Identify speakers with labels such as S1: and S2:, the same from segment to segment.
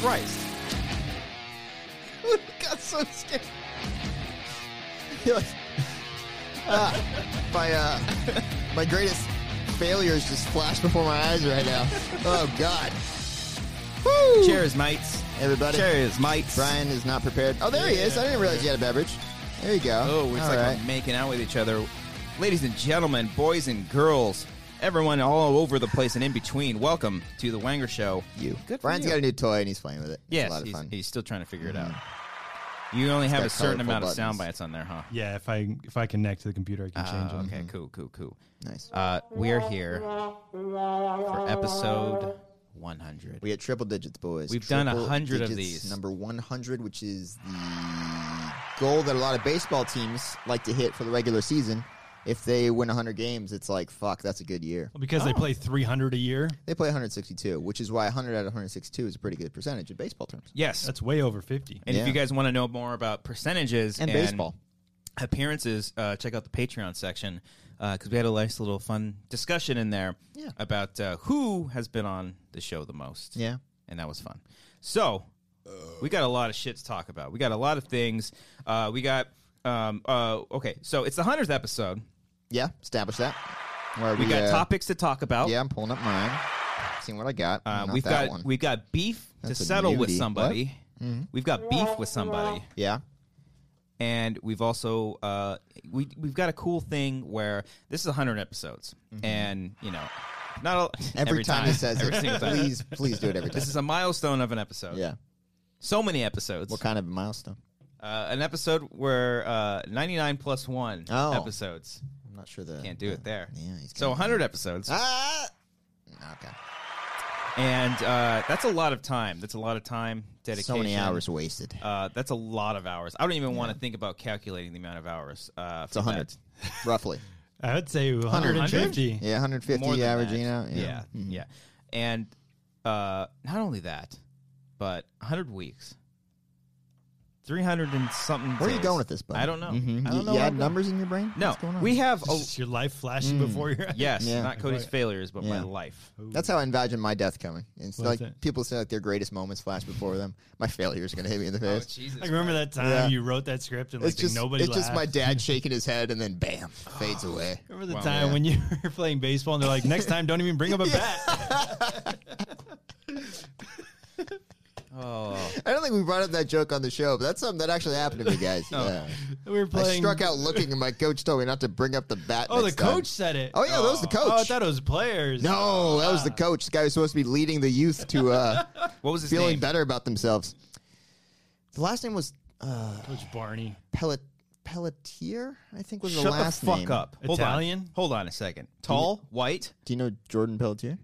S1: Christ. got so scared. You're like, ah, my, uh, my greatest failures just flash before my eyes right now. Oh, God. Woo!
S2: Cheers, mates.
S1: everybody.
S2: Cheers, mates.
S1: Brian is not prepared. Oh, there he is. I didn't realize you had a beverage. There you go.
S2: Oh, it's
S1: All
S2: like
S1: right.
S2: we're making out with each other. Ladies and gentlemen, boys and girls, everyone all over the place and in between, welcome to The Wanger Show.
S1: you.
S2: Good for
S1: Brian's
S2: you.
S1: got a new toy and he's playing with it. It's
S2: Yes,
S1: a lot of
S2: he's,
S1: fun. Mm-hmm.
S2: he's still trying to figure it out. You only have
S1: got
S2: a certain
S1: colorful
S2: amount of sound
S1: buttons.
S2: bites on there, huh?
S3: Yeah, if I if I connect to the computer, I can change
S2: Ah,
S1: Um,
S3: them.
S1: mm-hmm.
S2: okay, cool, cool, cool.
S1: Nice.
S2: Uh, we are here for episode 100.
S1: We had triple digits, boys.
S2: We've done
S1: Triple
S2: 100 of
S1: digits,
S2: these.
S1: Number 100, which is the goal that a lot of baseball teams like to hit for the regular season. If they win 100 games, it's like, fuck, that's a good year.
S3: Well, because they play 300 a year,
S1: They play 162, which is why 100 out of 162 is a pretty good percentage in baseball terms.
S2: yes.
S3: that's way over 50.
S2: And
S1: Yeah.
S2: if you guys want to know more about percentages
S1: And baseball.
S2: appearances, uh, check out the Patreon section because we had a nice little fun discussion in there
S1: Yeah.
S2: about uh, who has been on the show the most.
S1: Yeah.
S2: and that was fun. So we got a lot of shit to talk about. We got a lot of things. Uh, we got um, uh, okay. So it's the hundredth episode.
S1: Yeah, establish that. Where
S2: We got
S1: uh,
S2: topics to talk about.
S1: Yeah, I'm pulling up mine. Seeing what I got.
S2: Uh,
S1: Not
S2: we've
S1: that
S2: got
S1: one.
S2: we've got beef
S1: That's a
S2: to
S1: Mm-hmm.
S2: settle with
S1: nudie.
S2: somebody. We've got beef with somebody.
S1: yeah.
S2: and we've also uh, we we've got a cool thing where this is 100 episodes, and you know, not all,
S1: Mm-hmm. Every, time, he says
S2: every
S1: it,
S2: single time.
S1: please, please do it every time.
S2: This is a milestone of an episode.
S1: yeah.
S2: so many episodes.
S1: What kind of milestone?
S2: uh, an episode where uh, 99 plus one
S1: Oh.
S2: episodes
S1: I'm not sure the.
S2: can't do it there.
S1: Yeah, he's
S2: so
S1: got-
S2: 100 episodes,
S1: Ah! Okay.
S2: and uh, that's a lot of time. That's a lot of time dedication.
S1: So many hours wasted.
S2: Uh, that's a lot of hours. I don't even want to think about calculating the amount of hours. Uh,
S1: it's 100, roughly.
S3: I would say 150.
S1: Yeah, 150
S2: More than
S1: averaging
S2: that.
S1: out. Mm-hmm.
S2: Yeah, yeah. And uh, not only that, but 100 weeks, 300 and something.
S1: Where are you
S2: days.
S1: going with this, bud?
S2: I don't know.
S1: Mhm.
S2: I don't
S1: you,
S2: know.
S1: you
S2: where
S1: had
S2: I'm
S1: numbers in your brain?
S2: going. No,
S1: What's going on?
S2: we have a
S3: Just your life flashing before your eyes.
S2: yes,
S1: Oh. Mm. Yeah.
S2: not Cody's
S3: Right.
S2: failures, but my
S1: Yeah.
S2: life.
S1: That's how I envision my death coming. It's
S3: What's
S1: like
S3: that?
S1: people say like their greatest moments flash before them. My failures are gonna hit me in the face.
S2: Jesus!
S3: I remember that time
S1: Yeah.
S3: you wrote that script and Oh, like
S1: it's just
S3: nobody. Oh,
S1: it's just my
S3: laughed.
S1: dad shaking his head and then bam fades away.
S3: Remember the
S2: Wow.
S3: time
S1: Yeah.
S3: when you were playing baseball and they're like, next time, don't even bring up a bat.
S2: Oh,
S1: I don't think we brought up that joke on the show, but that's something that actually happened to me, guys. Yeah.
S3: We were
S1: I
S3: playing.
S1: struck out looking, and my coach told me not to bring up the bat.
S3: Oh, the
S1: next time.
S3: coach said it.
S1: Oh yeah, that was the coach.
S3: Oh, I thought it was players.
S1: no, that was the coach. The guy who's supposed to be leading the youth to uh,
S2: what was his
S1: feeling
S2: name?
S1: better about themselves. The last name was
S3: Coach Barney.
S1: Pellet Pelletier, I think was
S2: Shut
S1: the last
S2: the fuck
S1: name.
S2: up! Hold On.
S3: Italian?
S2: Hold on a second. Tall, white,
S1: Do you know Jordan Pelletier?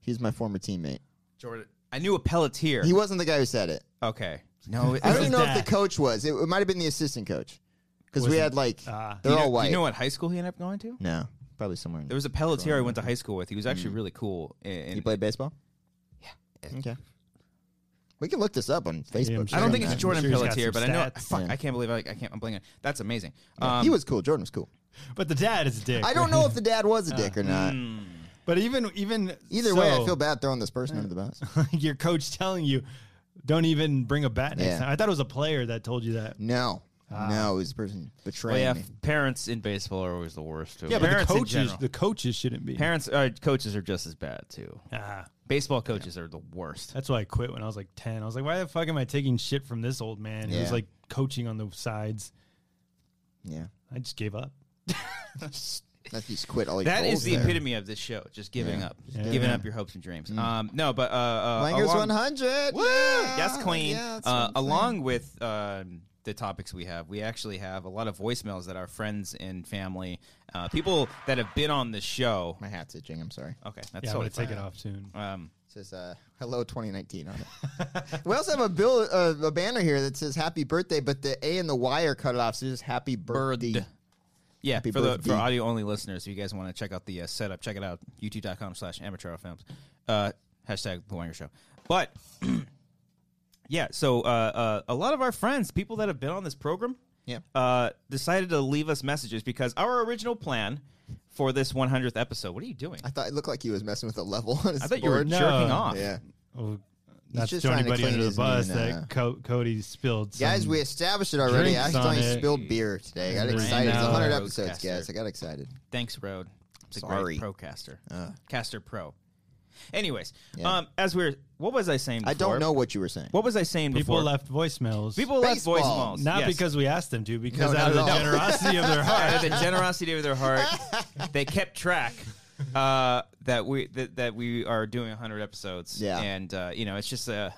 S1: He's my former teammate.
S2: Jordan. I knew a Pelletier.
S1: He wasn't the guy who said it.
S2: okay. No, it,
S1: I
S2: you
S1: don't
S3: his
S1: even know if
S3: dad.
S1: the coach was. It, it might have been the assistant coach because we
S3: Was it-
S1: had like
S3: Ah.
S1: they're
S2: know-
S1: all white.
S2: You know what high school he ended up going to?
S1: no, probably somewhere. In,
S2: There was a Pelletier I went to high school with. He was actually really cool. And
S1: you Mm. played baseball? Yeah. Okay. We can look this up on Facebook.
S3: sure.
S2: I don't think it's
S1: Yeah.
S2: a Jordan
S3: sure he's got
S2: Pelletier,
S3: some
S2: but I know.
S3: stats.
S2: Fuck,
S1: Yeah.
S2: I can't believe I, I can't. I'm blanking. That's amazing.
S1: Yeah,
S2: Um,
S1: he was cool. Jordan was cool.
S3: But the dad is a dick.
S1: I don't know if the dad was a
S2: Uh,
S1: dick or not.
S2: mm,
S3: But even even
S1: Either way, I
S3: so-
S1: feel bad throwing this person under the bus.
S3: your coach telling you, don't even bring a bat next
S1: Yeah.
S3: time. I thought it was a player that told you that.
S1: No, no, it was the person
S2: Ah. well,
S1: betraying
S2: yeah,
S1: me.
S2: parents in baseball are always the worst. Too.
S3: Yeah, but
S2: parents
S3: the
S2: in
S3: coaches,
S2: general.
S3: the coaches shouldn't be.
S2: parents, uh, coaches are just as bad too.
S3: Ah,
S2: Baseball coaches are the worst.
S3: that's why I quit when I was like ten. I was like, why the fuck am I taking shit from this old man who's
S1: Yeah.
S3: like coaching on the sides?
S1: Yeah,
S3: I just gave up.
S1: that's just quit all your
S2: That
S1: goals
S2: is the
S1: there.
S2: epitome of this show. Just giving up, giving up your hopes and dreams. Um, no, but uh, uh,
S1: Langers
S2: along-
S1: 100.
S2: Woo!
S1: Yeah.
S2: Yes, Queen.
S1: Yeah, that's what
S2: uh,
S1: I'm saying.
S2: along with um, the topics we have, we actually have a lot of voicemails that our friends and family, uh, people that have been on the show.
S1: My hat's itching. I'm sorry.
S2: Okay, that's
S3: Yeah, I'm
S2: totally
S3: gonna take
S2: fine.
S3: it off soon.
S2: Um,
S1: It says uh, "Hello 2019" on it. we also have a bill, uh, a banner here that says "Happy Birthday," but the A and the Y are cut off, so it's just "Happy Birthday."
S2: Bird. Yeah,
S1: Happy
S2: for the
S1: birthday.
S2: for audio only listeners, if you guys want to check out the uh, setup, check it out. YouTube.com slash amateur films. Uh, hashtag the Wanger Show. But yeah, so uh, uh, a lot of our friends, people that have been on this program,
S1: Yeah.
S2: uh, decided to leave us messages because our original plan for this 100th episode. What are you doing?
S1: I thought it looked like he was messing with the level on his
S2: I thought you were
S1: board.
S3: No.
S2: jerking off.
S1: Yeah.
S3: Oh, Not to
S1: just
S3: throw
S1: trying to
S3: anybody
S1: clean
S3: under the
S1: his
S3: bus
S1: name, uh,
S3: that Co- Cody spilled. Some,
S1: Guys, we established it already. I
S3: Drinks on
S1: accidentally
S3: it.
S1: spilled beer today. I got
S3: Right
S1: excited. It's
S3: now,
S1: 100
S2: roadcaster.
S1: episodes, guys. I got excited.
S2: Thanks, Road. It's a
S1: Sorry.
S2: great Procaster.
S1: Uh.
S2: Caster Pro. Anyways,
S1: Yeah.
S2: um, as we're what was I saying? Before?
S1: I don't know what you were saying.
S2: What was I saying
S3: people
S2: before?
S3: left voicemails.
S2: People left
S1: Baseball.
S2: voicemails.
S3: not
S2: Yes.
S3: because we asked them to, because
S1: No,
S3: out of
S1: not
S3: the
S1: at all.
S3: generosity of their
S2: out of
S3: heart.
S2: the generosity of their heart, they kept track uh, that we that, that we are doing 100 episodes.
S1: Yeah.
S2: and uh, you know, it's just a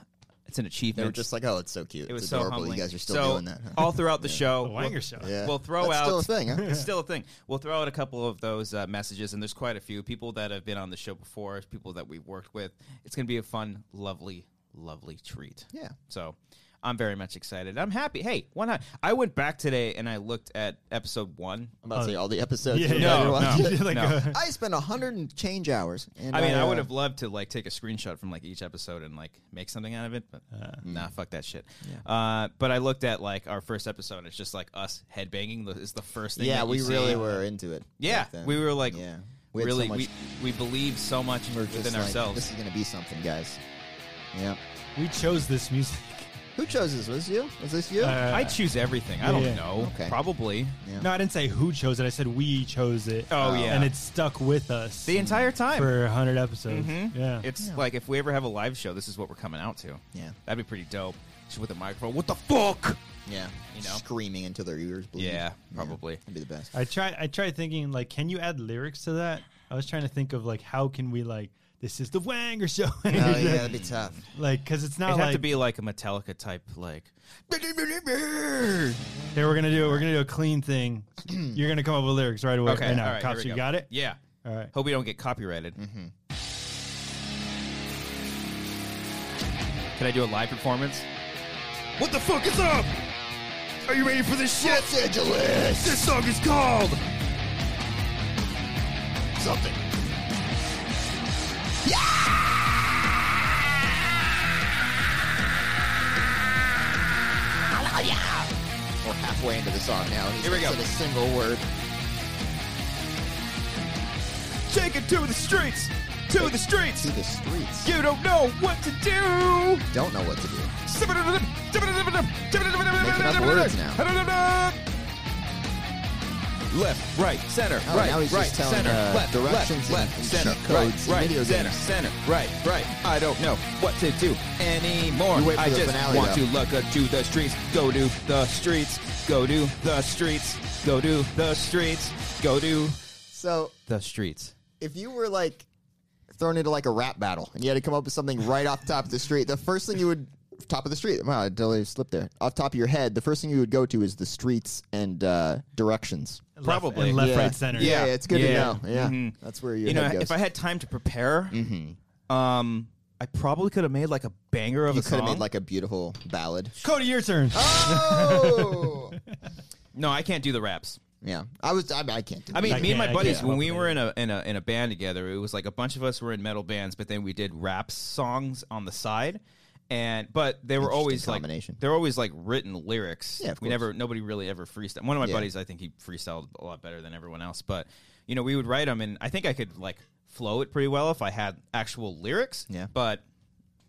S2: it's an
S1: They were
S2: achievement.
S1: just like, oh, it's so cute.
S2: it was
S1: it's
S2: so
S1: adorable.
S2: humbling.
S1: You guys are still
S2: so,
S1: doing that. huh?
S2: all throughout the show.
S3: The
S2: we'll-
S3: Wanger show.
S1: yeah.
S2: we'll throw
S1: That's still a
S2: out-
S1: thing, huh?
S2: It's still a thing. We'll throw out a couple of those uh, messages, and there's quite a few people that have been on the show before, people that we've worked with. It's going to be a fun, lovely, lovely treat.
S1: Yeah.
S2: So I'm very much excited. I'm happy. Hey, why not? I went back today and I looked at episode one.
S1: I'm about to say all the episodes.
S3: Yeah,
S1: we're
S3: yeah.
S1: about to
S2: No,
S1: watch.
S2: no.
S3: Like,
S2: No.
S3: uh,
S1: I spent 100 and change hours. And
S2: I mean, I
S1: uh,
S2: would have loved to like take a screenshot from like each episode and like make something out of it, but
S1: Uh,
S2: nah, fuck that shit. Uh, but I looked at like our first episode, and it's just like us headbanging is the first thing.
S1: Yeah,
S2: that you
S1: we really
S2: see.
S1: were into it.
S2: Yeah,
S1: back then.
S2: we were like,
S1: Yeah. We had so
S2: really,
S1: much-
S2: we we believe so much
S1: we were
S2: within
S1: just like, This
S2: ourselves.
S1: is going to be something, guys. Yeah.
S3: we chose this music.
S1: Who chose this? Was you? Was this you?
S3: Uh,
S2: I choose everything. I don't
S3: Yeah.
S2: know.
S1: Okay.
S2: Probably
S1: yeah.
S3: No, I didn't say who chose it. I said we chose it.
S2: Oh, yeah.
S3: and it stuck with us
S2: the entire time.
S3: for 100 episodes.
S2: Mhm.
S3: Yeah,
S2: It's like if we ever have a live show, this is what we're coming out to.
S1: Yeah.
S2: That'd be pretty dope. Just with a microphone. What the fuck?
S1: Yeah.
S2: You know?
S1: Screaming into their ears. bleed.
S2: Yeah, probably.
S1: That'd be the best.
S3: I tried. I tried thinking like, can you add lyrics to that? I was trying to think of like, how can we like, this is the Wanger show.
S1: Oh, yeah, that'd be tough.
S3: Like, because it's not
S2: It'd
S3: like
S2: have to be like a Metallica type, like.
S3: hey, we're gonna do. We're gonna do a clean thing. You're gonna come up with lyrics right away.
S2: Okay,
S3: right
S2: all
S3: now,
S2: right, here
S3: cops,
S2: we
S3: you
S2: go.
S3: got it.
S2: Yeah. Mm-hmm.
S3: All right.
S2: Hope we don't get copyrighted. Can I do a live performance? What the fuck is up? Are you ready for this shit?
S1: Los Angeles!
S2: This song is called.
S1: Something. Yeah! Yeah! We're halfway into the song now. and he's
S2: Here we
S1: not
S2: go.
S1: said a single word.
S2: Take it to the streets, to the streets.
S1: To the streets.
S2: You don't know what to do.
S1: Don't know what to do.
S2: Making
S1: words now.
S2: Left, right, center,
S1: Oh,
S2: right,
S1: now he's just
S2: right,
S1: telling,
S2: center,
S1: uh,
S2: left, left,
S1: directions and-
S2: left,
S1: and
S2: center,
S1: cheat codes
S2: right,
S1: and
S2: right,
S1: video
S2: center,
S1: games.
S2: center, right, right. I don't know what to do anymore.
S1: You wait for
S2: I
S1: the
S2: just
S1: finale,
S2: want
S1: though.
S2: to look up to the streets, go to the streets, go to the streets, go to the streets, go to
S1: So,
S2: the streets.
S1: if you were like thrown into like a rap battle and you had to come up with something right off the top of the street, the first thing you would top of the street. Wow, I totally slipped there. Off the top of your head, the first thing you would go to is the streets and uh, directions.
S3: Left-
S2: Probably.
S3: and left,
S1: yeah.
S3: right, center.
S1: Yeah,
S2: Yeah.
S1: it's good
S2: Yeah.
S1: to know. Yeah,
S2: Mhm.
S1: that's where your
S2: you know,
S1: head goes.
S2: if
S1: Mm-hmm.
S2: I had time to prepare, um, I probably could have made like a banger of
S1: you
S2: a
S1: could have
S2: song.
S1: made like a beautiful ballad.
S3: Cody, your turn.
S2: Ah.
S1: Oh,
S2: no, I can't do the raps.
S1: yeah. I was. I, I can't. Do
S2: I mean,
S3: I
S2: me and my
S3: can't- I
S2: buddies,
S3: can't
S2: when
S3: come
S2: we
S3: up
S2: were in a in a in a band together, it was like a bunch of us were in metal bands, but then we did rap songs on the side. And but they were
S1: Interesting
S2: always like
S1: combination.
S2: they're always like written lyrics.
S1: Yeah, of
S2: we
S1: course.
S2: never nobody really ever freestyle. One of my
S1: Yeah.
S2: buddies, I think he freestyled a lot better than everyone else. But you know, we would write them, and I think I could like flow it pretty well if I had actual lyrics.
S1: Yeah.
S2: but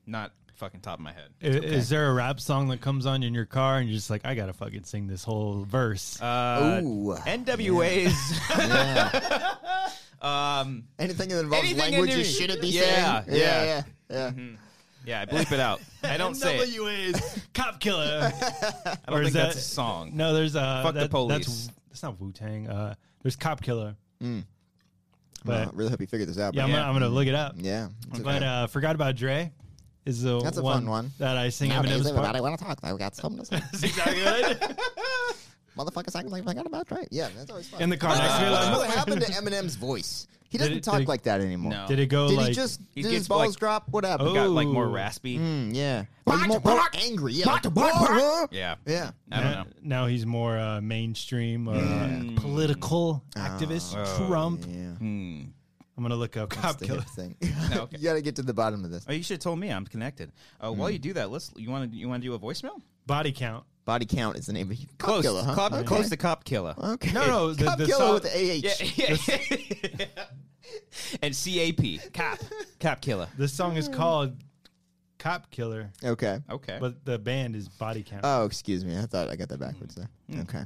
S2: not fucking top of my head.
S3: I- Is, there a rap song that comes on in your car and you're just like, I gotta fucking sing this whole verse?
S2: Uh,
S1: Ooh.
S2: NWA's
S1: Yeah.
S2: um,
S1: anything that involves
S2: Anything
S1: language
S2: into-
S1: you shouldn't be
S2: Yeah, Mm-hmm.
S1: saying.
S2: yeah.
S1: yeah, yeah.
S2: Yeah, I bleep it out. I don't say it.
S3: NWA's Cop Killer.
S2: I don't
S3: or
S2: think
S3: is
S2: that's a
S3: that-
S2: song.
S3: No, there's uh,
S2: Fuck the
S3: that-
S2: police.
S3: That's, that's not Wu Tang. Uh, there's Cop Killer.
S1: Mm. Well,
S3: But
S1: I really hope you figured this out.
S3: yeah,
S1: but
S3: I'm,
S2: yeah.
S3: Gonna, I'm gonna look it up.
S1: yeah. it's
S3: But
S1: okay.
S3: uh, forgot about Dre. Is the
S1: That's a
S3: one
S1: fun one.
S3: that I sing
S1: Nowadays,
S3: Eminem's part.
S1: everybody want to talk. They got something to say.
S3: Is that good?
S1: Motherfuckers acting like they got about right. Yeah, that's always fun.
S3: In the car
S1: What-
S3: next to me,
S1: what-
S3: like-
S1: what happened to Eminem's voice? He doesn't
S3: it-
S1: talk
S3: did it-
S1: like that anymore.
S2: No.
S3: Did it go
S1: Did
S3: like?
S1: he just
S2: He
S1: did
S2: gets
S1: his balls
S2: like- Oh.
S1: drop? What happened?
S2: It got like more
S3: Ooh.
S2: raspy.
S1: Mm, yeah, But he's more, more angry. Yeah, like, "Whoa,
S2: Yeah.
S1: whoa." yeah.
S2: I don't know.
S3: Now he's more uh, mainstream, uh, political activist. Trump.
S1: Mm. Oh, Yeah.
S3: I'm gonna look up Cop
S1: It's the
S3: Killer.
S1: hip thing.
S2: okay.
S1: you got to get to the bottom of this.
S2: Oh, you should have told me I'm connected. Uh, While you do that, let's. You want to? You want to do a voicemail?
S3: Body count.
S1: Body count is the name of cop
S2: Close,
S1: killer, huh?
S2: cop,
S1: Okay.
S2: close to cop killer.
S1: Okay.
S3: No, no, the-
S1: cop
S3: the
S1: killer
S3: song-
S1: with the AH.
S2: Yeah, yeah. and CAP, cop, cop killer.
S1: Mm.
S3: This song is called Cop Killer,
S1: Okay.
S2: Okay.
S3: but the band is Body Count.
S1: Oh, excuse me. I thought I got that backwards there.
S2: Mm.
S1: Okay.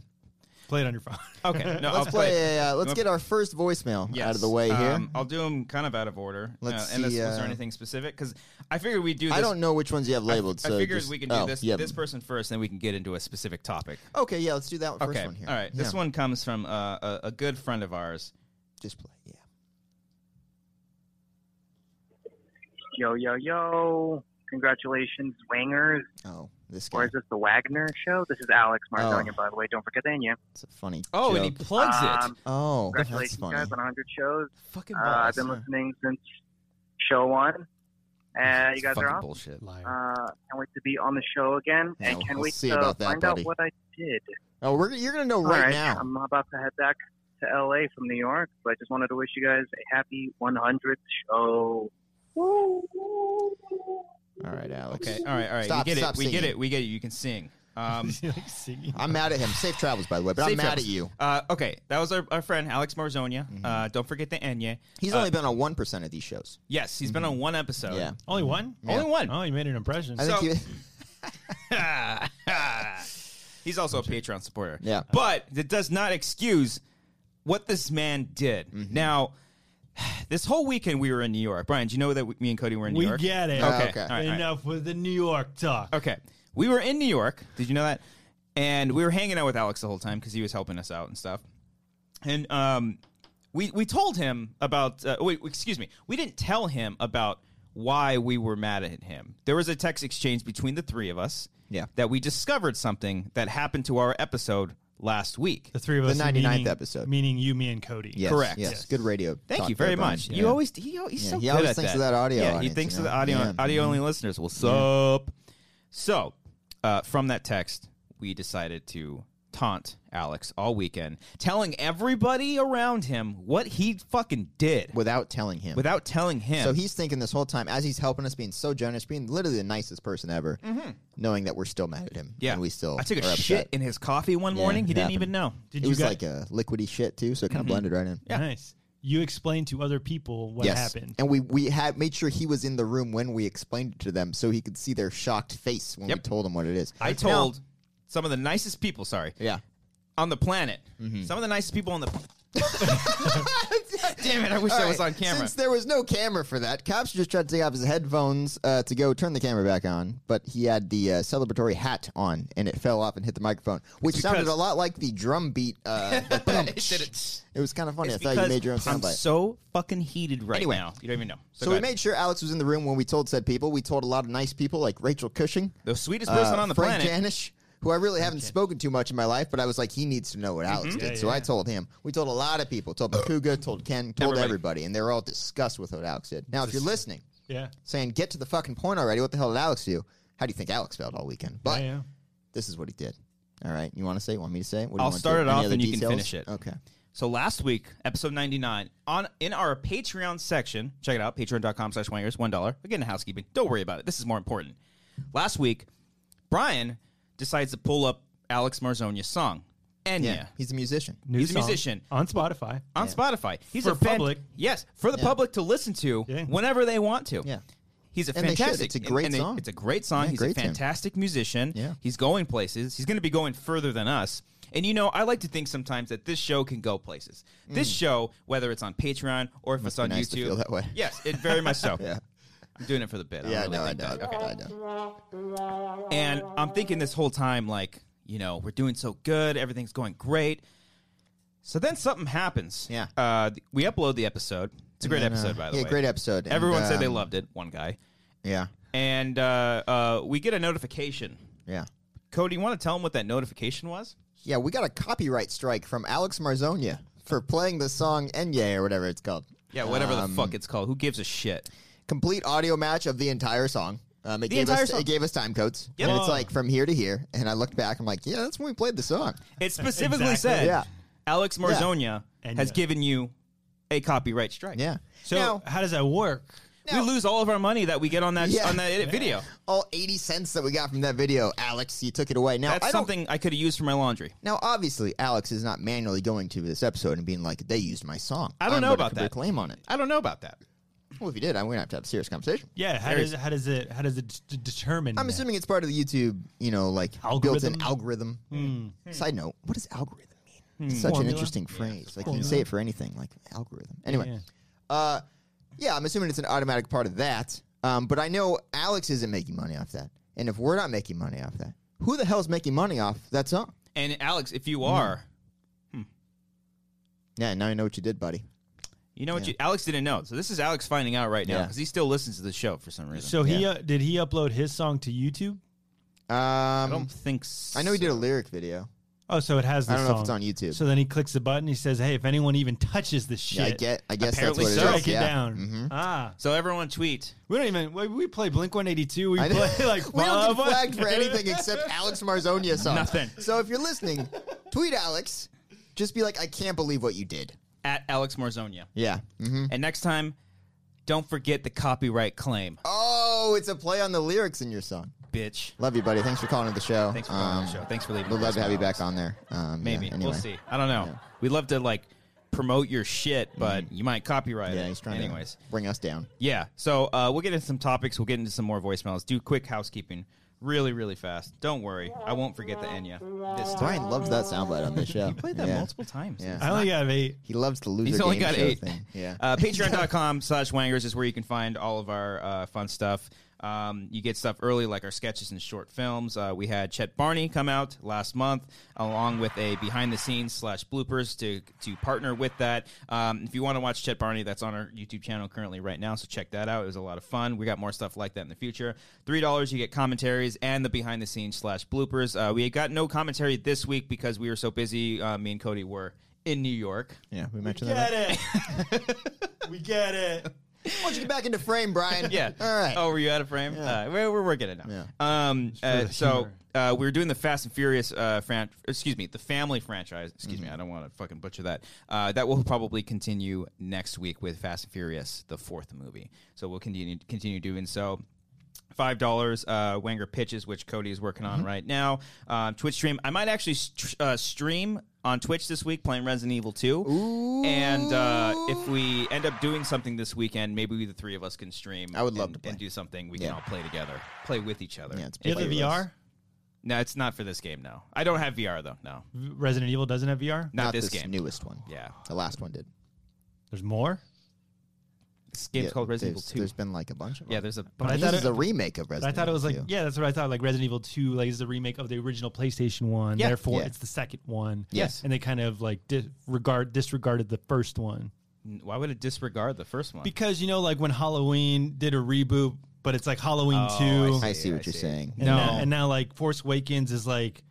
S3: Play it on your phone.
S1: uh,
S2: okay. No, I'll
S1: Let's play.
S2: play.
S1: uh, let's get our first voicemail
S2: Yes.
S1: out of the way here.
S2: Um, I'll do them kind of out of order.
S1: Let's
S2: uh, unless,
S1: see,
S2: was
S1: uh,
S2: there anything specific? Because I figured we'd do. This,
S1: I don't know which ones you have
S2: I-
S1: labeled.
S2: I,
S1: so
S2: figured
S1: just-
S2: we can do
S1: oh,
S2: this.
S1: yeah.
S2: This person first, then we can get into a specific topic.
S1: Okay, yeah. Let's do that first
S2: okay.
S1: one here.
S2: All right. This
S1: Yeah.
S2: one comes from uh, a, a good friend of ours.
S1: Just play. Yeah.
S4: Yo, yo, yo. Congratulations, Wangers.
S1: Oh, this
S4: Or
S1: guy.
S4: is this the Wagner show? This is Alex Marzonia,
S1: Oh.
S4: by the way. Don't forget that, yeah.
S1: It's a funny.
S2: Oh, and he
S1: joke.
S2: plugs it.
S4: Um,
S1: Oh, that's
S4: Congratulations,
S1: funny.
S4: guys, on 100 shows.
S2: Fucking
S4: Uh,
S2: boss.
S4: I've been listening since show one. Uh, you guys
S2: Fucking
S4: are awesome.
S2: bullshit.
S3: Liar.
S4: Uh, can't wait to be on the show again.
S1: Yeah,
S4: and can't
S1: we'll
S4: wait
S1: see
S4: to
S1: about that,
S4: find
S1: buddy.
S4: out what I did.
S1: Oh, we're, you're gonna know
S4: All
S1: right, now.
S4: I'm about to head back to LA from New York, but I just wanted to wish you guys a happy 100th show.
S5: Oh,
S1: All right, Alex.
S2: Okay. All right. All right.
S1: Stop-
S2: we get
S1: stop
S2: it. We get
S1: singing.
S2: it. We get it. You can sing. Um,
S3: Is he, like, singing?
S1: I'm mad at him. Safe travels, by the way. But I'm
S2: safe
S1: mad
S2: travels.
S1: at you.
S2: Uh, okay. That was our, our friend Alex Marzonia.
S1: Mm-hmm.
S2: Uh, don't forget the Enya.
S1: He's
S2: Uh,
S1: only been on one percent of these shows.
S2: Yes, he's been on one episode.
S1: Mm-hmm. Yeah.
S3: Only one?
S2: Only one.
S3: Oh, you made an impression.
S1: I think
S2: So-
S1: he,
S2: He's also a Patreon supporter.
S1: Oh. Yeah.
S2: But that does not excuse what this man did.
S1: Mm-hmm.
S2: Now, this whole weekend we were in New York. Brian, do you know that we, me and Cody were in New
S3: we
S2: York?
S3: get it.
S1: Uh,
S2: Okay.
S1: okay.
S2: All right, all right.
S3: Enough with the New York talk.
S2: Okay. We were in New York. Did you know that? And we were hanging out with Alex the whole time because he was helping us out and stuff. And um, we we told him about. Uh, wait, excuse me. We didn't tell him about why we were mad at him. There was a text exchange between the three of us.
S1: Yeah.
S2: That we discovered something that happened to our episode last week.
S3: The three of
S1: The
S3: us.
S1: 99th
S3: meaning-
S1: episode.
S3: Meaning you, me, and Cody.
S1: yes,
S2: Correct.
S1: Yes.
S2: Yes.
S1: Good radio.
S2: Thank
S1: talk
S2: you
S1: there,
S2: very
S1: Brian.
S2: much.
S1: Yeah.
S2: You always he, al- he's
S1: Yeah,
S2: so
S1: he
S2: good
S1: always
S2: at
S1: thinks
S2: that.
S1: of that audio
S2: Yeah,
S1: audience,
S2: he thinks
S1: you
S2: of the
S1: know?
S2: audio
S1: Yeah. Mm-hmm.
S2: audio only listeners. What's up? So, uh, from that text, we decided to taunt Alex all weekend, telling everybody around him what he fucking did
S1: without telling him.
S2: without telling him.
S1: So he's thinking this whole time as he's helping us, being so generous, being literally the nicest person ever, knowing that we're still mad at him.
S2: Mm-hmm. yeah,
S1: and we still.
S2: I took a
S1: are upset.
S2: shit in his coffee one
S1: Yeah,
S2: morning. He
S1: it
S2: didn't
S1: happened.
S2: even know.
S3: Did
S1: It
S3: you
S1: was
S3: guys,
S1: like a liquidy shit too, so it kind
S2: Mm-hmm.
S1: of blended right in.
S3: Nice. You explained to other people what
S1: yes,
S3: happened.
S1: and we we had made sure he was in the room when we explained it to them, so he could see their shocked face when we
S2: Yep.
S1: told him what it is.
S2: I
S1: Now-
S2: told some of the nicest people. Sorry,
S1: yeah. Mm-hmm.
S2: on the planet. Some of the nicest people on the. Damn it! I wish
S1: All
S2: I was
S1: right,
S2: on camera.
S1: Since there was no camera for that, cops just tried to take off his headphones uh, to go turn the camera back on, but he had the uh, celebratory hat on, and it fell off and hit the microphone, which sounded a lot like the drum beat. Uh, the thump.
S2: It did it.
S1: It was kind of funny.
S2: It's
S1: I thought you
S2: because
S1: made your own
S2: I'm
S1: soundbite.
S2: so fucking heated right
S1: Anyway.
S2: now. You don't even know.
S1: So,
S2: go
S1: we
S2: ahead.
S1: made sure Alex was in the room when we told said people. We told a lot of nice people like Rachel Cushing,
S2: the sweetest person
S1: uh,
S2: on the
S1: Frank
S2: planet.
S1: Janish, who I really haven't spoken to much in my life, but I was like, he needs to know what
S2: Mm-hmm.
S1: Alex did.
S3: Yeah,
S1: so
S3: yeah.
S1: I told him. We told a lot of people. Told Bakuga, told Ken, told everybody.
S2: Everybody.
S1: and they were all disgusted with what Alex did. Now, if you're listening,
S3: Yeah.
S1: saying, get to the fucking point already, what the hell did Alex do? How do you think Alex felt all weekend? But
S3: yeah, yeah.
S1: this is what he did. All right, you want to say? it? Want me to say? it? What do you
S2: I'll
S1: want
S2: start
S1: to do?
S2: it
S1: Any
S2: off
S1: other
S2: and you can
S1: details?
S2: finish it.
S1: Okay.
S2: So last week, episode 99, on in our Patreon section, check it out, patreon.com slash wangers, $1. Again, housekeeping. Don't worry about it. This is more important. Last week, Brian decides to pull up Alex Marzonia's song, Enya.
S1: Yeah, he's a musician.
S3: New
S2: He's a
S3: song
S2: musician.
S3: on Spotify.
S1: Uh,
S2: On Spotify, he's
S3: For
S2: a fan-
S3: public.
S2: Yes, for the public to listen to
S3: Yeah.
S2: whenever they want to.
S1: Yeah.
S2: He's a
S1: And they should.
S2: fantastic.
S1: It's a great
S2: they-
S1: song.
S2: It's a great song.
S1: Yeah,
S2: He's
S1: great
S2: a
S1: tune.
S2: fantastic musician.
S1: Yeah.
S2: He's going places. He's going to be going further than us. And you know, I like to think sometimes that this show can go places. This show, whether it's on Patreon or if it's
S1: Mm. be
S2: on
S1: nice
S2: YouTube,
S1: to feel that way.
S2: yes, it very much so.
S1: Yeah.
S2: I'm doing it for the bit. I
S1: Yeah,
S2: don't really
S1: no, I
S2: think
S1: know.
S2: that. Okay.
S1: I know.
S2: And I'm thinking this whole time, like, you know, we're doing so good, everything's going great. So then something happens.
S1: Yeah.
S2: Uh, th- we upload the episode. It's a great
S1: And, uh,
S2: episode, by the
S1: yeah,
S2: way.
S1: great episode. And,
S2: Everyone said they
S1: um,
S2: loved it. One guy.
S1: Yeah.
S2: And uh, uh, we get a notification.
S1: Yeah.
S2: Cody, you want to tell him what that notification was?
S1: Yeah, we got a copyright strike from Alex Marzonia for playing the song Enye or whatever it's called.
S2: Yeah, whatever
S1: Um,
S2: the fuck it's called. Who gives a shit?
S1: Complete audio match of the entire song. Um, it
S2: The
S1: gave
S2: entire
S1: us,
S2: song.
S1: It gave us time codes.
S2: Yep.
S1: And it's
S3: Whoa.
S1: like from here to here. And I looked back. I'm like, yeah, that's when we played the song.
S2: It specifically said
S3: Exactly.
S1: Yeah.
S2: Alex Marzonia
S3: And
S2: has
S3: yet-
S2: given you a copyright strike.
S1: Yeah.
S3: So
S1: Now-
S3: how does that work?
S2: We lose all of our money that we get on that
S1: Yeah.
S2: on that edit video.
S1: all 80 cents that we got from that video, Alex, you took it away. Now,
S2: That's
S1: I don't,
S2: something I could have used for my laundry.
S1: now, obviously, Alex is not manually going to this episode and being like, they used my song.
S2: I don't
S1: I'm
S2: know
S1: gonna
S2: about
S1: put a
S2: that.
S1: claim on it.
S2: I don't know about that.
S1: Well, if you did, I'm going to have to have a serious conversation.
S3: Yeah, how
S2: There's-
S3: does how does it how does it d- d- determine?
S1: I'm
S3: that?
S1: assuming it's part of the YouTube, you know, like built-in
S3: Algorithm?
S1: algorithm.
S2: Hmm.
S3: Hmm,
S1: Side note: What does algorithm mean? It's such an
S3: Formula.
S1: interesting phrase. like you can say it for anything, like algorithm. Anyway,
S3: Yeah.
S1: Uh, yeah, I'm assuming it's an automatic part of that. Um, but I know Alex isn't making money off that, and if we're not making money off that, who the hell's making money off that song?
S2: And Alex, if you are,
S1: Mm. Yeah, now I know what you did, buddy.
S2: you know what
S1: Yeah.
S2: you Alex didn't know. So this is Alex finding out right now
S1: Yeah.
S2: because he still listens to the show for some reason.
S3: So he
S1: Yeah.
S3: uh, did he upload his song to YouTube?
S2: I
S1: Um,
S2: don't think. So.
S1: I know he did a lyric video.
S3: Oh, so it has the
S1: I don't
S3: song.
S1: know if it's on YouTube.
S3: So then he clicks the button. He says, "Hey, if anyone even touches this shit,
S1: yeah, I get. I guess
S2: Apparently
S1: that's what
S2: so.
S1: it is.
S3: strike it
S1: yeah.
S3: down."
S1: Mhm.
S3: Ah,
S2: So everyone tweet.
S3: we don't even we, we play Blink One Eighty Two. We
S1: I know.
S3: play like
S1: we don't get
S3: Bob-
S1: flagged for anything except Alex Marzonia songs.
S2: Nothing.
S1: So if you're listening, tweet Alex. Just be like, I can't believe what you did.
S2: at Alex Marzonia.
S1: Yeah. hmm
S2: And next time, don't forget the copyright claim,
S1: Oh, it's a play on the lyrics in your song.
S2: bitch.
S1: Love you, buddy. Thanks for calling to the show.
S2: Thanks for coming on the show. Thanks for leaving.
S1: Um, We'd
S2: the
S1: love to have you
S2: voicemail.
S1: back on there. Um,
S2: Maybe
S1: yeah, anyway.
S2: we'll see. I don't know. We'd love to like promote your shit, but you might copyright
S1: Yeah,
S2: it.
S1: he's trying
S2: Anyways,
S1: to bring us down.
S2: yeah. So uh, we'll get into some topics. We'll get into some more voicemails. Do quick housekeeping, really, really fast. Don't worry, I won't forget the Enya this time.
S1: Brian loves that soundbite on this show.
S2: You played that
S1: Yeah.
S2: multiple times.
S1: Yeah.
S2: It's
S3: I only got eight.
S1: He loves to lose.
S2: He's only
S1: game
S2: got
S1: show
S2: eight.
S1: Thing. Yeah.
S2: Uh, Patreon.com slash wangers is where you can find all of our uh, fun stuff. Um, you get stuff early, like our sketches and short films. Uh, we had Chet Barney come out last month, along with a behind the scenes slash bloopers to to partner with that. Um, if you want to watch Chet Barney, that's on our YouTube channel currently right now, so check that out. It was a lot of fun. We got more stuff like that in the future. Three dollars, you get commentaries and the behind the scenes slash bloopers. Uh, we got no commentary this week because we were so busy. Uh, me and Cody were in New York.
S1: yeah. We mentioned
S3: Get
S1: that.
S3: it? we get it.
S1: Why don't you get back into frame, Brian?
S2: yeah.
S1: All right.
S2: Oh, were you out of frame?
S1: Yeah.
S2: Uh, we're, we're working it out. Um.
S3: for
S2: uh,
S3: the
S2: so
S3: humor.
S2: uh, we were doing the Fast and Furious uh, fran- excuse me, the Family franchise. Excuse me, I don't want to fucking butcher that. Uh, that will probably continue next week with Fast and Furious, the fourth movie. So we'll continue continue doing so. Five dollars, uh, Wanger pitches, which Cody is working on right now. Um, Twitch stream. I might actually st- uh, stream on Twitch this week playing Resident Evil Two. And uh, if we end up doing something this weekend, maybe we, the three of us can stream.
S1: I would love
S2: and-
S1: to play.
S2: and do something. We
S1: Yeah.
S2: can all play together, play with each other.
S1: Yeah, it's
S3: Do you
S1: Play
S3: have
S1: with
S3: the VR?
S2: No, it's not for this game. No, I don't have VR though. No,
S3: V- Resident Evil doesn't have VR.
S2: not, this, game.
S1: newest one.
S2: Yeah,
S1: The last one did.
S3: There's more.
S2: this game's
S1: Yeah,
S2: called Resident
S1: there's-
S2: Evil
S1: There's
S2: Two.
S1: been like a bunch of them.
S2: Yeah, there's a
S3: I
S2: bunch.
S1: this
S3: thought
S1: is
S3: it-
S1: a remake of
S3: But I
S1: Resident.
S3: thought it was like
S1: Evil 2.
S3: yeah, that's what I thought. Like Resident Evil Two, like is the remake of the original PlayStation one.
S2: Yeah.
S3: Therefore,
S1: Yeah.
S3: it's the second one.
S2: Yes.
S3: and they kind of like di- regard disregarded the first one
S2: Why would it disregard the first one?
S3: because you know like when Halloween did a reboot, but it's like Halloween
S2: Oh,
S3: Two.
S1: I see
S2: Yeah,
S1: what
S2: I
S1: you're
S2: see.
S1: saying.
S3: And
S2: No.
S3: now, and now like Force Awakens is like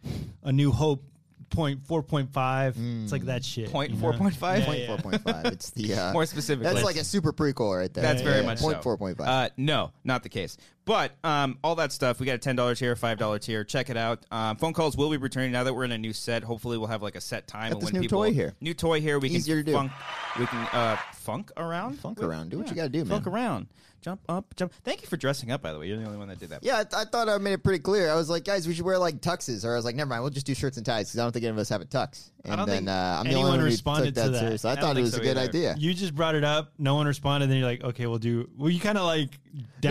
S3: a New Hope point four point five. It's like that shit.
S2: Point
S3: you
S2: four
S3: know?
S2: point five.
S3: Yeah,
S2: Point-
S3: yeah.
S1: Four point five. It's the uh,
S2: More specifically,
S1: That's like a super prequel right there.
S2: That's
S1: Yeah,
S2: very
S1: yeah.
S2: much so.
S1: Eh, point four point five.
S2: Uh, no, not the case. But um, all that stuff, we got a ten dollar tier, five dollar tier. Check it out. Um, phone calls will be returning now that we're in a new set. Hopefully, we'll have like a set time.
S1: Got
S2: of
S1: this
S2: when
S1: new
S2: people,
S1: toy here.
S2: New toy here. We
S1: Easier
S2: can
S1: to do.
S2: funk. We can uh, funk around.
S1: Funk
S2: We-
S1: around. Do what you gotta do,
S2: Funk
S1: man.
S2: around. Jump up. Jump. Thank you for dressing up. By the way, you're the only one that did that.
S1: Yeah, I, th- I thought I made it pretty clear. I was like, guys, we should wear like tuxes, or I was like, never mind, we'll just do shirts and ties because I don't think any of us have a tux. And
S3: don't
S1: then
S3: think
S1: uh, I'm the
S3: anyone
S1: only one who
S3: responded
S1: took that,
S3: to that.
S1: seriously. I,
S2: I don't
S1: thought it
S2: think
S1: was
S2: so
S1: a good
S2: either.
S1: idea.
S3: You just brought it up. No one responded. Then you're like, okay, we'll do. Well, you kind of like downplayed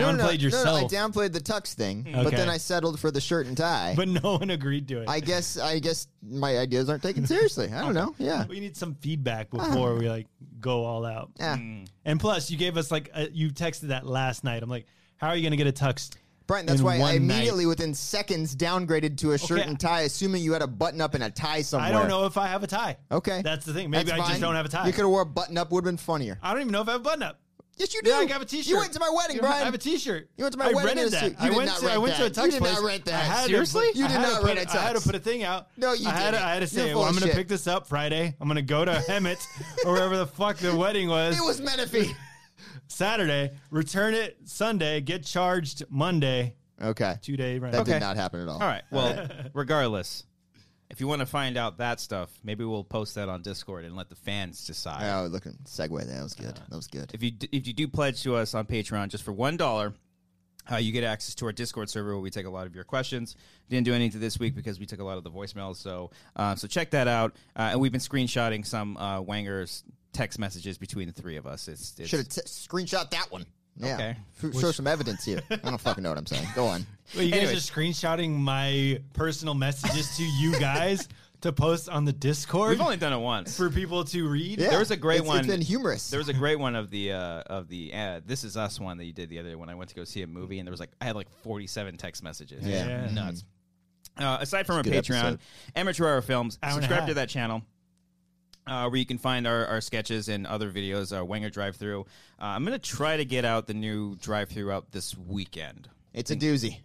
S1: No, no, no, no, no,
S3: yourself,
S1: I downplayed the tux thing, but
S3: Okay.
S1: then I settled for the shirt and tie.
S3: but no one agreed to it.
S1: I guess I guess my ideas aren't taken seriously. I don't know. Yeah.
S3: we need some feedback before we like go all out.
S1: Uh-huh. Yeah.
S3: And plus, you gave us like a, you texted that last night. I'm like, how are you gonna get a tux?
S1: Brian, that's
S3: in
S1: why I
S3: one night?
S1: immediately, within seconds, downgraded to a shirt
S3: Okay.
S1: and tie, assuming you had a button up and a tie somewhere.
S3: I don't know if I have a tie.
S1: Okay.
S3: that's the thing. Maybe
S1: That's
S3: I just
S1: fine.
S3: don't have a tie.
S1: You could have wore a button up, would have been funnier.
S3: I don't even know if I have a button up.
S1: yes, you do.
S3: Yeah, I have a T-shirt.
S1: You went to my wedding,
S3: Yeah,
S1: Brian.
S3: I have a T-shirt.
S1: You went to my wedding
S3: I rented
S1: in a
S3: that.
S1: suit. You
S3: I
S1: did
S3: went
S1: not
S3: to I
S1: rent
S3: went to a
S1: that.
S3: tux
S1: You did
S3: place.
S1: not rent that.
S3: I had to
S1: Seriously?
S3: put-
S1: You
S3: I
S1: did
S3: had to
S1: not
S3: put-
S1: rent a
S3: I had to
S1: tux.
S3: put a thing out.
S1: No, you
S3: I had
S1: didn't.
S3: To, I had to
S1: You're
S3: say,
S1: full
S3: well,
S1: of
S3: I'm gonna
S1: shit.
S3: pick this up Friday. I'm gonna go to Hemet or wherever the fuck the wedding was.
S1: It was Menifee.
S3: Saturday. Return it Sunday. Get charged Monday.
S1: okay.
S3: Two day rent.
S1: That
S2: Okay.
S1: did not happen at all.
S2: All right. Well, regardless, if you want to find out that stuff, maybe we'll post that on Discord and let the fans decide.
S1: Oh, looking segue. That was good. That was good.
S2: if you d- if you do pledge to us on Patreon just for one dollar, uh, you get access to our Discord server where we take a lot of your questions. Didn't do anything this week because we took a lot of the voicemails, so uh, so check that out. Uh, and we've been screenshotting some uh, Wanger's text messages between the three of us. It's, it's
S1: Should have t- screenshot that one. Yeah.
S2: Okay.
S1: F- show some evidence here. I don't fucking know what I'm saying. Go on.
S3: Wait, you
S2: Anyways.
S3: guys are screenshotting my personal messages to you guys to post on the Discord
S2: We've only done it once.
S3: for people to read.
S1: Yeah.
S2: There was a great
S1: It's-
S2: one.
S1: It's been humorous.
S2: There was a great one of the uh, of the uh, "This Is Us" one that you did the other day when I went to go see a movie, and there was like I had like forty seven text messages.
S1: Yeah.
S3: Yeah. Mm-hmm.
S2: nuts. Uh, aside from our
S1: a good
S2: Patreon,
S1: episode.
S2: Amateur Hour Films,
S3: Hour and a
S2: subscribe
S3: half.
S2: to that channel. Uh, where you can find our, our sketches and other videos, our Wenger drive through. Uh, I'm going to try to get out the new drive through out this weekend.
S1: it's a doozy.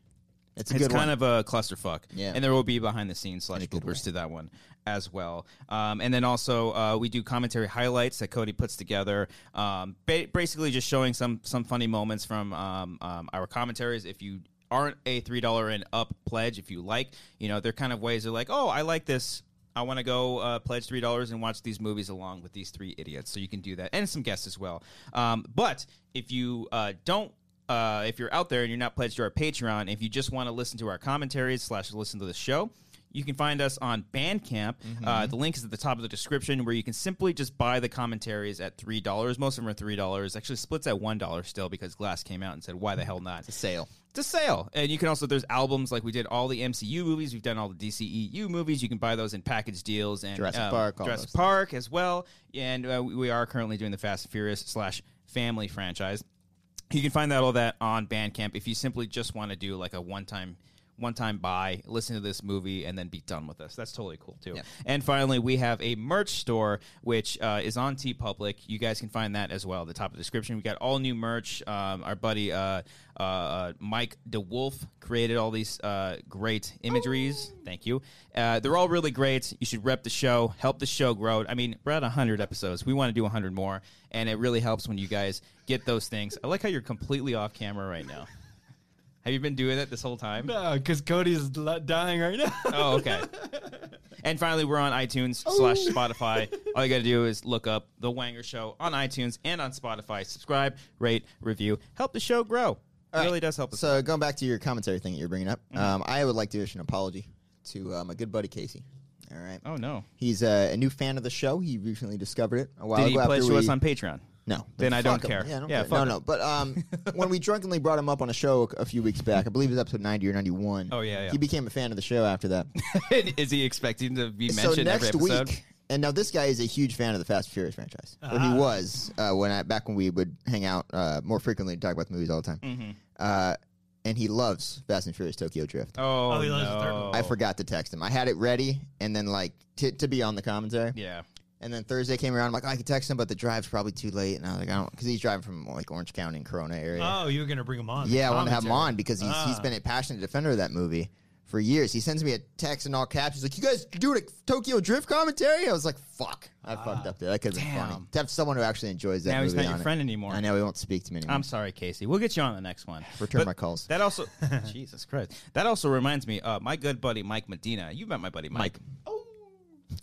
S1: It's a
S2: It's
S1: good
S2: kind
S1: one.
S2: of a clusterfuck.
S1: Yeah.
S2: And there will be behind the scenes slash
S1: a good
S2: bloopers to that one as well. Um, and then also uh, we do commentary highlights that Cody puts together, um, ba- basically just showing some some funny moments from um, um, our commentaries. If you aren't a three dollar and up pledge, if you like, you know, they're kind of ways. They're like, oh, I like this. I want to go uh, pledge three dollars and watch these movies along with these three idiots. So you can do that, and some guests as well. Um, but if you uh, don't uh, if you're out there and you're not pledged to our Patreon, if you just want to listen to our commentaries slash listen to the show, you can find us on Bandcamp. Uh, the link is at the top of the description, where you can simply just buy the commentaries at three dollars. Most of them are three dollars. Actually, splits at one dollar still because Glass came out and said, "Why the hell not?"
S1: sale.
S2: to sale. And you can also there's albums like we did all the MCU movies, we've done all the DCEU movies. You can buy those in package deals and um,
S1: Jurassic Park, all
S2: Jurassic
S1: those things.
S2: Park as well. And uh, we- we are currently doing the Fast and Furious slash Family franchise. You can find that all that on Bandcamp if you simply just want to do like a one time. One time buy, listen to this movie, and then be done with us. That's totally cool too.
S1: Yeah.
S2: And finally, we have a merch store which uh, is on T Public. You guys can find that as well at the top of the description. We got all new merch. Um, our buddy uh, uh, uh, Mike DeWolf created all these uh, great imageries. Thank you. Uh, they're all really great. You should rep the show, help the show grow. I mean, we're at 100 episodes. We want to do 100 more, and it really helps when you guys get those things. I like how you're completely off camera right now. Have you been doing it this whole time?
S3: because Uh, Cody's l- dying right now.
S2: Oh, okay. and finally, we're on iTunes slash Spotify. All you got to do is look up The Wanger Show on iTunes and on Spotify. Subscribe, rate, review. Help the show grow. It
S1: right.
S2: really does help us.
S1: So going back to your commentary thing that you're bringing up, um, I would like to issue an apology to uh, my good buddy Casey. All right.
S2: oh, no.
S1: He's uh, a new fan of the show. He recently discovered it a while
S2: Did he
S1: ago. after
S2: pledge to
S1: we-
S2: us on Patreon?
S1: No.
S2: Then I don't
S1: fuck him.
S2: care.
S1: Yeah, I don't
S2: Yeah,
S1: care.
S2: fuck
S1: no, no. But um, when we drunkenly brought him up on a show a, a few weeks back, I believe it was episode 90 or 91.
S2: Oh, yeah, yeah.
S1: He became a fan of the show after that.
S2: Is he expecting to be mentioned
S1: so next
S2: every episode?
S1: week, and now this guy is a huge fan of the Fast and Furious franchise, or he
S3: Ah.
S1: was uh, when I back when we would hang out uh, more frequently and talk about the movies all the time.
S2: Mm-hmm.
S1: Uh, and he loves Fast and Furious Tokyo Drift.
S2: Oh,
S3: Oh, he loves the third
S2: no.
S1: I forgot to text him. I had it ready, and then like to to be on the commentary.
S2: Yeah.
S1: And then Thursday came around. I'm like, oh, I could text him, but the drive's probably too late. And I was like, I don't, because he's driving from like Orange County and Corona area.
S3: Oh, you were gonna bring him on?
S1: Yeah, I want to have him
S3: Commentary.
S1: on because he's, he's
S3: Ah.
S1: been a passionate defender of that movie for years. He sends me a text in all caps. He's like, "You guys doing a Tokyo Drift commentary?" I was like, "Fuck, I fucked up there. That could have been funny."
S2: Ah. Damn.
S1: To have someone who actually enjoys that
S2: Now he's
S1: movie
S2: not your
S1: on it.
S2: friend anymore.
S1: I know he won't speak to me anymore.
S2: I'm sorry, Casey. We'll get you on the next one.
S1: Return
S2: But
S1: my calls.
S2: That also, Jesus Christ. That also reminds me, uh, my good buddy Mike Medina. You met my buddy Mike. Oh.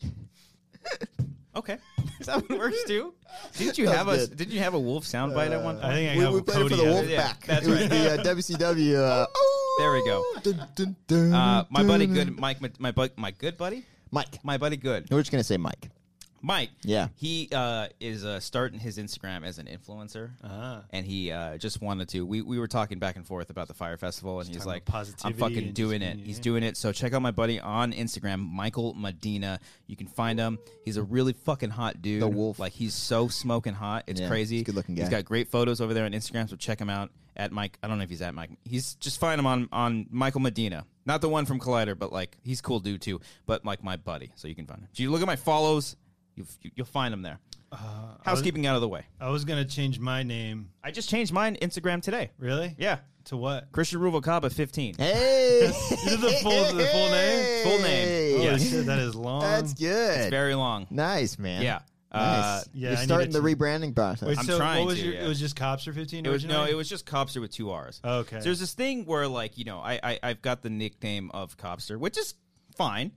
S2: okay. Is that what works too? Didn't you
S1: That
S2: have
S1: was
S2: a
S1: good. Uh,
S2: Didn't you have a wolf soundbite at one
S3: I
S2: point?
S3: think I
S1: we,
S3: have
S1: we
S3: a
S1: played it for
S3: Cody
S1: the
S3: at
S1: Wolf
S2: Yeah,
S1: back.
S2: that's
S1: it was
S2: right.
S1: the uh, WCW. Uh, oh,
S2: There we go.
S1: Dun, dun, dun,
S2: Uh, my
S1: dun,
S2: buddy
S1: dun.
S2: good Mike Med- my bu- my good buddy
S1: Mike.
S2: my buddy good
S1: We're just gonna say Mike.
S2: Mike.
S1: Yeah.
S2: He uh, is uh, starting his Instagram as an influencer.
S3: Ah.
S2: And he uh, just wanted to. We, we were talking back and forth about the Fire Festival, and he's
S3: talking
S2: like,
S3: about
S2: I'm
S3: positivity
S2: fucking
S3: and
S2: doing
S3: just
S2: it.
S3: being-
S2: He's
S3: yeah.
S2: doing it. So check out my buddy on Instagram, Michael Medina. You can find him. He's a really fucking hot dude.
S1: The wolf.
S2: Like, he's so smoking hot. It's
S1: Yeah,
S2: crazy.
S1: he's a good-looking
S2: He's
S1: guy.
S2: got great photos over there on Instagram, so check him out at Mike. I don't know if he's at Mike. He's just find him on, on Michael Medina. Not the one from Collider, but like, he's cool dude too, but like my buddy. So you can find him. If you look at my follows, you, you'll find him there.
S3: Uh,
S2: Housekeeping out of the way.
S3: I was gonna change my name.
S2: I just changed mine Instagram today.
S3: Really?
S2: Yeah.
S3: To what?
S2: Christian Rubalcaba 15.
S1: Hey,
S3: is the full- the full name?
S2: Full name.
S1: Hey.
S2: Yeah.
S3: Holy shit, Oh, that is long.
S1: That's good.
S2: It's very long.
S1: Nice, man.
S2: Yeah. Uh,
S1: Nice.
S3: Yeah,
S1: You're
S3: I
S1: starting the
S3: needed
S1: rebranding process.
S3: Wait,
S2: I'm
S3: so
S2: trying
S3: what was
S2: to,
S3: your?
S2: yeah.
S3: It was just cops or fifteen.
S2: it was no,
S3: originally?
S2: it was just Copster with two R's.
S3: Okay.
S2: So there's this thing where like, you know, I, I I've got the nickname of Copster, which is fine.
S1: you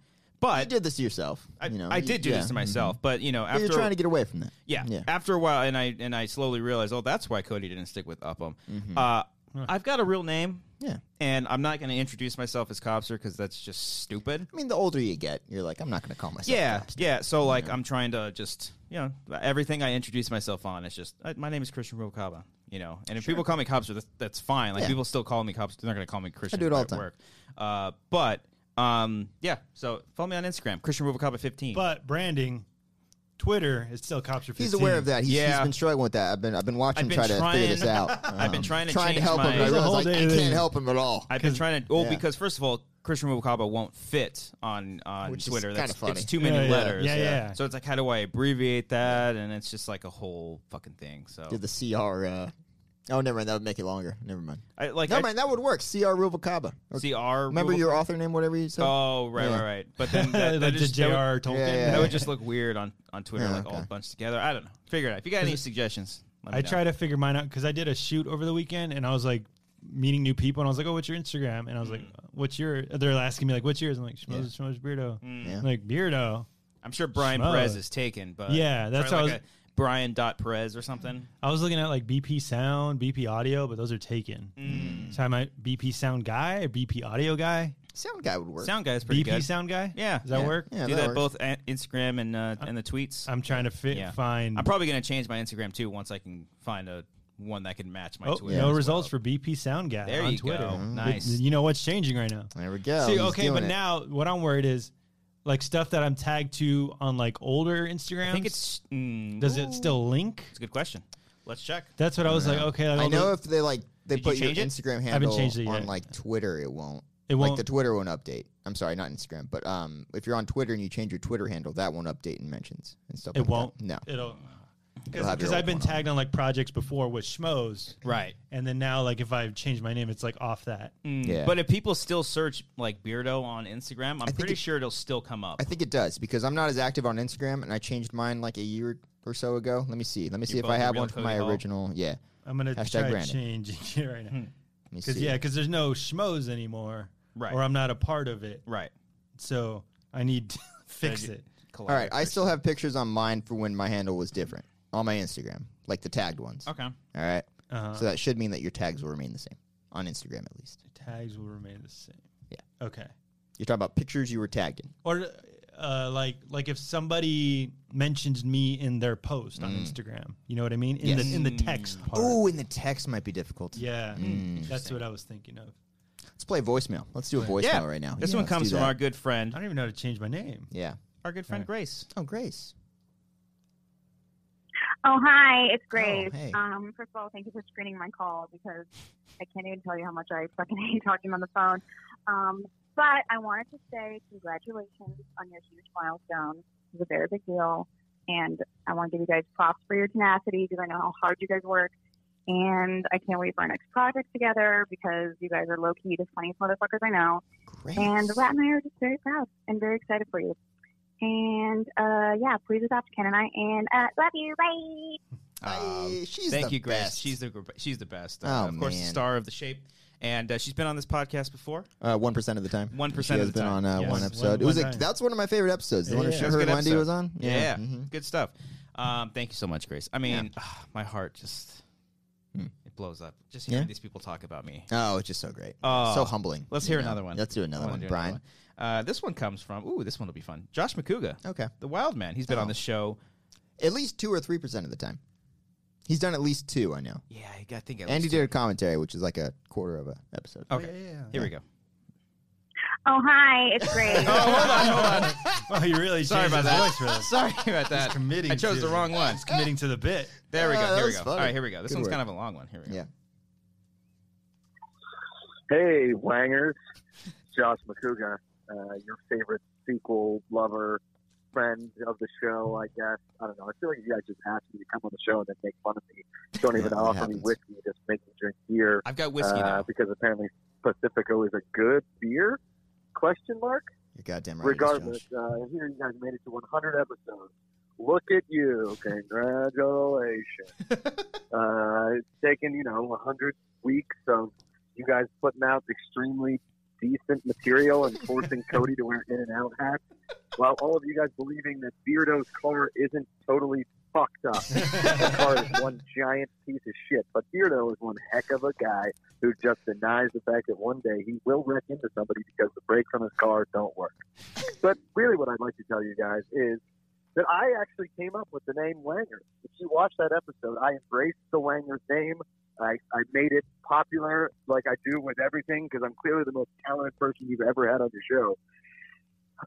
S2: But
S1: did this to yourself.
S2: I,
S1: you know,
S2: I did do
S1: yeah. mm-hmm.
S2: this to myself, but you know,
S1: But
S2: after
S1: you're trying to get away from that.
S2: Yeah.
S1: Yeah.
S2: After a
S1: Mm-hmm.
S2: while, and I and I slowly realized, oh, that's why Cody didn't stick with Upham. Uh, I've got a real name.
S1: Yeah.
S2: And I'm not going to introduce myself as Copster because that's just stupid.
S1: I mean, the older you get, you're like, I'm not going to call myself.
S2: Yeah,
S1: Copster.
S2: yeah. So like, I'm trying to just you know everything I introduce myself on is just uh, my name is Christian Rubalcaba. You know, and if people call me Copster, that's, that's fine. Like
S1: Yeah.
S2: people still call me Copster. They're not going to call me Christian.
S1: do it all
S2: at
S1: the time.
S2: Work. Uh, but um, yeah. So follow me on Instagram, Christian Rubalcaba 15.
S3: But branding, Twitter is still cops.
S1: He's aware of that. He's,
S2: Yeah.
S1: he's been struggling with that. I've been I've been watching
S2: I've been
S1: try to figure this
S2: trying-
S1: out.
S2: I've been
S1: Um,
S2: trying to
S1: trying to
S2: change
S1: help
S2: my-
S1: him. But I
S2: There's a
S1: realize
S3: whole
S1: like,
S3: day
S1: I
S3: that-
S1: can't help him at all.
S2: I've been trying to. Well,
S1: yeah.
S2: because first of all, Christian Rubalcaba won't fit on on
S1: Which is
S2: Twitter.
S1: kinda
S2: That's
S1: funny.
S2: it's too many
S3: Yeah, yeah,
S2: letters.
S3: yeah, yeah.
S2: So it's like, how do I abbreviate that? And it's just like a whole fucking thing. So
S1: Did the CR? Uh, oh, never mind. That would make it longer. Never mind.
S2: I like
S1: Never
S2: I,
S1: mind. That would work. CR Rubalcaba. Or-
S2: CR.
S1: Remember
S2: Rubalcaba?
S1: your author name, whatever you said.
S2: Oh right,
S1: Yeah.
S2: right, right. But then that, that
S3: like the
S2: just,
S3: J.R.
S2: That, would,
S3: Tolkien.
S1: Yeah, yeah,
S2: that
S1: yeah.
S2: would just look weird on on Twitter,
S1: Yeah,
S2: like all
S1: okay.
S2: bunched together. I don't know. Figure it out. If you got any suggestions, let me
S3: I
S2: know.
S3: try to figure mine out because I did a shoot over the weekend and I was like meeting new people and I was like, oh, what's your Instagram? And I was like, what's your? They're asking me like, what's yours? I'm like, Schmoes, Schmoes Beardo.
S1: Yeah.
S3: I'm like Beardo.
S2: Mm. I'm sure Brian
S3: Schmo.
S2: Perez is taken, but
S3: Yeah, that's
S2: Uh, try
S3: what I
S2: like
S3: was-
S2: a Brian dot Perez or something.
S3: I was looking at like BP Sound, BP Audio, but those are taken.
S2: Mm.
S1: Mm.
S3: So I might BP Sound guy or BP Audio guy.
S1: Sound guy would work.
S2: Sound guy's pretty
S3: BP
S2: good.
S3: Sound guy.
S2: Yeah.
S3: does that
S1: Yeah.
S3: work?
S1: Yeah,
S2: Do
S1: that
S2: that
S1: works.
S2: both at Instagram and uh, and the tweets.
S3: I'm trying to fit
S2: Yeah.
S3: find.
S2: I'm probably gonna change my Instagram too once I can find a one that can match my
S3: oh,
S2: Twitter.
S3: no
S2: as
S3: results
S2: well.
S3: for BP Sound guy
S2: There
S3: on
S2: you
S3: Twitter.
S2: go.
S3: But
S2: Nice.
S3: You know what's changing right now?
S1: There we go.
S3: See,
S1: He's
S3: okay,
S1: doing
S3: but
S1: it.
S3: now what I'm worried is like stuff that I'm tagged to on like older Instagram.
S2: I think it's. Mm,
S3: does it still link?
S2: It's a good question. Let's check.
S3: That's what I was like. Okay, like,
S1: I
S3: all
S1: know
S3: the-
S1: if they like they
S2: Did you
S1: put your
S2: change it?
S1: Instagram
S3: haven't
S1: handle
S3: changed it
S1: on
S3: yet.
S1: like Twitter, it won't.
S3: it
S1: Like
S3: won't.
S1: the Twitter won't update. I'm sorry, not Instagram, but um, if you're on Twitter and you change your Twitter handle, that won't update in mentions and stuff.
S3: It
S1: like that.
S3: won't?
S1: No,
S3: it'll
S1: You'll have your
S3: because I've
S1: old
S3: been
S1: one on.
S3: tagged on like projects before with Schmoes,
S2: Right.
S3: and then now like if I change my name, it's like off that.
S2: Mm.
S1: Yeah.
S2: But if people still search like Beardo on Instagram, I'm
S1: think
S2: pretty
S1: it-
S2: sure it'll still come up.
S1: I think it does because I'm not as active on Instagram, and I changed mine like a year or so ago. Let me see. Let me see if
S2: both
S1: I
S2: the
S1: have
S2: real
S1: one for
S2: Cody
S1: my
S2: Hall?
S1: original. Yeah.
S3: I'm gonna
S1: Hashtag
S3: try
S1: branding.
S3: changing it
S2: Hmm.
S3: right now
S1: Let me
S3: because
S1: see.
S3: yeah, because there's no Schmoes anymore,
S2: Right.
S3: Or I'm not a part of it,
S2: right.
S3: so I need to fix
S2: you-
S3: it.
S1: All right. I still have pictures on mine for when my handle was different on my Instagram, like the tagged ones.
S2: Okay.
S1: All right.
S3: Uh-huh.
S1: So that should mean that your tags will remain the same on Instagram at least.
S3: Tags will remain the same.
S1: Yeah.
S3: Okay.
S1: You're talking about pictures you were tagged in.
S3: or uh, like like if somebody mentions me in their post on Instagram, you know what I mean?
S1: Mm.
S3: In
S1: Yes.
S3: the in the text part.
S1: Oh, and the text might be difficult.
S3: Yeah,
S1: Mm.
S3: that's what I was thinking of.
S1: Let's play voicemail. Let's do a voicemail
S2: Yeah.
S1: right now.
S2: This
S1: Yeah,
S2: one
S1: let's do
S2: comes from
S1: that.
S2: our good
S3: I
S2: friend,
S3: don't even know how to change my name.
S1: Yeah.
S2: our good friend Grace.
S1: Oh, Grace.
S5: Oh, hi. It's Grace.
S1: hey.
S5: um, first of all, thank you for screening my call because I can't even tell you how much I fucking hate talking on the phone. Um, but I wanted to say congratulations on your huge milestone. It was a very big deal. And I want to give you guys props for your tenacity because I know how hard you guys work. And I can't wait for our next project together because you guys are low key the funniest motherfuckers I know.
S1: Grace.
S5: And Rat and I are just very proud and very excited for you. And uh, yeah, please adopt Ken and I. And uh, love you. Bye.
S1: Aye,
S2: Um,
S1: she's
S2: thank
S1: the
S2: you, Grace.
S1: best.
S2: She's the gr- she's the best. Uh,
S1: Oh,
S2: of course, the
S1: man.
S2: star of the shape, and uh, she's been on this podcast before.
S1: Uh, 1% of the time.
S2: 1%
S1: She
S2: of
S1: has
S2: the
S1: been
S2: time.
S1: on uh,
S3: Yes.
S1: one episode.
S3: One-
S1: it was
S3: one
S1: a,
S3: time.
S1: that's one of my favorite episodes. The one
S3: Yeah.
S1: where
S2: That's
S1: her
S2: a
S1: and
S2: good
S1: Wendy
S2: episode.
S1: was on.
S2: Yeah,
S1: mhm.
S2: good stuff. Um, thank you so much, Grace. I mean, ugh, my heart just it blows up just hearing
S1: Hmm. Yeah.
S2: these people talk about me.
S1: Oh, it's just so great.
S2: Oh.
S1: so humbling.
S2: Let's
S1: you
S2: hear
S1: know.
S2: another one.
S1: Let's do
S2: I
S1: another
S2: wanna
S1: one.
S2: do another
S1: Brian.
S2: one. Uh, this one comes from. Ooh, this one will be fun. Josh McCouga.
S1: Okay.
S2: The Wild Man. He's been
S1: Oh.
S2: on the show.
S1: At least 2 or 3% of the time. He's done at least two, I know.
S2: Yeah, I I think. at
S1: And he
S2: least
S1: did a commentary, which is like a quarter of a episode.
S2: Okay.
S3: Yeah, yeah,
S2: Here we go.
S5: Oh, hi. It's Grace.
S2: Oh, hold on, hold on.
S3: Oh, you really
S2: Sorry
S3: changed
S2: about that.
S3: his voice for this.
S2: Sorry about that.
S3: committing
S2: I chose
S3: to-
S2: the wrong one.
S3: It's committing to the bit.
S2: There we
S1: Ah,
S2: go.
S1: that
S2: Here we
S1: was
S2: go.
S1: funny.
S2: All right, here we go. This
S1: Good
S2: one's
S1: work.
S2: kind of a long one. Here we go.
S1: Yeah.
S6: Hey, Wangers. Josh McCouga, uh, your favorite sequel lover, friend of the show, I guess. I don't know. I feel like you guys just asked me to come on the show and then make fun of me. Don't even
S1: Yeah, that
S6: offer me
S1: happens.
S6: whiskey, just make me drink beer.
S2: I've got whiskey
S6: uh,
S2: now.
S6: because apparently Pacifico is a good beer? Question mark.
S1: You're goddamn right. it is,
S6: Regardless,
S1: Josh.
S6: uh, here you guys made it to 100 episodes. Look at you! Congratulations. uh, it's taken you know 100 weeks of you guys putting out extremely decent material and forcing Cody to wear in and out hats, while all of you guys believing that Beardo's car isn't totally fucked up. Picard is one giant piece of shit, but Beardo is one heck of a guy who just denies the fact that one day he will wreck into somebody because the brakes on his car don't work. But really, what I'd like to tell you guys is that I actually came up with the name Langer. If you watch that episode, I embraced the Langer name. I, I made it popular like I do with everything because I'm clearly the most talented person you've ever had on your show.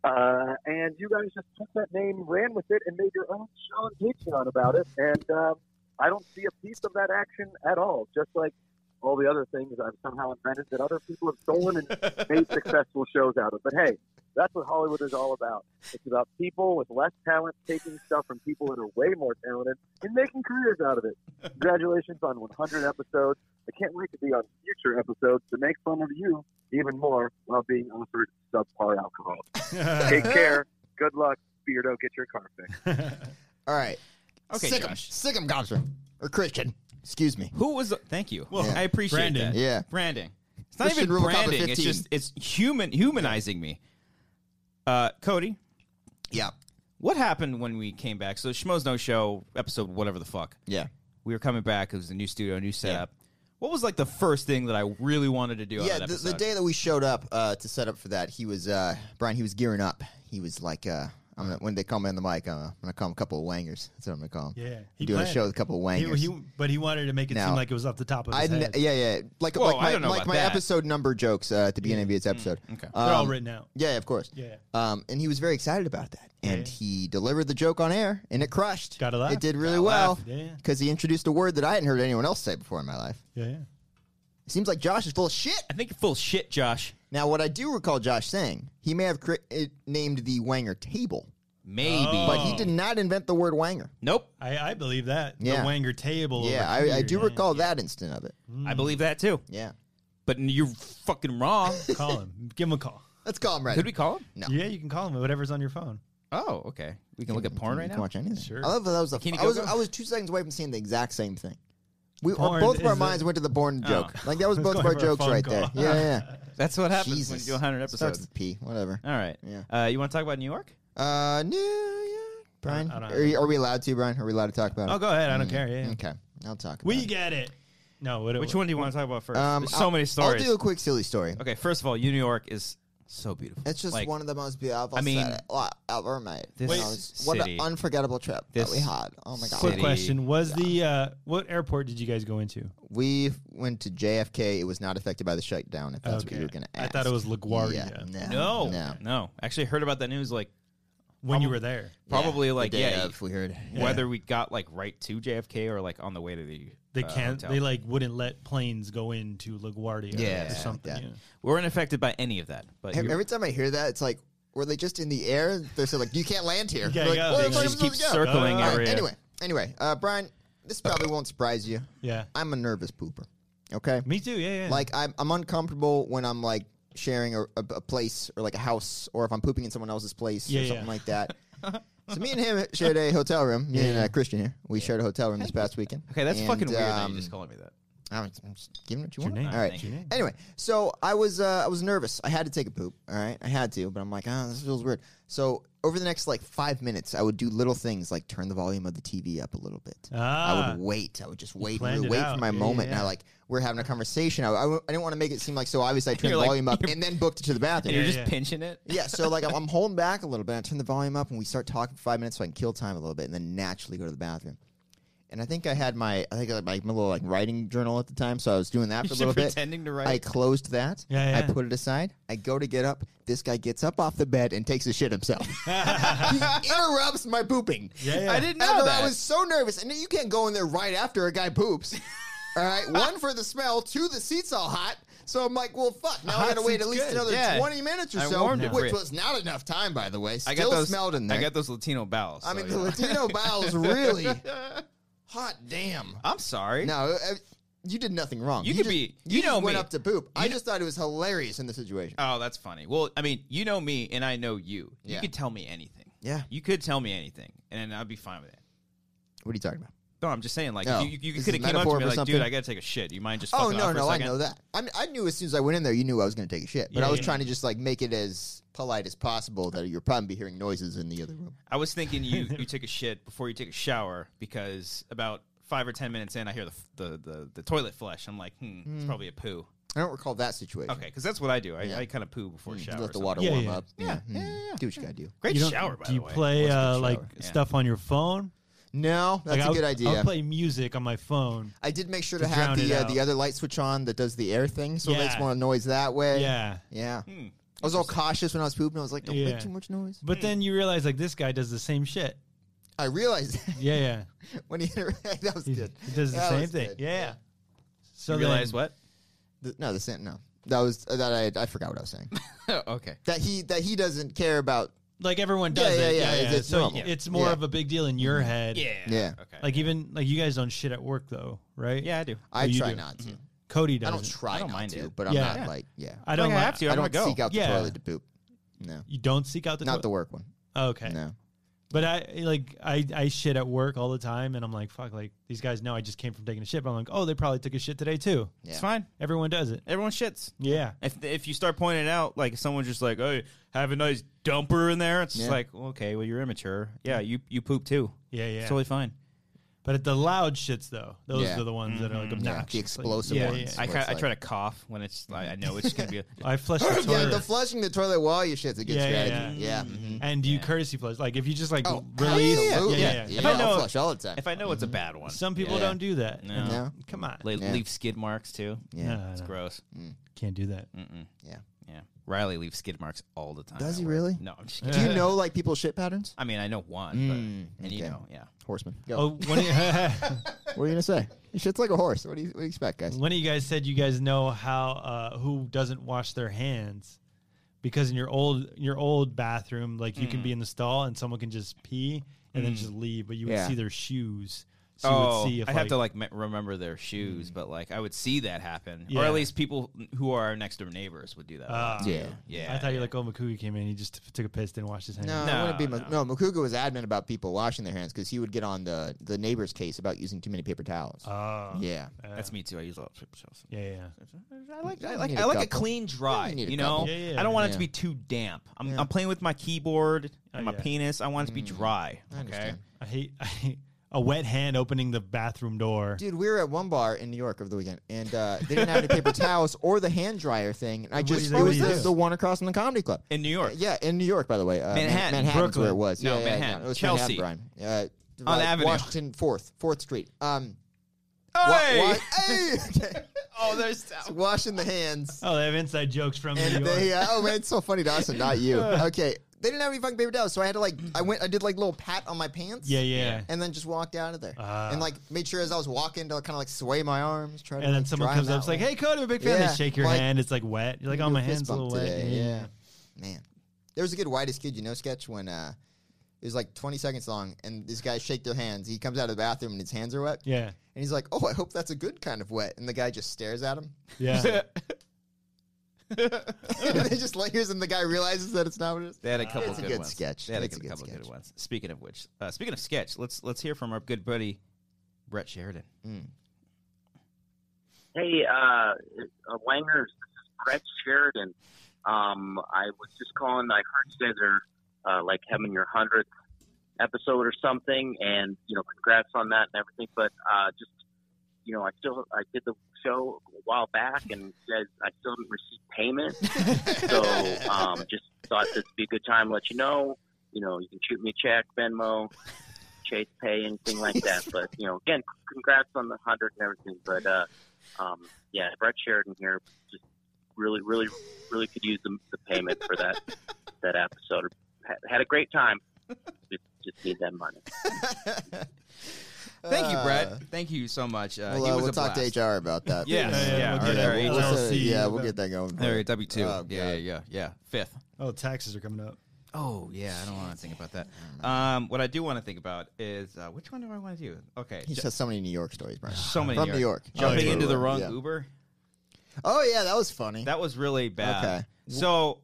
S6: Uh, and you guys just took that name, ran with it, and made your own show on Patreon about it. And um, I don't see a piece of that action at all. Just like all the other things I've somehow invented that other people have stolen and made successful shows out of. But hey, that's what Hollywood is all about. It's about people with less talent taking stuff from people that are way more talented and making careers out of it. Congratulations on 100 episodes. I can't wait to be on future episodes to make fun of you even more while being offered subpar alcohol. Take care. Good luck. Beardo, get your car fixed.
S1: All right.
S2: Okay,
S1: Sick 'em.
S2: Josh.
S1: Sick 'em, Gobster. Or Christian. Excuse me.
S2: Who was? The, thank you.
S3: Well,
S2: I appreciate
S3: Brandon.
S2: that.
S1: Yeah.
S2: branding. It's not
S1: Christian
S2: even
S1: Rubicon with
S2: branding. It's
S1: 15.
S2: just it's human humanizing me. Uh, Cody,
S1: Yeah.
S2: what happened when we came back? So Schmoes No Show episode whatever the fuck.
S1: Yeah.
S2: We were coming back. It was a new studio, new setup. What was like the first thing that I really wanted to do? on
S1: Yeah,
S2: that
S1: the, the
S2: episode?
S1: day that we showed up uh, to set up for that, he was uh, Brian. He was gearing up. He was like, uh, "I'm gonna." When they call me on the mic, uh, I'm gonna call him a couple of wangers. That's what I'm gonna call him.
S3: Yeah,
S1: I'm doing a show with a couple of wangers.
S3: He, he, but he wanted to make it
S1: Now,
S3: seem like it was off the top of
S1: I
S3: his
S1: n-
S3: head.
S1: yeah yeah like
S2: Whoa,
S1: like
S2: I
S1: my,
S2: don't know
S1: like
S2: about
S1: my
S2: that. Mm,
S1: episode number jokes uh, at the beginning of each episode.
S2: okay. They're
S3: They're all
S1: Um,
S3: written out.
S1: Yeah, of course.
S3: Yeah.
S1: Um, and he was very excited about that, and
S3: Yeah.
S1: he delivered the joke on air, and it crushed.
S3: Gotta laugh.
S1: It did really
S2: Gotta
S1: well
S2: laugh.
S3: Yeah.
S1: because he introduced a word that I hadn't heard anyone else say before in my life.
S3: Yeah. yeah.
S1: It seems like Josh is full of shit.
S2: I think you're full of shit, Josh.
S1: Now, what I do recall Josh saying, he may have cre- it named the Wanger table,
S2: Maybe,
S1: but
S3: Oh.
S1: he did not invent the word Wanger.
S2: nope.
S3: I, I believe that.
S1: Yeah.
S3: The Wanger table.
S1: yeah,
S3: over
S1: I, I
S3: here,
S1: do
S3: yeah.
S1: recall that instant of it.
S3: Mm-hmm.
S2: I believe that too.
S1: Yeah,
S2: But you're fucking wrong.
S3: Call him. Give him a call.
S1: let's call him right.
S2: Could we call him?
S1: No.
S3: Yeah, you can call him. Whatever's on your phone.
S2: Oh, okay. We can look at porn
S1: Can-
S2: right
S1: can
S2: now.
S1: Watch anything.
S3: Sure.
S1: I love that. was the-
S2: Can you
S1: I was
S2: go- go?
S1: I was two seconds away from seeing the exact same thing. We
S3: Porn
S1: both of our
S3: is a-
S1: minds went to the porn joke. Like that was
S3: It's
S1: both of
S3: going
S1: our
S3: for a
S1: jokes
S3: phone
S1: right
S3: call.
S1: there. Yeah, yeah.
S2: That's what happens
S1: Jesus.
S2: when you do 100
S1: Starts
S2: episodes.
S1: with P. Whatever.
S2: All right.
S1: Yeah.
S2: Uh, you want to talk about New York?
S1: Uh, New York. Brian,
S3: I don't
S1: are, you- are we allowed to, Brian? Are we allowed to talk about
S3: Oh,
S1: it?
S3: go ahead. I don't care. Yeah.
S1: Okay, I'll talk. About
S3: We
S1: it.
S3: get it. No. What,
S2: Which one do you want to talk about first?
S1: Um,
S2: There's so
S1: I'll-
S2: many stories.
S1: I'll do a quick silly story.
S2: Okay, first of all, New York is so beautiful.
S1: It's just
S2: Like,
S1: one of the most beautiful.
S2: I mean,
S1: city- well, ever made.
S2: this
S1: You know, it's- what
S2: city-
S1: an unforgettable trip that
S2: this
S1: we had. Oh my god,
S3: Quick
S2: City.
S3: question: Was the uh, what airport did you guys go into?
S1: we went to JFK. It was not affected by the shutdown. If that's what you were going to
S3: I
S1: ask,
S3: thought it was
S1: Yeah,
S3: LaGuardia
S2: No,
S1: no,
S2: no, Actually, heard about that news like
S3: when you were there.
S2: probably
S1: Yeah,
S2: like
S1: the day
S2: yeah,
S1: of, we heard.
S2: whether we got like right to JFK or like on the way to the
S3: They
S2: uh,
S3: can't.
S2: hotel.
S3: They like wouldn't let planes go into LaGuardia
S1: Yeah,
S3: or something.
S1: yeah.
S3: yeah.
S2: we weren't affected by any of that. But
S1: Ev-
S2: you-
S1: Every time I hear that, it's like were they just in the air? They're so like you can't land here.
S3: Yeah,
S1: We're like,
S3: yeah,
S1: "Where
S3: they
S1: the fuck am I
S2: just keep
S1: supposed to go?"
S2: circling
S1: All right,
S2: area.
S1: Anyway, anyway, uh, Brian, this probably won't surprise you.
S3: Yeah.
S1: I'm a nervous pooper. Okay,
S3: Me too. Yeah, yeah.
S1: like I'm, I'm uncomfortable when I'm like sharing a, a, a place or like a house or if I'm pooping in someone else's place
S3: Yeah,
S1: or
S3: yeah.
S1: something like that. so me and him shared a hotel room. Me and uh, Christian here, we shared a hotel room this past weekend.
S2: okay, that's
S1: And,
S2: fucking weird. that
S1: um,
S2: you just calling me that.
S1: I'm, I'm just giving it what you
S3: your
S1: want.
S3: name.
S1: All right.
S2: Thank
S3: you.
S1: Anyway, so I was uh, I was nervous. I had to take a poop. All right, I had to, but I'm like, ah, this feels weird. So over the next like five minutes, I would do little things like turn the volume of the TV up a little bit. I
S3: Ah.
S1: would wait. I would just wait,
S3: planned
S1: and
S3: it
S1: wait for
S3: out.
S1: my
S3: Yeah,
S1: moment. And I
S3: yeah.
S1: like we're having a conversation. I, I, w- I didn't want to make it seem like so obvious. I turned
S2: You're
S1: the
S2: like-
S1: volume up
S2: you're-
S1: and then booked it to the bathroom.
S2: And you're
S3: Yeah,
S2: just
S3: yeah.
S2: pinching it.
S1: Yeah, so like I'm, I'm holding back a little bit. I turn the volume up and we start talking for five minutes so I can kill time a little bit and then naturally go to the bathroom. And I think I had my I think I had my little like writing journal at the time, so I was doing that
S2: You're
S1: for a
S2: just
S1: little bit.
S2: pretending to
S1: I
S2: write.
S1: closed that.
S3: Yeah,
S1: I
S3: yeah.
S1: put it aside. I go to get up. This guy gets up off the bed and takes a shit himself. he interrupts my pooping.
S3: yeah, yeah.
S2: I, didn't know
S1: After
S2: that.
S1: I was so nervous. And you can't go in there right after a guy poops. All right. One for the smell, two, the seat's all hot. So I'm like, well, fuck. Now I
S3: Hot
S1: gotta wait
S3: seat's
S1: at least
S3: good.
S1: another
S2: Yeah.
S1: 20 minutes or
S2: I
S1: so,
S2: warmed it for
S1: which
S2: you.
S1: was not enough time, by the way.
S2: I got
S1: Still
S2: those.
S1: smelled in there.
S2: I got those Latino bowels.
S1: I
S2: so,
S1: mean,
S2: yeah.
S1: the Latino bowels really hot. Damn.
S2: I'm sorry.
S1: No, uh, you did nothing wrong.
S2: You could
S1: just,
S2: be-
S1: You,
S2: you
S1: just
S2: know
S1: went
S2: me.
S1: up to poop. I
S2: You kn-
S1: just thought it was hilarious in the situation.
S2: Oh, that's funny. Well, I mean, you know me, and I know you.
S1: Yeah.
S2: You could tell me anything.
S1: Yeah.
S2: You could tell me anything, and I'd be fine with it.
S1: What are you talking about?
S2: No, I'm just saying, like
S1: No.
S2: you, you, you
S1: Is
S2: could
S1: it
S2: have came up to
S1: metaphor
S2: me
S1: for
S2: like,
S1: something?
S2: dude, I gotta take a shit. You mind just?
S1: Oh
S2: fucking
S1: no,
S2: off for
S1: no,
S2: a
S1: I
S2: second?
S1: know that. I, mean, I knew as soon as I went in there, you knew I was going to take a shit, but
S3: Yeah,
S1: I was
S3: yeah.
S1: trying to just like make it as polite as possible that you're probably hearing noises in the other room.
S2: I was thinking you you took a shit before you take a shower because about five or ten minutes in, I hear the f- the the, the toilet flush. I'm like, hmm, it's
S1: Hmm.
S2: probably a poo.
S1: I don't recall that situation.
S2: Okay, because that's what I do. I,
S1: Yeah.
S2: I kind of poo before
S1: Mm,
S2: shower.
S1: let
S2: or
S1: the
S2: something.
S1: water
S3: Yeah,
S1: warm
S3: yeah.
S1: up.
S2: Yeah,
S1: Mm,
S2: yeah,
S1: mm.
S2: yeah.
S1: Do what you got to do.
S2: Great
S3: You don't-
S2: shower, by
S3: do you
S2: the way.
S3: play
S1: What's a good
S3: uh,
S1: shower?
S3: like
S2: Yeah.
S3: stuff on your phone?
S1: No, that's
S3: like,
S1: a
S3: I'll-
S1: good idea.
S3: I'll play music on my phone.
S1: I did make sure to,
S3: to
S1: have
S3: drown
S1: the uh,
S3: it
S1: the
S3: out.
S1: other light switch on that does the air thing, so it makes
S3: Yeah.
S1: more noise that way.
S3: Yeah.
S1: yeah.
S2: Hmm.
S1: I was all cautious when I was pooping. I was like, "Don't
S3: Yeah.
S1: make too much noise."
S3: But then you realize like this guy does the same shit.
S1: I realized that
S3: Yeah, yeah.
S1: when he that was
S3: He,
S1: good.
S3: he does the
S1: That
S3: same
S1: was
S3: thing.
S1: good.
S3: Yeah. yeah. So
S2: you realize
S3: then,
S2: what?
S1: The- no, the same. No, that was uh, that I I forgot what I was saying.
S2: okay.
S1: that he that he doesn't care about.
S3: like everyone does
S1: Yeah,
S3: it.
S1: yeah,
S3: Yeah,
S1: yeah,
S3: yeah.
S1: it's- it's
S3: so
S1: normal.
S3: it's more
S1: Yeah. Mm-hmm.
S3: of a big deal in your head.
S2: Yeah.
S1: Yeah.
S2: Okay.
S3: Like even like you guys don't shit at work though, right?
S2: yeah, I do.
S1: I
S3: Oh, you
S1: try
S3: do.
S1: not to.
S3: Cody
S1: I
S3: doesn't.
S1: don't try
S2: I don't
S1: not
S2: mind
S1: to,
S2: it.
S1: but I'm
S3: Yeah.
S1: not
S2: Yeah.
S1: like yeah.
S3: I don't.
S2: Like, I
S3: li-
S2: have to.
S1: I
S2: I'm
S1: don't
S2: gonna go.
S1: seek out the
S3: Yeah.
S1: toilet to poop. No,
S3: You don't seek out the
S1: not the
S3: toilet.
S1: work one.
S3: Okay.
S1: No.
S3: But I like I I shit at work all the time, and I'm like, fuck, like these guys know I just came from taking a shit. But I'm like, oh, they probably took a shit today too.
S2: It's
S1: Yeah.
S2: fine.
S3: Everyone does it.
S2: Everyone shits.
S3: Yeah.
S2: If if you start pointing it out, like someone's just like, "Oh, have a nice dumper in there," it's just
S1: Yeah.
S2: like, well, "Okay, well, you're immature. Yeah, you you poop too.
S3: Yeah, yeah.
S2: It's totally fine."
S3: but at the loud shits though, those
S1: Yeah. Mm-hmm.
S3: are the ones that are like
S2: Mhm.
S1: Yeah,
S3: obnoxious.
S1: the explosive
S3: like, yeah,
S1: ones.
S3: yeah,
S2: I,
S1: Where
S2: ca-
S1: it's
S2: I
S1: like-
S2: try to cough when it's like I know it's gonna be. A,
S3: I flush the
S1: Yeah,
S3: toilet.
S1: the flushing the toilet while you shit's a good
S3: Yeah, yeah,
S1: strategy.
S2: yeah.
S1: Yeah. mhm.
S3: and do you
S2: Yeah.
S3: courtesy flush? Like if you just like
S1: Oh,
S3: release,
S1: absolutely.
S3: yeah, yeah, yeah.
S2: If I
S1: I'll
S2: know-
S1: flush all the time.
S2: if I know it's a bad one,
S3: Some people
S1: Yeah.
S3: don't do that.
S2: No.
S3: And
S1: No.
S3: Come on.
S2: Like,
S1: Yeah.
S2: leave skid marks too.
S1: yeah.
S3: No,
S2: It's
S3: no,
S2: gross.
S3: Can't do that.
S2: Mm-mm.
S1: Yeah.
S2: yeah. Riley leaves skid marks all the time.
S1: Does
S2: at
S1: he
S2: work.
S1: really?
S2: No, I'm just kidding.
S1: Do you know like people's shit patterns?
S2: I mean, I know one,
S1: Mm,
S2: but, and you
S1: okay.
S2: know, yeah.
S1: Horseman. Go.
S3: Oh, one of, you-
S1: What are you gonna say? Your shit's like a horse. What do you what do you expect, guys?
S3: one of you guys said you guys know how uh, who doesn't wash their hands because in your old in your old bathroom, like you
S1: Mm.
S3: can be in the stall and someone can just pee and then just leave, but you would
S1: Yeah.
S3: see their shoes. So you
S2: Oh,
S3: would see if Mm.
S2: I have to like me- remember their shoes, but like I would see that happen, or
S3: Yeah.
S2: at least people who are our next door neighbors would do that. a lot.
S3: Ah.
S1: Yeah.
S2: yeah.
S3: I thought you like, oh, Makuga came in, he just t- took a piss, didn't wash his hands.
S1: No,
S2: No,
S1: it wouldn't be. Ma-
S2: no.
S1: no. Makuga was adamant about people washing their hands because he would get on the the neighbor's case about using too many paper towels.
S3: Oh,
S1: yeah,
S3: uh,
S2: that's me too. I use a lot of paper towels.
S3: Yeah, yeah. yeah.
S2: I like
S1: You
S2: I like
S1: need
S2: I
S1: a
S2: like a
S1: couple.
S2: clean dry.
S1: You need a
S2: You know,
S1: couple.
S3: Yeah, yeah,
S2: I don't want it
S1: yeah.
S2: to be too damp. I'm,
S1: Yeah.
S2: I'm playing with my keyboard and
S3: Oh,
S2: my
S3: yeah.
S2: penis. I want it to be Mm. dry.
S1: I
S2: okay,
S1: understand.
S3: I hate, I hate a wet hand opening the bathroom door.
S1: Dude, we were at one bar in New York over the weekend, and uh, they didn't have any paper towels or the hand dryer thing. And I
S3: do you
S1: just
S3: do?
S1: it
S3: What
S1: was
S3: do you
S1: the,
S3: do?
S1: the one across from the comedy club.
S2: in New York,
S1: Yeah, in New York, by the way, uh, Man-
S2: Manhattan.
S1: Manhattan's where it
S3: Brooklyn.
S1: was.
S2: No,
S1: yeah, yeah,
S2: Manhattan.
S1: it was
S2: Chelsea.
S1: Manhattan, Brian. Uh,
S2: On
S1: like
S2: Avenue.
S1: Washington, Fourth, Fourth Street. Um, wa- wa-
S2: Hey!
S1: hey! Okay.
S2: oh, there's
S1: It's washing the hands.
S3: Oh, they have inside jokes from New
S1: And
S3: York.
S1: they, uh, oh man, it's so funny to us and not you. Okay, they didn't have any fucking paper towels, so I had to like, I went, I did like little pat on my pants.
S3: yeah, yeah.
S2: Yeah.
S1: And then just walked out of there,
S3: Ah.
S1: and like made sure as I was walking to kind of like sway my arms, try to.
S3: And then
S1: like,
S3: someone
S1: dry
S3: comes
S1: them out
S3: up, it's like,
S1: while-
S3: "Hey, Cody, I'm a big fan."
S1: Yeah,
S3: They shake your
S1: like-
S3: hand. It's like wet. You're like,
S1: Do
S3: "Oh, my
S1: a fist
S3: hand's a little
S1: bump
S3: wet."
S1: today, Yeah. man. There was a good whitest kid you know sketch when uh, it was like 20 seconds long, and this guy shake their hands. He comes out of the bathroom and his hands are wet,
S3: yeah,
S1: and he's like, "Oh, I hope that's a good kind of wet." And the guy just stares at him.
S3: yeah.
S1: and they just lingers, and the guy realizes that it's not what it is.
S2: They had a couple
S1: It's a
S2: good,
S1: good
S2: ones.
S1: sketch.
S2: They had
S1: It's
S2: a,
S1: a
S2: good,
S1: good
S2: couple
S1: sketch.
S2: good ones. Speaking of which, uh, speaking of sketch, let's let's hear from our good buddy Brett Sheridan.
S1: Mm.
S7: Hey, uh, uh, Wangers, this is Brett Sheridan. Um, I was just calling. I heard you guys are uh, like having your hundredth episode or something, and you know, congrats on that and everything. But uh, just you know, I still I did the show a while back, and said I still haven't received payment. so um, just thought this would be a good time to let you know. You know, you can shoot me a check, Venmo, Chase Pay, anything like that. But you know, again, congrats on the hundred and everything. But uh, um, yeah, Brett Sheridan here. Just really, really, really could use the, the payment for that that episode. Had, had a great time. Just, just need that money.
S2: Thank you,
S1: Uh,
S2: Brett. Thank you so much. Uh,
S1: We'll,
S2: he
S1: uh,
S2: was
S1: we'll
S2: a
S1: talk
S2: blast.
S1: to HR about that.
S2: Yes,
S3: Yeah, yeah,
S2: yeah, all
S3: we'll do
S2: right,
S3: that.
S2: all right.
S1: We'll
S3: We'll
S1: set it-
S3: see
S1: yeah,
S3: about-
S1: we'll get that going.
S2: All right, W two.
S1: Oh,
S2: yeah, yeah,
S1: God.
S2: yeah, yeah. Fifth.
S3: Oh, taxes are coming up.
S2: Oh yeah, I don't want to think about that.
S1: Mm.
S2: Um, what I do want to think about is uh, which one do I want to do? Okay,
S1: He
S2: ju-
S1: said so many New York stories, Brian.
S2: so many
S1: from New York.
S2: Jumping
S3: Oh, yeah.
S2: into the wrong
S1: Yeah.
S2: Uber.
S1: Oh yeah, that was funny.
S2: That was really bad.
S1: Okay.
S2: So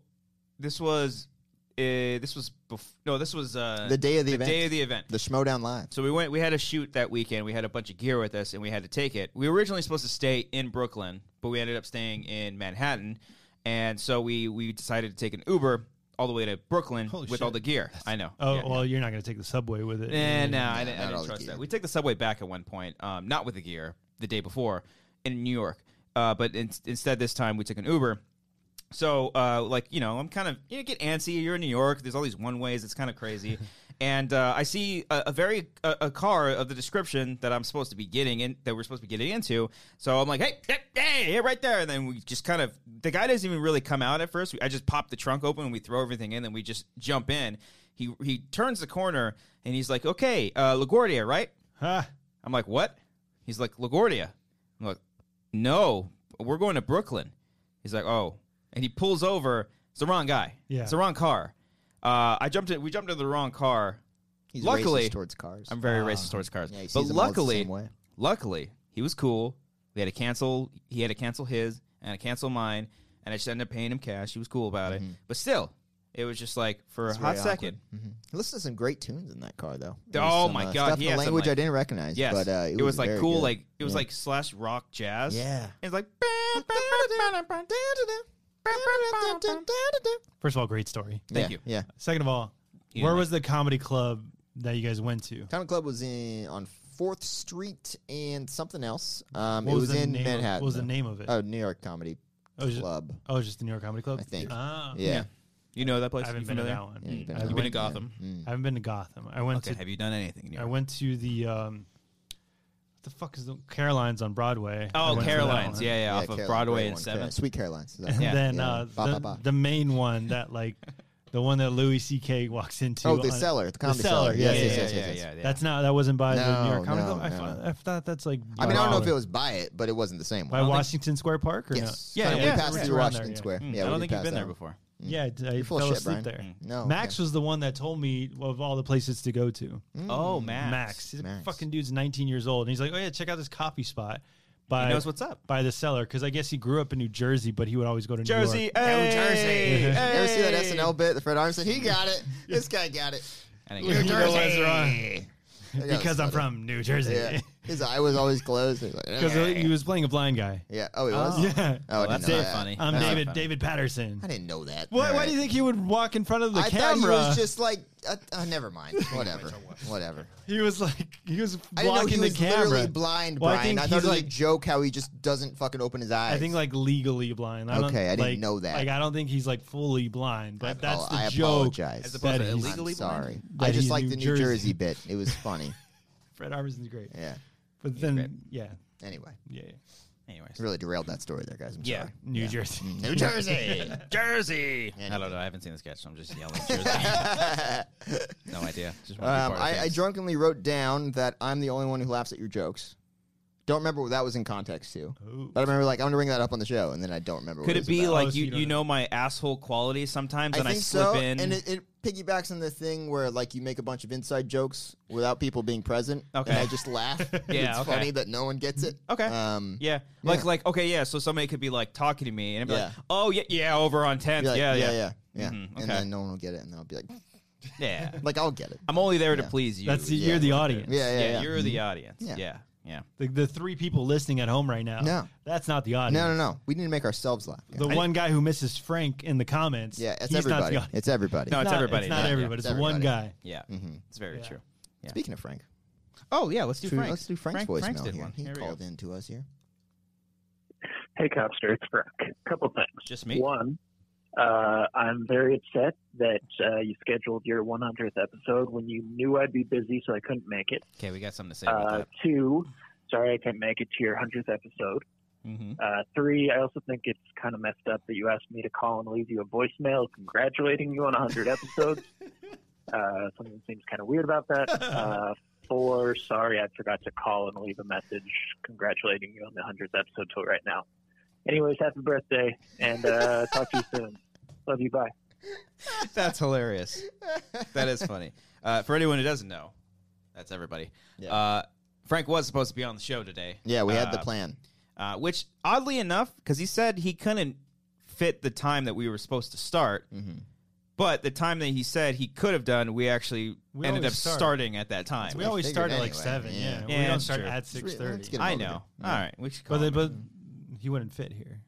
S2: this was Uh, this was bef- no, this was uh,
S1: The day of the event.
S2: day of the event.
S1: The Schmodown Live.
S2: So we went. We had a shoot that weekend. We had a bunch of gear with us, and we had to take it. We were originally supposed to stay in Brooklyn, but we ended up staying in Manhattan, and so we we decided to take an Uber all the way to Brooklyn
S3: Holy
S2: with all
S3: shit.
S2: the gear. I know.
S3: Oh
S2: Yeah, yeah.
S3: well, you're not gonna take the subway with it.
S2: Eh, no, I didn't,
S1: not
S2: I
S1: all
S2: didn't
S1: the
S2: trust
S1: gear.
S2: that. We took the subway back at one point, um, not with the gear, the day before in New York. Uh, but in, instead, this time we took an Uber. So, uh, like, you know, I'm kind of, you get antsy. You're in New York. There's all these one ways. It's kind of crazy. and uh, I see a, a very, a, a car of the description that I'm supposed to be getting in, that we're supposed to be getting into. So I'm like, hey, hey, hey, hey, right there. And then we just kind of, the guy doesn't even really come out at first. I just pop the trunk open and we throw everything in. Then we just jump in. He, he turns the corner and he's like, okay, uh, LaGuardia, right?
S3: Huh?
S2: I'm like, what? He's like, LaGuardia. I'm like, no, we're going to Brooklyn. He's like, oh. And he pulls over. It's the wrong guy.
S3: Yeah.
S2: It's the wrong car. Uh, I jumped in, we jumped into the wrong car.
S1: He's
S2: Luckily-
S1: racist towards cars.
S2: I'm very
S3: Ah.
S2: racist towards cars.
S1: Yeah, he sees
S2: but
S1: them all the
S2: luckily,
S1: same way.
S2: luckily, he was cool. We had to cancel, he had to cancel his and I cancel mine. And I just ended up paying him cash. He was cool about it. But still, it was just like for
S1: Mm-hmm. It's
S2: a
S1: very
S2: hot second.
S1: awkward. Mhm. He listened to some great tunes in that car, though. There
S2: Oh
S1: was some,
S2: my
S1: uh,
S2: God,
S1: Stuff
S2: he
S1: in
S2: had
S1: a
S2: some,
S1: language
S2: like-
S1: I didn't recognize.
S2: Yes,
S1: but uh, it,
S2: it, was, like
S1: very
S2: cool,
S1: good.
S2: like it was
S1: Yeah.
S2: like slash rock jazz.
S1: Yeah.
S2: it's like.
S3: First of all, great story.
S2: Thank
S1: Yeah,
S2: you.
S1: Yeah,
S3: Second of all,
S2: You
S3: where
S2: know,
S3: was the comedy club that you guys went to?
S1: Common Club was in on Fourth Street and something else. Um,
S3: What
S1: it was,
S3: the
S1: in
S3: name of-
S1: Manhattan.
S3: What was the
S1: though.
S3: name of it?
S1: Oh, New York Comedy
S3: oh, it was just,
S1: Club.
S3: oh, it was just the New York Comedy Club.
S1: I think.
S3: Ah.
S1: yeah.
S2: You know that place?
S3: I haven't
S2: you
S3: been to
S2: familiar?
S3: that one.
S1: Yeah, you've been
S3: I've
S1: to
S2: been to
S3: been-
S2: Gotham.
S1: Mm.
S3: I haven't been to Gotham. I went
S2: Okay.
S3: to
S2: Have you done anything? in New
S3: I
S2: York?
S3: went to the um, what the fuck is the Caroline's on Broadway. I
S2: Oh,
S3: went to that
S2: Caroline's.
S3: one.
S2: Yeah, yeah,
S1: Yeah,
S2: off
S1: Caroline,
S2: of Broadway
S1: great
S2: and
S1: one.
S2: Seventh.
S1: Car- Sweet Caroline's. is that
S3: And
S1: right?
S2: Yeah.
S3: then
S1: Yeah.
S3: uh,
S1: Ba,
S3: the,
S1: ba, ba.
S3: the main one that like the one that Louis C.K. walks into.
S1: Oh, the
S3: on-
S1: cellar, the comedy cellar.
S3: cellar, yeah,
S1: Yes,
S3: yeah,
S1: yes, yes,
S2: yeah,
S1: yes, yes.
S2: yeah, yeah.
S3: That's not that wasn't by the New
S1: No,
S3: York Comedy
S1: no,
S3: Club. I,
S1: no.
S3: thought, I thought that's like
S1: I mean, I don't know if
S3: Broadway.
S1: it was by it, but it wasn't the same
S3: by
S1: one.
S3: Washington Square Park or
S1: Yes.
S2: Yeah,
S1: Kinda
S2: yeah,
S1: We passed
S2: right.
S1: through
S3: Around
S1: Washington
S3: there,
S1: Square.
S2: Mm,
S1: Yeah,
S2: I
S1: we
S2: don't
S1: did
S2: think you've
S1: pass
S2: been
S1: that
S2: there
S1: one.
S2: before.
S3: no? Yeah, I, I
S1: Mm. You're full
S3: fell
S1: of shit,
S3: asleep
S1: Brian. Oh,
S3: there.
S1: No.
S3: Max was the one that told me of all the places to go to.
S1: okay.
S2: Oh,
S1: Mm.
S2: Max.
S3: Max. He's
S1: Max.
S3: a fucking dude's 19 years old, and he's like, "Oh yeah, check out this coffee spot by
S2: He knows what's up.
S3: by the cellar." Because I guess he grew up in New Jersey, but he would always go to New
S2: Jersey,
S3: York.
S2: hey, Jersey.
S3: Mhm.
S1: Ever see that SNL bit? The Fred Armisen. He got it. This guy got it.
S2: I
S1: New
S2: didn't get
S3: You
S2: it.
S3: know
S1: Jersey.
S3: what's wrong.
S1: That guy
S3: Because
S1: was
S3: I'm
S1: funny.
S3: from New Jersey.
S1: Yeah. His eye was always closed. He was like,
S3: Because
S1: "Eh."
S3: he was playing a blind guy.
S1: yeah. Oh, it was.
S3: Yeah,
S1: Oh, I
S2: Well,
S1: didn't
S2: that's
S1: know
S2: it.
S1: that.
S2: Funny.
S3: I'm
S2: That's
S3: David
S2: funny.
S3: David Patterson.
S1: I didn't know that.
S3: Why,
S1: All
S3: why do
S1: right.
S3: you think he would walk in front of the
S1: I thought he
S3: camera?
S1: was just like, uh, uh, never mind. Whatever. Whatever.
S3: He was like he was
S1: I didn't know
S3: blocking
S1: he
S3: the
S1: was literally
S3: camera.
S1: blind,
S3: Well, I
S1: Brian.
S3: think
S1: I, thought it
S3: he's
S1: was a
S3: like-
S1: joke how he just doesn't fucking open his eyes.
S3: I think like legally blind. I don't,
S1: Okay, I didn't
S3: like-
S1: know that.
S3: Like I don't think he's like fully blind, but
S1: I
S3: that's
S1: apo-
S3: the
S1: I
S3: joke.
S1: apologize.
S2: As opposed
S3: that
S2: to
S3: he's-
S2: illegally
S1: I'm sorry.
S2: blind?
S1: I
S3: That
S1: just
S3: he's
S1: like
S3: New
S1: the New
S3: Jersey.
S1: Jersey bit. It was funny.
S3: Fred Armisen's great,
S1: Yeah.
S3: but then
S2: great.
S3: yeah,
S1: Anyway,
S3: yeah, yeah.
S2: Anyways.
S1: really derailed that story there, guys. I'm
S2: Yeah.
S1: sorry.
S3: New
S1: Yeah. Mm,
S3: Jersey.
S1: New Jersey.
S2: Jersey. I
S1: Anyway.
S2: don't know. I haven't seen the sketch, so I'm just yelling Jersey. no idea. Just wanna be part
S1: Um,
S2: of
S1: I, I
S2: things.
S1: drunkenly wrote down that I'm the only one who laughs at your jokes. Don't remember what that was in context to.
S3: Ooh.
S1: But I remember like I'm gonna bring that up on the show, and then I don't remember. what
S2: Could
S1: it,
S2: it
S1: was
S2: be
S1: about.
S3: Oh,
S2: like
S3: so
S2: you,
S3: you don't
S2: you
S3: know.
S2: know my asshole qualities sometimes,
S1: I
S2: and I
S1: think
S2: slip
S1: so,
S2: in?
S1: and it, it piggybacks on the thing where like you make a bunch of inside jokes without people being present,
S2: Okay.
S1: and I just laugh.
S2: Yeah,
S1: it's
S2: okay.
S1: funny that no one gets it.
S2: Okay.
S1: Um,
S2: Yeah. Like
S1: Yeah.
S2: like okay, yeah. So somebody could be like talking to me and I'd be like,
S1: Yeah.
S2: Oh yeah, yeah, over on tenth.
S1: be like,
S2: yeah,
S1: yeah,
S2: yeah.
S1: yeah, yeah.
S2: Mhm, okay.
S1: And then no one will get it, and then I'll be like,
S2: Yeah.
S1: like I'll get it.
S2: I'm only there to
S1: Yeah.
S2: please you.
S3: That's the,
S1: yeah,
S3: you're the
S1: whatever.
S3: audience.
S1: Yeah, yeah,
S2: yeah,
S1: yeah. Mm-hmm.
S2: you're the audience.
S1: Yeah.
S2: Yeah. Yeah.
S3: The, the three people listening at home right now.
S1: No.
S3: that's not the audience.
S1: No, no, no. We need to make ourselves laugh. guys.
S3: The one guy who misses Frank in the comments.
S1: yeah, it's
S3: he's
S1: everybody.
S3: Not the audience.
S1: It's everybody.
S2: No, it's
S3: Not-
S2: everybody.
S3: It's not
S2: Yeah, yeah.
S3: everybody. It's
S1: It's
S3: one
S1: everybody.
S3: guy.
S2: Yeah. It's very
S3: Yeah.
S2: true. Yeah.
S1: Speaking of Frank,
S2: Oh yeah, let's do
S1: True,
S2: Frank.
S1: let's do Frank's
S2: Frank,
S1: voicemail
S2: did
S1: here.
S2: one.
S1: He
S2: Here we go.
S1: called in to us here.
S8: Hey, Copster, it's Brooke. couple things.
S2: Just me?
S8: One, uh, I'm very upset that uh, you scheduled your 100th episode when you knew I'd be busy, so I couldn't make it.
S2: Okay, we got something to say about
S8: Uh,
S2: that.
S8: two, sorry I couldn't make it to your 100th episode.
S2: Mm-hmm.
S8: Uh, three, I also think it's kind of messed up that you asked me to call and leave you a voicemail congratulating you on 100 episodes. uh, something seems kind of weird about that. Uh, four, sorry, I forgot to call and leave a message congratulating you on the 100th episode till right now. Anyways, happy birthday, and uh, talk to you soon. Love you. Bye.
S2: That's hilarious. That is funny. Uh, for anyone who doesn't know, that's everybody.
S1: Yeah.
S2: Uh, Frank was supposed to be on the show today.
S1: Yeah, we had the
S2: Uh,
S1: plan.
S2: uh, which oddly enough, because he said he couldn't fit the time that we were supposed to start,
S1: Mm-hmm.
S2: But the time that he said he could have done, we actually
S3: We
S2: ended up
S3: always start.
S2: starting at that time.
S3: we always
S1: figured
S3: start at like
S1: anyway.
S3: seven.
S1: Yeah.
S3: Yeah,
S2: Yeah,
S3: we don't
S2: that's
S3: start
S2: true.
S3: at
S1: Let's re-
S3: six
S1: let's
S3: thirty.
S1: get
S2: I
S1: over
S2: know.
S1: there.
S2: All right, we should call.
S3: But, they-
S2: him.
S3: but he wouldn't fit here.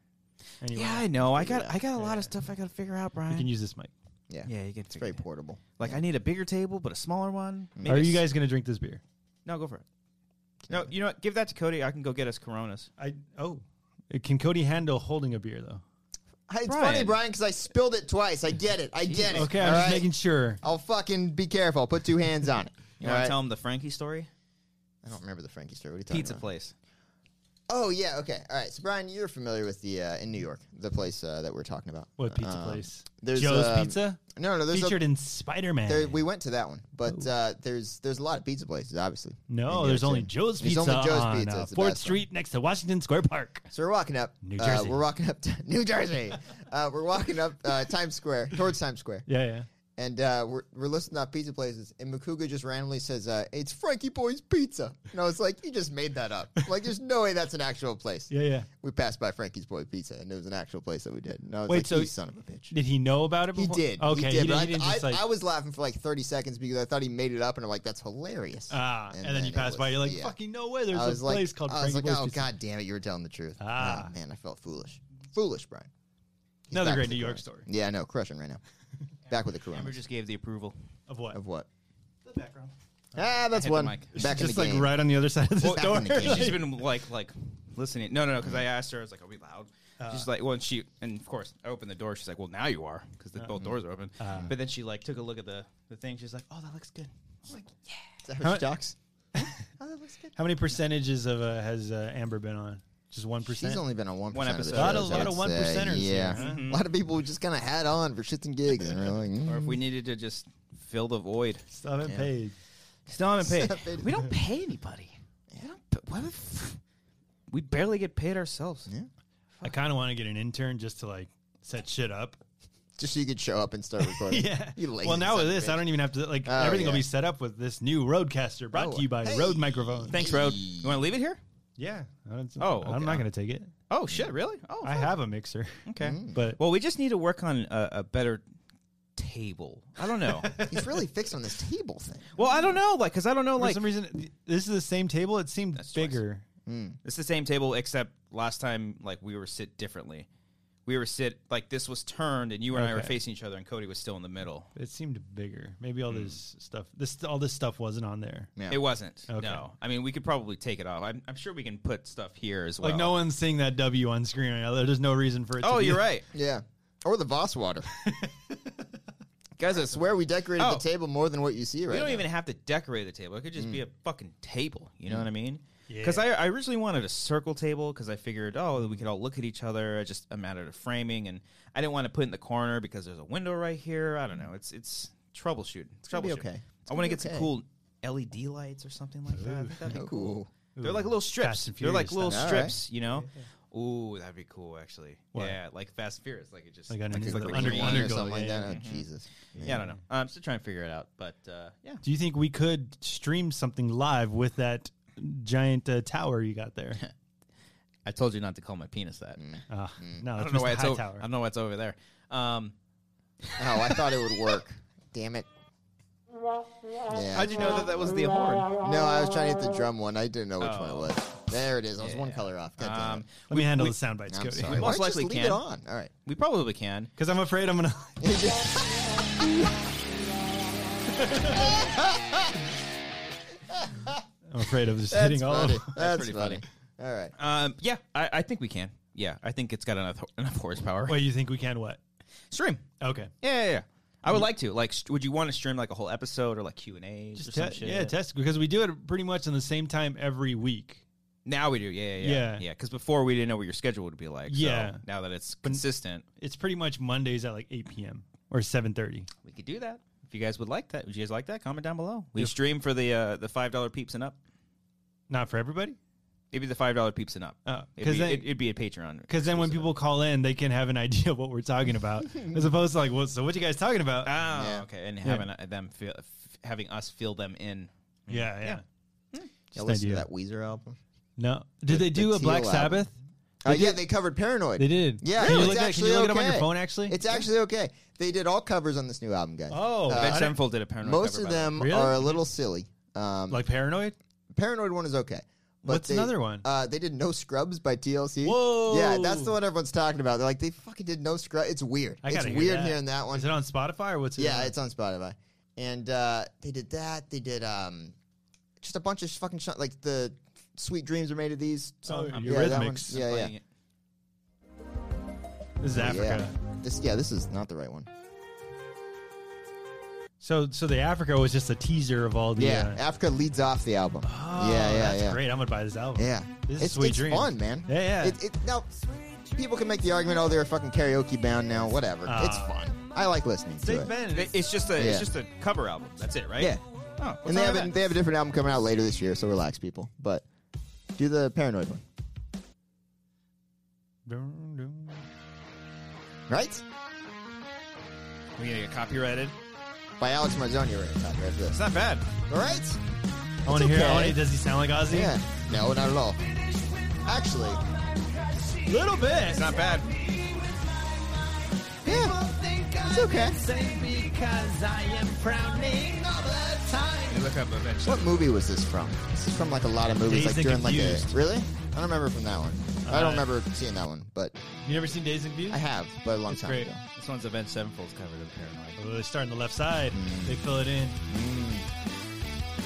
S3: Anyway,
S2: yeah, I know. I got I got a lot
S3: Yeah.
S2: of stuff I got to figure out,
S3: you can
S2: Brian.
S3: use this mic.
S1: Yeah.
S2: yeah, you get
S1: It's very portable.
S2: Like I need a bigger table, but a smaller one. Maybe
S3: Are
S2: a
S3: you
S2: s-
S3: guys gonna drink this beer?
S2: No, go for it. No, you know what? Give that to Cody. I can go get us Coronas.
S3: I oh, can Cody handle holding a beer though?
S1: Hey, It's
S2: Brian.
S1: funny, Brian, because I spilled it twice. I get it. I get it.
S3: Okay, I'm
S1: all
S3: just
S1: right?
S3: making sure.
S1: I'll fucking be careful. I'll put two hands on it.
S2: You
S1: All
S2: want
S1: right?
S2: to tell him the Frankie story?
S1: I don't remember the Frankie story. What are you talking
S2: Pizza
S1: about?
S2: place.
S1: Oh yeah, okay, all right. So Brian, you're familiar with the uh, in New York, the place uh, that we're talking about.
S3: What pizza
S1: Um,
S3: place?
S1: There's
S3: Joe's
S1: um,
S3: Pizza,
S1: No, no, there's a,
S3: featured in Spider Man.
S1: there, we went to that one, but uh, there's there's a lot of pizza places, obviously. in New
S3: no,
S1: York
S3: there's only
S1: City.
S3: Joe's
S1: There's
S3: Pizza
S1: only Joe's
S3: on
S1: Pizza.
S3: uh,
S1: It's the
S3: Fourth
S1: best one.
S3: Street next to Washington Square Park.
S1: So we're walking up.
S3: New
S1: uh,
S3: Jersey.
S1: we're walking up to New Jersey. Uh, we're walking up uh, Times Square towards Times Square,
S3: Yeah, yeah.
S1: and uh, we're we're listing off pizza places, and Makuga just randomly says, uh, "It's Frankie Boy's Pizza," and I was like, "You just made that up. Like, there's no way that's an actual place."
S3: Yeah, yeah.
S1: We passed by Frankie's Boy Pizza, and it was an actual place that we did. And I was
S3: Wait,
S1: like,
S3: so-
S1: "You son of a bitch."
S3: Did he know about it?
S1: He
S3: Before?
S1: did.
S3: Okay,
S1: he did. but
S3: not
S1: I-
S3: didn't
S1: I,
S3: just like
S1: I was laughing for like 30 seconds because I thought he made it up, and I'm like, that's hilarious.
S3: ah, and,
S1: and
S3: then,
S1: then
S3: you
S1: it
S3: pass by.
S1: was-
S3: You're like,
S1: yeah.
S3: fucking no way.
S1: I
S3: There's
S1: was
S3: a
S1: like,
S3: place called
S1: I was
S3: Frankie
S1: like,
S3: Boy's
S1: oh
S3: Pizza.
S1: god damn it, you were telling the truth.
S3: Ah.
S1: Ah, man, I felt foolish, foolish, Brian. He's
S3: Another
S1: back
S3: great
S1: with the
S3: New York
S1: corona.
S3: story.
S1: Yeah, I know, crushing right now. Back with the
S2: Amber
S1: corona
S2: just gave the approval.
S3: Of what?
S1: of what?
S2: The background.
S1: Ah, that's
S2: hit the
S1: one.
S2: mic. She's
S1: Back in the
S3: just like
S1: game.
S3: right on the other side of the
S1: Back in the
S3: door.
S1: game.
S2: She's been like like listening. No, no, no. Because I asked her, I was like, "Are we loud?"
S3: Uh.
S2: she's like, "Well," and she and of course I opened the door. She's like, "Well, now you are," because
S3: Uh, mm.
S2: both doors are open. but then she like took a look at the the thing. She's like, "Oh, that looks good." I'm like,
S1: Is that how she talks? Oh,
S3: How many percentages of uh, has uh, Amber been on? Just one percent.
S1: She's only been on one
S2: One episode.
S1: percent. Of
S2: Lot
S1: the
S2: of-
S1: shows,
S2: lot
S1: I'd
S3: of
S1: say.
S3: one percenters here,
S1: Yeah,
S3: huh?
S1: a lot of people who just kind of had on for shits and gigs, and they're like,
S2: or if
S1: mm.
S2: we needed to just fill the void.
S3: Still haven't
S1: Yeah.
S3: paid.
S2: Still haven't
S1: Still
S2: paid.
S1: haven't paid.
S2: we don't pay anybody. We, don't, pa- why the f- we barely get paid ourselves.
S1: Yeah.
S3: I kind of want to get an intern just to like set shit up.
S1: just so you could show up and start recording. you lazy
S3: well,
S1: son
S3: now with
S1: of a
S3: this,
S1: bitch.
S3: I don't even have to like
S1: Oh,
S3: everything will
S1: yeah.
S3: be set up with this new Rodecaster brought
S1: Oh,
S3: to you by
S1: hey.
S3: Rode Microphone.
S2: Thanks, Road. You want to leave it here?
S3: Yeah. I don't,
S2: Oh, okay.
S3: I'm not going to take it.
S2: Oh shit! Really? Oh,
S3: I
S2: fuck.
S3: have a mixer,
S2: Okay.
S1: Mm. Hmm.
S3: but
S2: Well, we just need to work on a, a better table. I don't know.
S1: He's really fixed on this table thing.
S2: well, I don't know, like, cause I don't know,
S3: for
S2: like,
S3: some reason, this is the same table. It seemed
S2: That's twice.
S3: bigger.
S1: Hmm.
S2: it's the same table except last time, like, we were sit differently. We were sit like this was turned, and you and I were
S3: Okay.
S2: facing each other, and Cody was still in the middle.
S3: It seemed bigger. Maybe all this stuff, this all this stuff wasn't on there.
S1: Yeah.
S2: It wasn't.
S3: Okay.
S2: No, I mean, we could probably take it off. I'm, I'm sure we can put stuff here as well.
S3: Like no one's seeing that W on screen right now. There's no reason for it. to
S2: Oh,
S3: be
S2: you're right.
S1: Yeah. Or the Voss water. Guys, I swear we decorated
S2: Oh.
S1: the table more than what you see right
S2: we don't
S1: now.
S2: even have to decorate the table. It could just be a fucking table. You know what I mean?
S3: Yeah.
S2: Because I, I originally wanted a circle table because I figured, oh, we could all look at each other. It's just a matter of framing, and I didn't want to put it in the corner because there's a window right here. I don't know. It's it's troubleshooting. It's
S1: gonna be
S2: troubleshooting.
S1: okay. It's
S2: I want to
S1: gonna be
S2: get some
S1: okay.
S2: cool LED lights or something like that. I think that'd be cool.
S1: Ooh.
S2: They're like little strips.
S3: Fast and
S2: They're like
S3: Furious
S2: little
S1: style. All right.
S2: strips. You know. Ooh, that'd be cool, actually.
S3: What?
S2: Yeah, like Fast and Furious, like it just
S3: Like underneath
S2: it's
S3: the
S2: the
S3: Under-
S1: Green
S2: green-
S1: wine
S3: undergo,
S1: or something like
S3: yeah,
S1: that. Oh,
S3: yeah.
S1: Jesus.
S2: Yeah, I don't know. I'm still trying to figure it out, but uh, yeah.
S3: Do you think we could stream something live with that giant uh, tower you got there?
S2: I told you not to call my penis that.
S1: Hmm.
S3: Uh, no,
S2: Hmm. I
S3: it's
S2: don't know why
S3: Mr.
S2: it's
S3: High
S2: over.
S3: Tower.
S2: I don't know why it's over there. Um,
S1: Oh, I thought it would work. Damn it. Yeah.
S2: how'd you know that that was the horn?
S1: No, I was trying to hit the drum one. I didn't know which one
S2: Oh.
S1: it was. There it is. I was one color off. God damn
S2: Um,
S1: it.
S3: Let me handle the sound bites,
S1: I'm
S3: Cody.
S1: sorry. Why
S2: most
S1: don't you just
S2: likely
S1: leave
S2: can.
S1: it on. All right.
S2: we probably can.
S3: Because I'm afraid I'm gonna. I'm afraid of just hitting all. of
S1: Funny.
S3: them.
S1: That's
S2: Oh, pretty
S1: funny. All right.
S2: Um, yeah, I, I think we can. Yeah, I think it's got enough enough horsepower.
S3: Wait, you think we can what?
S2: Stream.
S3: Okay,
S2: Yeah, yeah, yeah. I would like to. Like, st- would you want to stream like a whole episode or like Q and A's or
S3: just
S2: some
S3: te-
S2: shit?
S3: yeah, test because we do it pretty much in the same time every week.
S2: Now we do. Yeah, yeah, yeah.
S3: Yeah.
S2: Yeah, because before we didn't know what your schedule would be like.
S3: Yeah.
S2: So now that it's consistent,
S3: It's pretty much Mondays at like 8 p.m. or 7:30.
S2: we could do that. If you guys would like that, would you guys like that? Comment down below. We stream for the uh, the five dollar peeps and up.
S3: Not for everybody.
S2: Maybe the five dollar peeps and up.
S3: Oh,
S2: it'd,
S3: 'cause
S2: be,
S3: then-
S2: it, would be a Patreon.
S3: Because then when
S2: exclusive.
S3: people call in, they can have an idea of what we're talking about, as opposed to like, well, so what you guys talking about?
S2: Ah,
S1: Yeah.
S2: okay, and having uh, them feel, f- having us fill them in.
S3: yeah, yeah.
S1: Yeah,
S3: an
S1: listen to
S3: idea.
S1: that Weezer album.
S3: No, did they do
S1: the
S3: a Black
S1: teal
S3: Sabbath?
S1: Uh, yeah, they covered Paranoid.
S3: They did.
S1: Yeah,
S3: Can you
S1: it's
S3: look, at, can
S1: actually
S3: you look it up on
S1: okay.
S3: your phone, actually?
S1: It's actually okay. They did all covers on this new album, guys.
S3: oh,
S1: Uh,
S3: I
S2: Avenged
S3: didn't-
S2: Sevenfold did a paranoid.
S1: Most
S2: cover, by
S1: of
S2: the way.
S1: them
S3: Really?
S1: are a little silly. Um,
S3: like Paranoid?
S1: Paranoid one is okay. But
S3: What's
S1: they,
S3: another one?
S1: Uh, they did No Scrubs by TLC.
S3: Whoa.
S1: Yeah, that's the one everyone's talking about. They're like, they fucking did No Scrubs. It's weird.
S3: I
S1: it's
S3: gotta hear
S1: weird
S3: that.
S1: hearing that one.
S3: Is it on Spotify or what's it?
S1: yeah,
S3: on?
S1: it's on Spotify. And uh, they did that. They did um, just a bunch of fucking sh- like the Sweet Dreams are made of these.
S3: Oh,
S1: song.
S3: Eurythmics.
S1: yeah, that one.
S3: It's
S1: yeah, yeah.
S2: Playing it.
S3: This is
S1: Yeah.
S3: Africa.
S1: This, yeah, this is not the right one.
S3: So, so the Africa was just a teaser of all the.
S1: Yeah,
S3: Uh,
S1: Africa leads off the album.
S3: oh,
S1: yeah, yeah,
S3: that's
S1: yeah.
S3: great. I'm gonna buy this album.
S1: Yeah,
S3: This is
S1: it's,
S3: Sweet
S1: it's
S3: Dreams.
S1: fun, man.
S3: Yeah, yeah.
S1: It, it, now, people can make the argument, oh, they're a fucking karaoke band now. Whatever,
S3: Ah.
S1: it's fun. I like listening to
S3: They've
S1: it.
S3: been.
S2: It- It's just a
S1: Yeah.
S2: it's just a cover album. That's it, right?
S1: Yeah.
S2: Oh,
S1: and they have a, they have a different album coming out later this year, so relax, people. But do the paranoid one,
S3: Dun, dun.
S1: right?
S2: we gonna get copyrighted.
S1: By Alex Marzoni, we're gonna talk about
S2: It's
S1: this.
S2: not bad.
S1: All right?
S3: I want to hear. I
S1: okay.
S3: wanna, does he sound like Ozzy?
S1: Yeah. No, not at all. Actually,
S3: little bit.
S2: It's not bad.
S1: yeah, it's okay.
S2: You look up eventually.
S1: What movie was this from? This is from like a lot of movies, like
S3: Dazed and
S1: during like
S3: Confused.
S1: a really. I don't remember from that one. I don't
S3: Uh,
S1: remember seeing that one, but
S3: You never seen Days in View?
S1: I have, but a long
S3: It's
S1: time
S3: great.
S1: ago.
S2: This one's Avenged Sevenfold's cover of Paranoid.
S3: Oh, they start on the left side.
S1: Mm.
S3: They fill it in.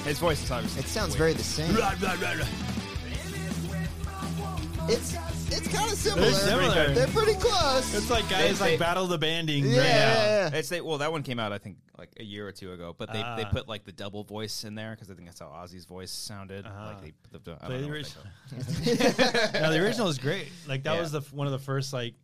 S2: His voice is obviously.
S1: It sounds
S2: way-
S1: very the same.
S3: Rah, rah, rah, rah.
S1: It's it's kind of similar.
S3: They're similar.
S1: They're pretty close.
S3: It's like guys
S2: They-
S3: like
S2: they-
S3: battle the banding
S1: yeah,
S3: right now.
S1: yeah, yeah.
S2: It's they, well, that one came out I think like a year or two ago, but they, they
S3: Ah.
S2: put like the double voice in there because I think that's how Ozzy's voice sounded.
S3: Ah.
S2: Like they put the, I don't
S3: Play
S2: know
S3: the
S2: what they
S3: original.
S2: call
S3: no, the original is great. Like that
S2: Yeah.
S3: was the f- one of the first like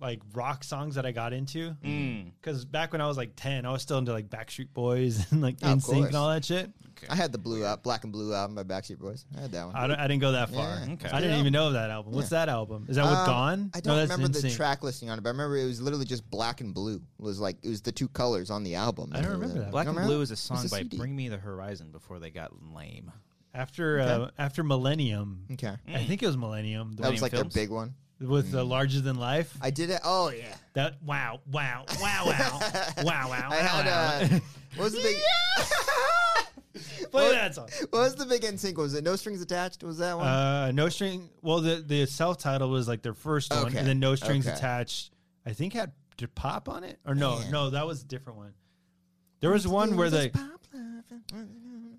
S3: like rock songs that I got into.
S2: it. Mm.
S3: Because back when I was like ten, I was still into like Backstreet Boys and like
S1: Oh, of
S3: NSYNC
S1: course.
S3: and all that shit.
S1: I had the blue out, black and blue album by Backstreet Boys. I had that one.
S3: I, don't, I didn't go that far.
S1: Yeah,
S2: okay.
S3: I didn't even know that album. What's that album? Is that with
S1: Um,
S3: Gone?
S1: I don't
S3: no, that's
S1: remember the
S3: NSYNC.
S1: track listing on it, but I remember it was literally just black and blue. It was like it was the two colors on the album.
S3: I don't remember that.
S2: Black
S1: You don't
S2: and
S1: remember
S2: Blue
S1: that?
S2: is a song
S1: It's
S2: by
S1: CD.
S2: Bring Me the Horizon before they got lame.
S3: After uh, after Millennium,
S1: Okay,
S3: I think it was Millennium
S1: Mm. that Mm.
S3: the,
S1: was like their
S2: Films?
S1: big one.
S3: with the Larger Than Life.
S1: I did it. Oh yeah,
S3: That wow wow wow wow wow wow.
S1: I had.
S3: wow,
S1: Uh, what was the big?
S3: wow.
S1: what-
S3: play that song.
S1: What was the big NSYNC? one? Was it No Strings Attached? Was that one?
S3: Uh, no string. Well, the the self title was like their first one,
S1: Okay,
S3: and then no strings
S1: okay.
S3: attached. I think had to pop on it, or no,
S1: Man.
S3: no, that was a different one. There was one where they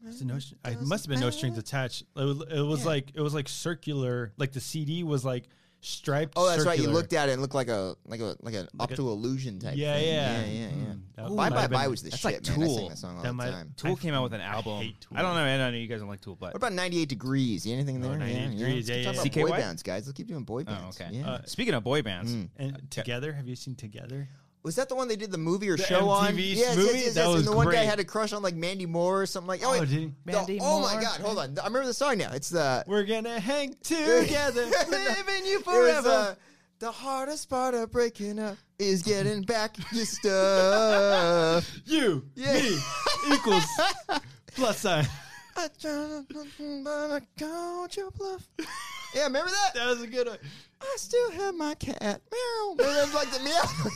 S3: was it no, Str- I must have been no strings attached. It was, it was
S1: Yeah.
S3: like it was like circular, like the CD was like striped.
S1: Oh, that's right. You
S3: circular.
S1: looked at it and looked like a like a like an
S3: Like a-
S1: optical illusion type.
S3: Yeah,
S1: thing.
S3: yeah.
S1: yeah, yeah, yeah. bye
S3: That might
S1: bye
S3: have been-
S1: bye was the
S2: that's
S1: shit,
S2: like
S1: man. I
S2: Tool.
S1: sing that song all
S3: That
S1: the
S3: might-
S1: time.
S2: Tool
S3: I-
S2: came out with an album.
S3: hate Tool.
S2: I don't know. I don't know. You guys don't like Tool, but
S1: What about 98 degrees? You anything in
S3: Oh,
S1: there?
S3: 98
S1: yeah,
S3: Degrees,
S1: Yeah,
S3: yeah,
S1: Let's
S3: yeah,
S1: keep
S2: yeah.
S1: talking about boy
S2: CKY?
S1: bands, guys. Let's keep doing boy
S2: oh,
S1: bands.
S2: okay.
S1: Yeah.
S3: Uh,
S2: Speaking of boy bands,
S1: Mm.
S3: and together. Have you seen Together?
S1: was that the one they did the movie or
S3: The
S1: show on?
S3: MTV
S1: yes,
S3: movie?
S1: yes, yes, yes.
S3: That was
S1: and the one guy
S3: great.
S1: had a crush on like Mandy Moore or something like. Oh,
S3: Oh,
S1: wait.
S3: dude.
S1: The- oh my God! Hold on, I remember the song now. It's the
S3: We're gonna hang together, living you forever.
S1: It was, uh, the hardest part of breaking up is getting back your stuff.
S3: you
S1: Yeah.
S3: me equals plus sign.
S1: I try to- but I called your bluff. Yeah, remember that?
S3: That was a good one.
S1: I still have my cat. Meow. Remember that was like the meow.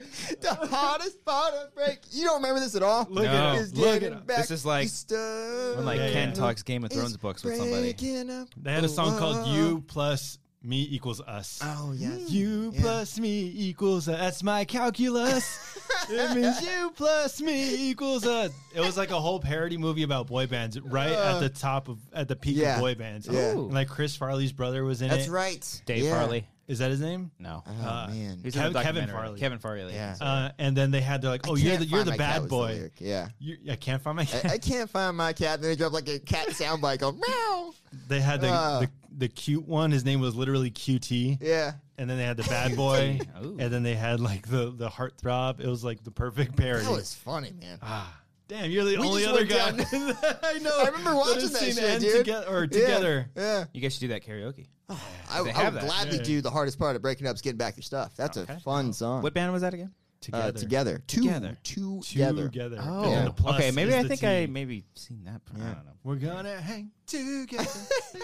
S1: the hardest part of break. You don't remember this at all?
S3: Look
S2: it up.
S1: Is
S3: Look it
S1: getting
S3: up.
S1: back
S2: This is like
S1: your stuff.
S2: when like
S3: Yeah,
S2: Ken
S3: yeah.
S2: talks Game of
S1: Is
S2: Thrones books with somebody,
S1: breaking up.
S3: They had a song called "You Plus Me Equals Us."
S1: Oh yes.
S3: You
S1: Yeah.
S3: plus me equals us. That's my calculus. it means you plus me equals us. It was like a whole parody movie about boy bands, right at the top of at the peak
S1: Uh, Yeah.
S3: of boy bands.
S1: Yeah.
S3: And, like Chris Farley's brother was in
S1: That's
S3: it.
S1: right.
S2: Dave
S1: yeah.
S2: Farley.
S3: Is that his name?
S2: No,
S1: Oh
S3: Uh,
S1: man.
S2: He's in the
S3: Kev- Kevin
S2: documentary.
S3: Farley.
S2: Kevin Farley.
S1: Yeah.
S3: Uh, and then they had to like,
S1: I
S3: oh, you're
S1: can't
S3: the you're
S1: find
S3: the
S1: my cat
S3: bad
S1: was the
S3: boy.
S1: lyric. yeah.
S3: you, I can't find my.
S1: I, I can't find my cat. And they drop like a cat soundbite go meow.
S3: They had the,
S1: Uh.
S3: the the cute one. His name was literally QT.
S1: Yeah.
S3: And then they had the bad boy.
S2: Ooh.
S3: and then they had like the the heartthrob. It was like the perfect parody.
S1: That was funny, man.
S3: ah, damn, you're the
S1: We
S3: only
S1: just
S3: other
S1: went
S3: guy.
S1: down-
S3: I know.
S1: I remember watching
S3: has
S1: that
S3: seen
S1: shit,
S3: End
S1: dude.
S3: Together or together. Oh,
S1: Yeah. yeah.
S2: You guys should do that karaoke.
S1: I, I
S2: They
S1: would
S2: have that.
S1: gladly
S3: Yeah.
S1: do the hardest part of breaking up is getting back your stuff. That's a
S3: Okay. Oh,
S1: fun song.
S2: What band was that again?
S3: Together.
S1: Uh, together. Two,
S2: Together.
S1: Two,
S3: Together.
S1: together.
S3: And then
S1: Yeah.
S3: the plus
S2: Oh. okay, maybe
S3: is
S2: I
S3: the
S2: think
S3: T.
S2: I maybe seen that. Part. I
S1: Yeah.
S2: don't know.
S3: We're gonna hang together.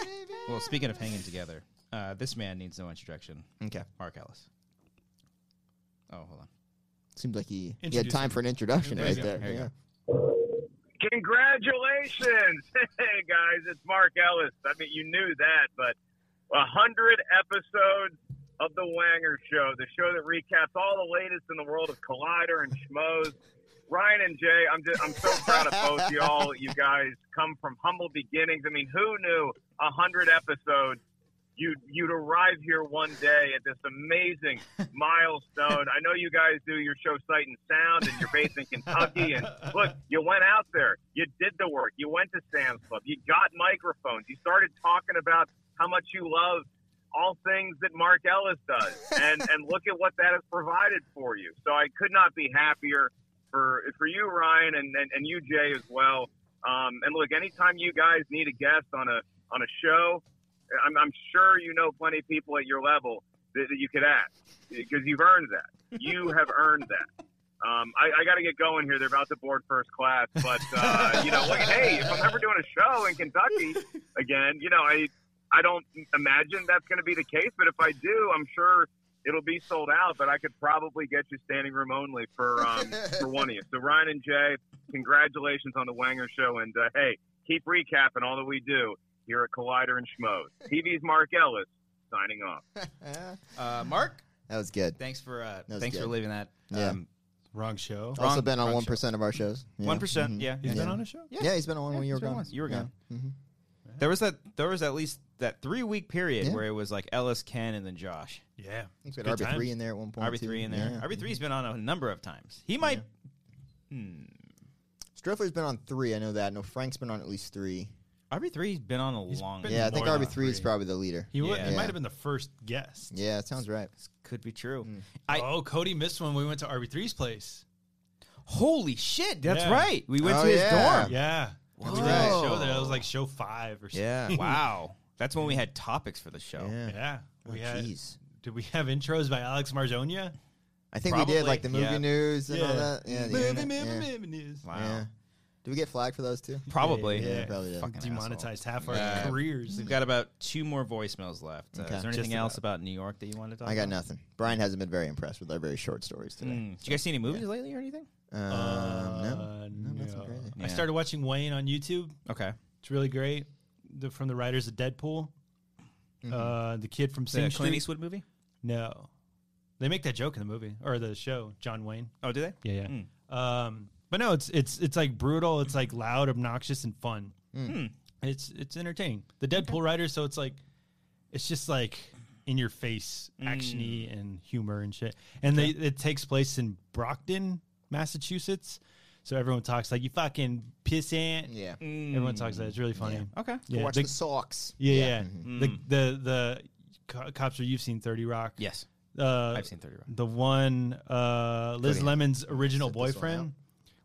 S2: Well, speaking of hanging together, Uh, this man needs no introduction.
S1: Okay.
S2: Mark Ellis. Oh, hold on.
S1: Seems like he, he had
S3: Introduce
S1: time for an introduction
S2: There you go,
S1: right there.
S2: there you
S1: yeah.
S2: go.
S9: Congratulations! Hey guys, it's Mark Ellis. I mean, you knew that, but a hundred episodes of the Wanger Show, the show that recaps all the latest in the world of Collider and Schmoes. Ryan and Jay, I'm just I'm so proud of both y'all. You guys come from humble beginnings. I mean, who knew a hundred episodes? You'd, you'd arrive here one day at this amazing milestone. I know you guys do your show Sight and Sound, and you're based in Kentucky, and look, you went out there, you did the work, you went to Sam's Club, you got microphones, you started talking about how much you love all things that Mark Ellis does, and and look at what that has provided for you. So I could not be happier for for you, Ryan, and and, and you, Jay, as well. Um, and look, anytime you guys need a guest on a on a show, I'm, I'm sure you know plenty of people at your level that, that you could ask because you've earned that. You have earned that. Um, I, I got to get going here. They're about to board first class, but uh, you know, like, hey, if I'm ever doing a show in Kentucky again, you know, I I don't imagine that's going to be the case, but if I do, I'm sure it'll be sold out. But I could probably get you standing room only for um, for one of you. So Ryan and Jay, congratulations on the Wanger Show, and uh, hey, keep recapping all that we do here at Collider and Schmoes. TV's Mark Ellis signing off.
S2: Uh, Mark,
S1: That was good.
S2: thanks for uh,
S1: was
S2: thanks for
S1: good.
S2: leaving that.
S1: Yeah.
S2: Um,
S3: Wrong show.
S2: Wrong-
S1: also been on
S2: wrong
S1: one percent of our shows. Yeah.
S2: One percent,
S1: Mhm.
S2: yeah.
S3: He's
S1: Oh, yeah.
S3: been on a show.
S1: Yeah, he's been on when
S2: Yeah,
S1: you were
S2: he's been on
S1: gone.
S2: once. You were
S1: Yeah.
S2: gone.
S1: Mhm.
S2: There was that. There was at least that three week period
S1: Yeah.
S2: where it was like Ellis, Ken, and then Josh.
S3: Yeah.
S1: I think we
S3: Good
S1: had RB
S3: times.
S1: three in there at one point.
S2: RB three
S1: too.
S2: in there.
S1: Yeah.
S2: RB three's been on a number of times. He might. Hmm.
S1: Striffler's been on three. I know that. No, Frank's been on at least three.
S2: RB three's been on a
S3: He's
S2: long.
S3: been
S1: yeah, I
S3: more
S1: think
S3: than
S1: RB three is
S3: three.
S1: probably the leader.
S3: He, wa-
S2: Yeah.
S3: he might have been the first guest.
S1: Yeah, it sounds right.
S2: This could be true.
S1: Mm.
S2: I-
S3: oh, Cody missed one. when We went to RB3's place.
S2: Holy shit! That's
S3: Yeah.
S2: right. We went
S1: Oh,
S2: to his
S1: yeah.
S2: dorm.
S3: Yeah.
S2: Whoa.
S3: We did a show there. That was like show five or something.
S1: Yeah.
S2: wow. That's when we had topics for the show.
S1: Yeah.
S3: Yeah. We
S1: Oh,
S3: had,
S1: Jeez.
S3: did we have intros by Alex Marzonia?
S1: I think we did like the
S2: Probably,
S1: movie
S2: yeah.
S1: news and all
S3: Yeah.
S1: that. Yeah, the
S3: Movie,
S1: internet,
S3: movie, Uh-huh.
S1: yeah.
S3: movie news.
S2: Wow.
S1: Yeah. Do we get flagged for those too?
S2: Probably.
S3: Yeah,
S1: Yeah, probably did.
S2: Fucking
S3: Demonetized half our
S2: Yeah.
S3: careers.
S2: We've got about two more voicemails left. Uh,
S1: Okay.
S2: Is there
S3: Just
S2: anything
S3: about.
S2: else about New York that you want to talk?
S1: I got
S2: about?
S1: nothing. Brian hasn't been very impressed with our very short stories today.
S2: Mm. Did you guys see any movies lately or anything?
S1: Um, no.
S3: Hmm. Uh,
S1: No, nothing
S3: no.
S1: crazy.
S2: Yeah.
S3: I started watching Wayne on YouTube.
S2: Okay.
S3: It's really great. The, from the writers of Deadpool.
S1: Mhm.
S3: Uh, the kid from
S2: The
S3: Sing
S2: Clint
S3: Street.
S2: Eastwood movie?
S3: No. They make that joke in the movie or the show, John Wayne.
S2: Oh, did they?
S3: Yeah, yeah.
S2: Mm.
S3: Um, but no, it's it's it's like brutal. It's like loud, obnoxious, and fun.
S2: Hmm.
S1: Mm.
S3: It's it's entertaining. The Deadpool writers, so it's like it's just like in your face,
S2: Hmm.
S3: actiony and humor and shit. And they it takes place in Brockton, Massachusetts. So everyone talks like you fucking pissant.
S1: Yeah.
S3: Mm. Everyone talks that. It's really funny.
S2: Okay.
S1: Go
S3: Yeah,
S1: Hmm. watch
S3: the-
S1: the socks. Mm-hmm.
S3: Yeah, yeah.
S2: Mhm.
S3: The,
S2: Mm.
S3: the the co- cops are. You've seen Thirty Rock.
S2: Yes.
S3: Uh,
S2: I've seen 30 Rock.
S3: the one uh, Liz
S1: Cody,
S3: Lemon's original
S1: set this one
S3: boyfriend.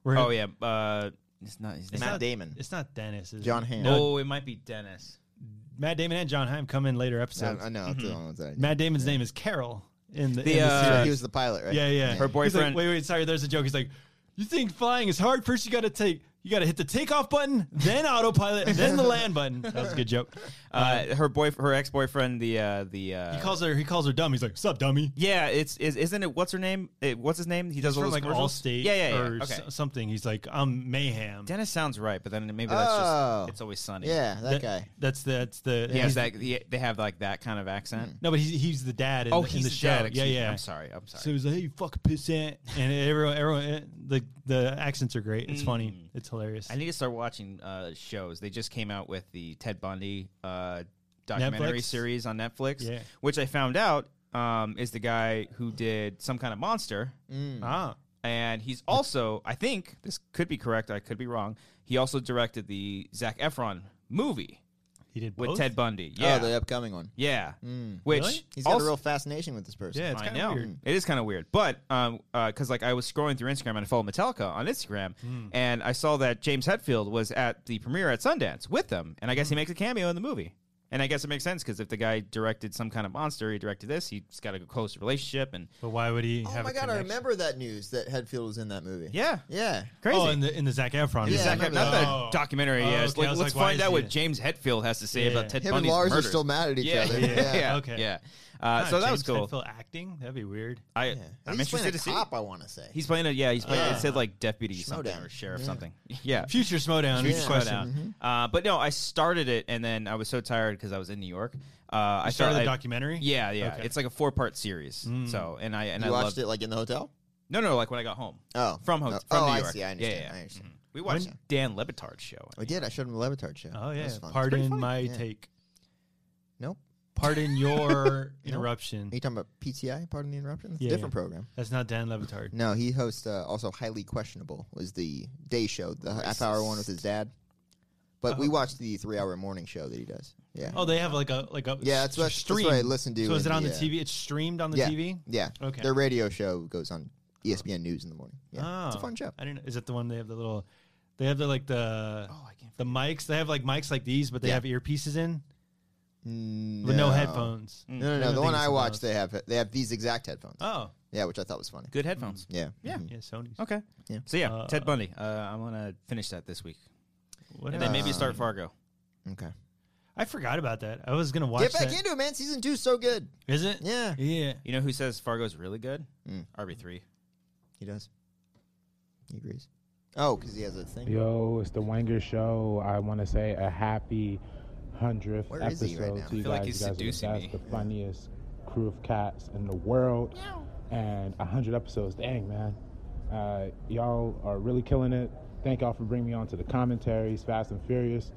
S3: Where
S2: Oh, yeah. Uh, it's not. It's
S3: It's
S2: Matt
S3: not-
S1: Damon.
S3: It's not Dennis. Is
S1: John
S3: it?
S1: Hamm.
S3: No,
S2: Oh, it might be Dennis.
S3: Matt Damon and John Hamm come in later episodes.
S1: I I know. That's the only ones that I
S3: mm-hmm. Matt Damon's name is Carol in the,
S2: The,
S3: in the
S2: uh,
S1: So
S3: series.
S1: he was the pilot, right?
S3: yeah, yeah.
S2: Her
S3: He's like,
S2: boyfriend-
S3: wait, wait, sorry. There's a joke. He's like, you think flying is hard? First, you got to take, you got to hit the takeoff button, then autopilot, then the land button. That was a good joke.
S2: Uh, her boy, her ex boyfriend, the uh, the uh,
S3: Uh-huh. He calls her, he calls her dumb. He's like, sup, dummy.
S2: Yeah, it's is, isn't it? What's her name? It, what's his name? He does all
S3: from
S2: those
S3: like
S2: commercials?
S3: Allstate
S2: Yeah, yeah, yeah.
S3: or
S2: okay.
S3: so- something. He's like, I'm mayhem.
S2: Dennis sounds right, but then maybe that's
S1: Oh.
S2: just it's always sunny.
S1: Yeah, that guy.
S3: That's the, that's the,
S2: he has
S3: he's-
S2: that. he- they have like that kind of accent.
S3: No, but he's, he's the dad in,
S2: Oh,
S3: the, in
S2: he's
S3: the,
S2: the
S3: show.
S2: dad,
S3: yeah,
S2: excuse me.
S3: yeah.
S2: I'm sorry. I'm sorry.
S3: So he's like, "Hey, you fuck pissant," and everyone, everyone, eh, the the accents are great. It's funny. It's hilarious.
S2: Mm. I need to start watching uh, shows. They just came out with the Ted Bundy uh, documentary
S3: Netflix?
S2: series on Netflix,
S3: Yeah.
S2: which I found out um, is the guy who did some kind of monster,
S1: Mm.
S2: Uh,
S1: Oh,
S3: ah,
S2: and he's also, I think this could be correct. I could be wrong. He also directed the Zach Efron movie
S3: he did
S2: with
S3: both?
S2: Ted Bundy. Yeah,
S1: Oh, the upcoming one.
S2: yeah.
S1: Mm.
S2: Which
S3: Really?
S1: He's got
S2: also-
S1: a real fascination with this person. Mm.
S3: Yeah, it's
S2: I
S3: kind
S2: know
S3: of weird.
S2: it is kind of weird, but um, because like I was scrolling through Instagram and I follow Metallica on Instagram,
S3: Hmm. Mm-hmm.
S2: and I saw that James Hetfield was at the premiere at Sundance with them, and I guess he makes a cameo in the movie. And I guess it makes sense because if the guy directed some kind of monster, he directed this. He's got a close relationship, and
S3: But why would he
S1: Oh
S3: have?
S1: my
S3: a
S1: god, I
S3: connection?
S1: remember that news that Headfield was in that movie.
S2: yeah,
S1: Yeah.
S2: crazy.
S3: Oh, in the in the Zac
S1: Yeah,
S3: Efron. movie.
S2: Zac-
S1: I remember
S2: not
S1: that.
S2: the documentary.
S3: Oh,
S2: yeah,
S3: okay,
S2: it's
S3: I
S2: like,
S3: was
S2: let's
S3: like, why
S2: find
S3: is
S2: out
S3: he
S2: what
S3: in it?
S2: James Hetfield has to say
S3: Yeah,
S2: about
S3: yeah.
S2: Ted
S1: Him
S2: Bundy's
S1: and Lars
S2: murders.
S1: are still mad at each
S2: yeah,
S1: other.
S2: yeah,
S1: Yeah.
S2: yeah.
S3: Okay.
S2: yeah. Uh,
S3: Ah,
S2: so that was
S3: James
S2: cool.
S3: Hetfield acting. That'd be weird.
S2: I,
S1: Yeah.
S2: I'm
S1: He's playing
S2: interested
S1: a
S2: to see.
S1: cop, I want to say.
S2: He's playing a yeah. He's playing.
S1: Yeah.
S2: it said like deputy something
S1: Schmodown.
S2: or sheriff
S1: Yeah.
S2: something. Yeah.
S3: Future Smowdown.
S1: Future Smowdown.
S3: yeah.
S2: Shut
S3: question.
S2: down. Uh, but no, I started it and then I was so tired because I was in New York. Uh, I
S3: I started the
S2: I-
S3: documentary.
S2: Yeah, yeah.
S3: Okay.
S2: It's like a four part series.
S3: Mm.
S2: So and I and
S1: you
S2: I
S1: watched
S2: loved
S1: it like in the hotel?
S2: No, no, like when I got home
S1: Oh.
S2: from home
S1: Oh,
S2: from
S1: oh,
S2: New
S1: I
S2: York.
S1: see, I understand,
S2: Yeah, yeah.
S1: I understand.
S2: Mhm. We watched
S1: When-
S2: Dan Levitard's show.
S1: I did. I showed him the Levitard show.
S3: Oh
S1: That
S3: yeah.
S1: was fun.
S3: Pardon my
S1: Yeah.
S3: take.
S1: Nope.
S3: Pardon your
S1: No.
S3: interruption.
S1: Are you talking about PTI? Pardon the interruption. It's
S3: Yeah,
S1: a different
S3: yeah.
S1: program.
S3: That's not Dan Levitard.
S1: No, he hosts uh, also highly questionable was the day show, the half hour one with his dad. But we watched the three hour morning show that he does. Yeah,
S3: Uh-huh. Oh, they have like a like a
S1: yeah, that's what, that's
S3: stream.
S1: what I listened to.
S3: so is
S1: in
S3: it on the
S1: uh,
S3: TV? It's streamed on the
S1: yeah.
S3: TV.
S1: Yeah,
S3: Okay.
S1: their radio show goes on E ESPN News in the morning. Yeah, it's a
S3: Oh,
S1: fun show.
S3: I don't know. Is it the one they have the little? They have the like the
S2: Oh, I can't.
S3: the mics. They have like mics like these, but they
S1: Yeah.
S3: have earpieces in
S1: No.
S3: with no headphones.
S2: Mm.
S1: No, no,
S3: I
S1: no.
S3: don't
S1: The
S3: think
S1: one
S3: it's
S1: I
S3: about-
S1: watched, they have they have these exact headphones.
S3: Oh,
S1: Yeah, which I thought was funny.
S2: Good headphones.
S1: Yeah,
S2: Yeah.
S1: Mhm.
S3: yeah, Sony's.
S2: Mm. Okay.
S1: Yeah.
S2: So yeah,
S3: Uh,
S2: Ted Bundy. Uh, I'm gonna finish that this week,
S3: What
S2: and then
S3: else?
S2: maybe start
S1: Um,
S2: Fargo.
S1: Okay,
S3: I forgot about that. I was gonna watch.
S1: get back
S3: that.
S1: into it, man. Season two's so good.
S3: Is it?
S1: Yeah,
S3: Yeah.
S2: You know who says Fargo's really good?
S1: Mm.
S2: RB three.
S1: he does. He agrees. Oh, because he has a thing.
S10: Yo, it's the Wanger Show. I want to say a happy hundredth
S1: Where is
S10: episode
S1: he right now?
S10: to you
S2: I feel like
S10: guys.
S2: he's
S10: you guys
S2: seducing
S10: are the,
S2: me.
S10: best, the funniest crew of cats in the world, and a hundred episodes. Dang man, uh, y'all are really killing it. Thank y'all for bringing me on to the commentaries. Fast and Furious,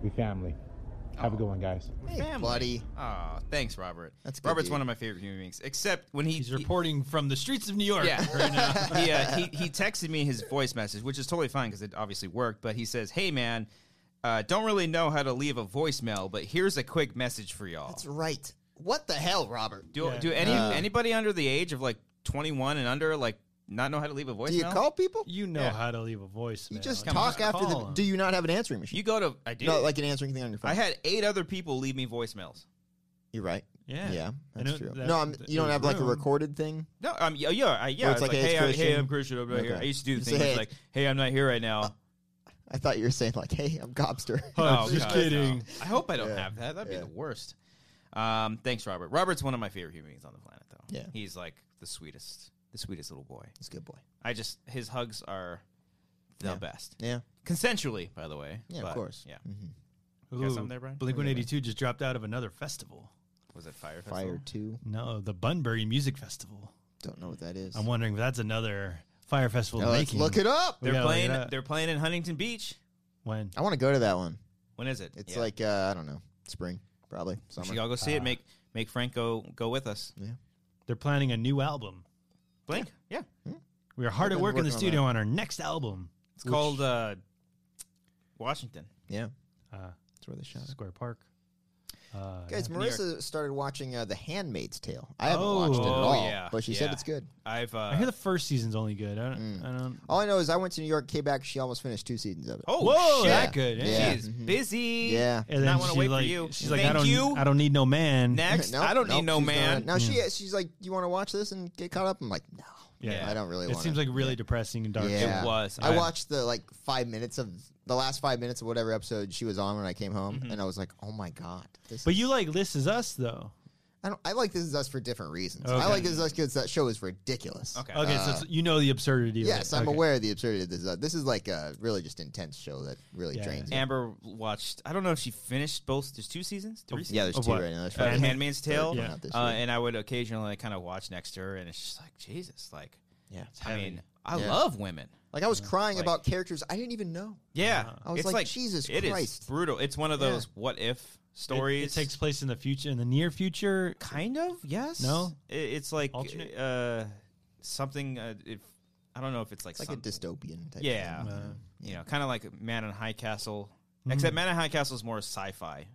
S10: we family. Have
S2: Oh.
S10: a good one, guys.
S1: Hey,
S2: Family.
S1: buddy.
S2: Oh, thanks, Robert.
S1: That's good,
S2: Robert's
S1: dude.
S2: one of my favorite human beings, except when he
S3: He's
S2: he-
S3: reporting from the streets of New York.
S2: Yeah, right now. he, uh, he he texted me his voice message, which is totally fine because it obviously worked. But he says, "Hey man, uh, don't really know how to leave a voicemail, but here's a quick message for y'all.
S1: That's right. What the hell, Robert?
S2: do
S3: Yeah.
S2: do any
S1: Uh.
S2: anybody under the age of like 21 and under like not know how to leave a voicemail?
S1: Do you call people?
S3: You know
S2: Yeah.
S3: how to leave a voice.
S1: You just
S2: Come
S1: talk
S2: on,
S1: after the.
S3: call 'em.
S1: Do you not have an answering machine?
S2: You go to I did.
S1: no, like an answering thing on your phone.
S2: I had eight other people leave me voicemails.
S1: You're right.
S3: Yeah.
S1: Yeah,
S3: I
S1: that's
S3: know
S1: true.
S3: that-
S1: no, I'm,
S3: that
S1: you don't
S3: there's
S1: have like a
S3: room.
S1: recorded thing.
S2: No, um, yeah, yeah, I, yeah.
S1: Where
S2: it's
S1: it's
S2: like,
S1: like, "Hey,
S2: hey, I'm,
S1: it's
S2: hey,
S1: Christian."
S2: I'm Christian. I'm right here.
S1: Okay.
S2: I used to do the
S1: Say,
S2: thing. where
S1: "Hey."
S2: It's like, hey, I'm not here right now.
S1: I thought you were saying like, "Hey, I'm Gobster."
S3: Oh,
S2: Oh,
S3: just
S2: God,
S3: kidding.
S2: no. I hope I don't
S1: Yeah.
S2: have that. That'd
S1: Yeah.
S2: be the worst. Um, thanks, Robert. Robert's one of my favorite human beings on the planet, though.
S1: Yeah.
S2: he's like the sweetest, the sweetest little boy.
S1: It's a good boy.
S2: I just his hugs are the
S1: Yeah.
S2: best,
S1: Yeah,
S2: consensually, by the way.
S1: yeah,
S2: but,
S1: of course.
S2: Yeah,
S1: hmm
S2: You got
S3: Ooh,
S2: something there, Brian?
S3: Blink One Eighty Two just dropped out of another festival.
S2: Was it Fire? Festival?
S3: Oh,
S1: Fire two.
S3: No, the Bunbury Music Festival.
S1: Don't know what that is.
S3: I'm wondering if that's another fire festival
S1: Oh, let's
S3: making.
S1: look it up.
S3: We
S2: They're
S3: gotta look it
S2: playing.
S3: up.
S2: They're playing in Huntington Beach.
S3: when
S1: I want to go to that one.
S2: When is it?
S1: It's
S2: Yeah.
S1: like uh, I don't know, spring probably.
S2: we
S1: Summer. Ah.
S2: should all go see it. Make make Frank go go with us.
S3: they're planning a new album.
S2: Blink. Yeah,
S3: We are hard
S1: They've
S3: at
S1: been
S3: work in the
S1: working on
S3: studio on, our next album.
S2: it's called uh, Washington.
S1: Yeah,
S3: uh,
S1: that's where they shot it.
S3: Square Park. Uh,
S1: Guys,
S2: New York.
S1: Marissa started watching uh, The Handmaid's Tale. I haven't
S3: Oh.
S1: watched it at
S2: Oh,
S1: all,
S2: yeah,
S1: but she said
S2: yeah.
S1: it's good.
S2: I've. Uh,
S3: I hear the first season's only good. I don't.
S1: Mm.
S3: I don't
S1: All I know is I went to New York, came back, she almost finished two seasons of it.
S2: oh,
S3: Whoa,
S2: shit.
S3: that good. eh?
S2: She
S1: Yeah.
S2: is
S1: Mhm.
S2: busy.
S1: Yeah.
S3: And
S2: Not
S3: then
S2: wanna
S3: she
S2: wait for
S3: like,
S2: you.
S3: She's like, I
S2: Thank
S3: don't.
S2: you.
S3: I don't need no man.
S2: Next,
S1: Nope,
S2: I don't
S1: nope,
S2: need no
S1: she's not-
S2: man.
S1: No, she she's like, you want to watch this and get caught up? I'm like, no,
S3: Yeah.
S1: I don't really.
S3: It
S1: want
S3: seems like really depressing and dark.
S1: Yeah.
S2: It was. Uh,
S1: I
S2: I-
S1: watched the like five minutes of the last five minutes of whatever episode she was on when I came home,
S2: Mm-hmm.
S1: and I was like, oh my god. This
S3: But
S1: is-
S3: you like This Is Us though.
S1: I don't. I like This Is Us for different reasons.
S3: Okay.
S1: I like This Is Us because that show is ridiculous.
S2: Okay.
S3: Okay, so
S1: Uh,
S3: it's- you know the absurdity. of
S1: Yes,
S3: it.
S1: I'm
S3: Okay.
S1: aware of the absurdity of This Is Us. This is like a really just intense show that really
S3: Yeah.
S1: drains. you.
S2: Amber watched. I don't know if she finished both. There's two seasons. Three seasons.
S1: Oh, Yeah, there's
S3: Of
S1: two
S3: what?
S1: right now. There's
S2: Uh,
S1: probably the
S2: Handmaid's
S1: third
S2: Tale.
S1: one
S3: Yeah.
S1: out this
S2: Uh,
S1: week.
S2: and I would occasionally kind of watch next to her, and it's just like Jesus. Like,
S1: yeah.
S2: I mean, I
S1: Yeah.
S2: love women.
S1: Like I was crying
S2: Mm, like-
S1: about characters I didn't even know.
S2: Yeah,
S3: Uh-huh.
S1: I was
S2: it's
S1: like,
S2: like,
S1: Jesus
S2: it is
S1: Christ.
S2: brutal. It's one of
S1: Yeah.
S2: those what if
S3: It-
S2: stories.
S3: It, takes place in the future, in the near future.
S2: kind of yes.
S3: No?
S2: I- it's like
S3: Alternate?
S2: uh, something. Uh, if I don't know if it's like
S1: It's like
S2: some-
S1: a dystopian type.
S2: Yeah.
S1: thing.
S3: Uh,
S2: you know, kind of like Man in High Castle, except Man in High Castle is more sci-fi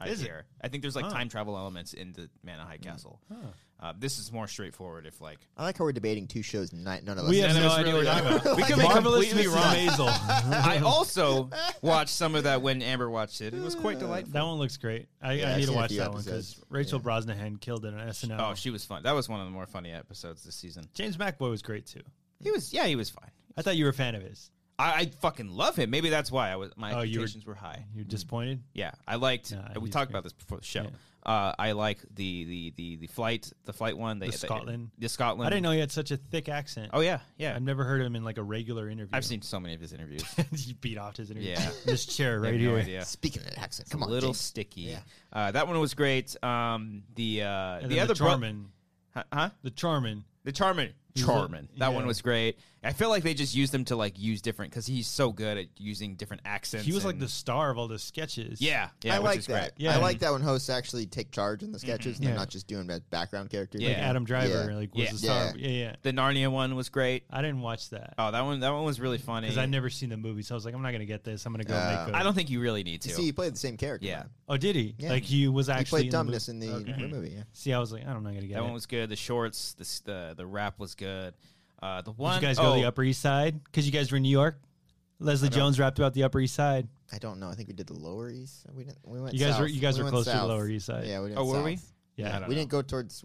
S2: I
S3: Mm-hmm. Is it?
S2: hear. I think there's like
S3: Huh. Mm.
S2: time travel elements in the Man in High Castle.
S3: Huh.
S2: Uh, this is more straightforward. If like
S1: I like how we're debating two shows, and ni- none of us.
S3: We have
S2: None
S3: no
S2: of us
S3: idea
S2: really
S3: what we're talking about.
S2: We could be
S3: Marvelous
S2: completely
S3: Mrs.
S2: wrong.
S3: Maisel.
S2: I also watched some of that when Amber watched it. It was
S3: Uh,
S2: quite delightful.
S3: That one looks great. I,
S1: Yeah,
S3: I
S1: I've
S3: need to
S1: seen a
S3: watch
S1: few
S3: that one
S1: episodes.
S3: because Rachel Brosnahan killed it on SNL.
S2: Oh, she was fun. That was one of the more funny episodes this season.
S3: James McAvoy was great too.
S2: He was, yeah, he was fine.
S3: I thought you were a fan of his.
S2: I, I fucking love him. Maybe that's why I was my
S3: Oh, you were-
S2: expectations were high.
S3: You're disappointed.
S2: Yeah, I liked.
S3: Nah,
S2: we
S3: he's
S2: talked
S3: great.
S2: about this before the show. Uh, I like the, the the the flight, the flight one, they,
S3: The Scotland.
S2: the Scotland.
S3: I didn't know he had such a thick accent.
S2: Oh yeah, yeah.
S3: I've never heard him in like a regular interview.
S2: I've seen so many of his interviews.
S3: he beat off his interview.
S2: Yeah.
S3: this
S2: I
S3: chair right
S2: have
S3: here.
S2: no idea.
S1: Speaking of that accent, come
S2: a
S1: on,
S2: little
S1: James.
S2: sticky.
S1: Yeah.
S2: Uh, that one was great. Um, the uh,
S3: And
S2: the
S3: then
S2: other
S3: the
S2: bro-
S3: Charmin.
S2: huh? huh?
S3: the Charmin.
S2: The Charmin.
S3: He's a-
S2: Charmin. That one
S3: yeah.
S2: was great. I feel like they just used him to like use different because he's so good at using different accents.
S3: He was like
S2: and-
S3: the star of all the sketches.
S2: Yeah, yeah.
S1: I
S2: which
S1: like
S2: is
S1: that.
S2: Great. Mm-hmm.
S3: Yeah.
S1: I like that when hosts actually take charge in the sketches and
S3: Yeah.
S1: they're not just doing bad background characters.
S2: Yeah.
S3: Like Adam Driver,
S1: Yeah.
S3: like was
S2: Yeah.
S3: the star.
S1: Yeah.
S3: of- Yeah. yeah,
S2: The Narnia one was great.
S3: I didn't watch that
S2: Oh, that one. That one was really funny.
S3: because I've never seen the movie, so I was like, I'm not gonna get this. I'm gonna go
S1: Uh,
S3: make. A-
S2: I don't think you really need to.
S1: You see, he played the same character.
S2: Yeah.
S1: man.
S3: Oh, did he?
S1: Yeah.
S3: Like he was
S1: he
S3: actually
S1: played
S3: in the
S1: dumbness
S3: movie?
S1: in the
S3: Okay.
S1: movie. Yeah.
S3: See, I was like, I don't know, I'm gonna get
S2: that
S3: it.
S2: one was good. The shorts. The s- the, the rap was good. Uh, the
S3: Did
S2: one.
S3: you guys go to the
S2: oh,
S3: Upper East Side? Because you guys were in New York. Leslie Jones rapped about the Upper East Side.
S1: I don't know. I think we did the Lower East. We didn't. We went.
S3: You guys were-
S1: south.
S3: you guys
S1: We
S3: were
S1: went
S3: close to the
S1: south.
S3: Lower East Side.
S1: Yeah, we didn't.
S2: Oh, were we?
S1: south.
S3: Yeah,
S2: I don't
S1: We
S2: know.
S1: didn't go towards.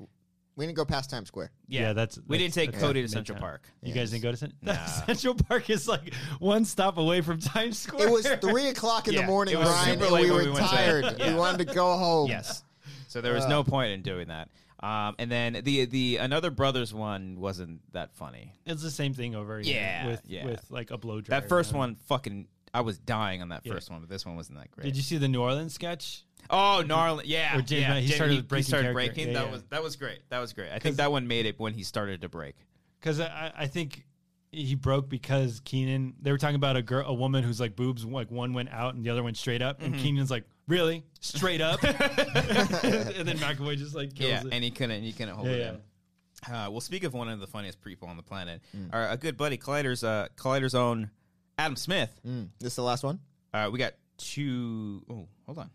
S1: We didn't go past Times Square.
S2: Yeah,
S3: Yeah, that's-
S2: we didn't
S3: that's-
S2: take
S3: that's
S2: Cody to
S3: Midtown.
S2: Central Park.
S3: You
S1: Yeah,
S3: guys didn't go to Cent-
S2: Nah.
S3: Central Park. Is like one stop away from Times Square.
S1: It was three o'clock in
S2: Yeah,
S1: the morning,
S2: it was
S1: Ryan,
S2: super
S1: and
S2: late
S1: we
S2: when
S1: were
S2: we went to-
S1: tired.
S2: Yeah.
S1: We wanted to go home.
S2: Yes. So there was no point in doing that. Um, and then the the another brothers one wasn't that funny.
S3: It's the same thing over again.
S2: Yeah,
S3: with
S2: yeah.
S3: with like a blow dryer.
S2: That first
S3: man.
S2: one, fucking, I was dying on that
S3: Yeah.
S2: first one, but this one wasn't that great.
S3: Did you see the New Orleans sketch?
S2: Oh, Narlan, yeah,
S3: Or James
S2: yeah.
S3: Matt- he
S2: James-
S3: started breaking
S2: started
S3: character.
S2: breaking.
S3: Yeah,
S2: that
S3: yeah.
S2: was that was great. That was great. I
S3: 'Cause-
S2: think that one made it when he started to break.
S3: Because I, I- I think he broke because Keenan. They were talking about a girl, a woman who's like boobs, like one went out and the other went straight up, and
S1: Mm-hmm.
S3: Keenan's like, "Really, straight up?" and then McAvoy just like kills
S2: yeah,
S3: it.
S2: and he couldn't he couldn't hold
S3: Yeah,
S2: it
S3: yeah.
S2: in. Uh, well, speak of one of the funniest people on the planet,
S1: Hmm.
S2: our a good buddy Collider's uh, Collider's own Adam Smith.
S1: Mm. This is the last one.
S2: Uh, we got two oh hold on.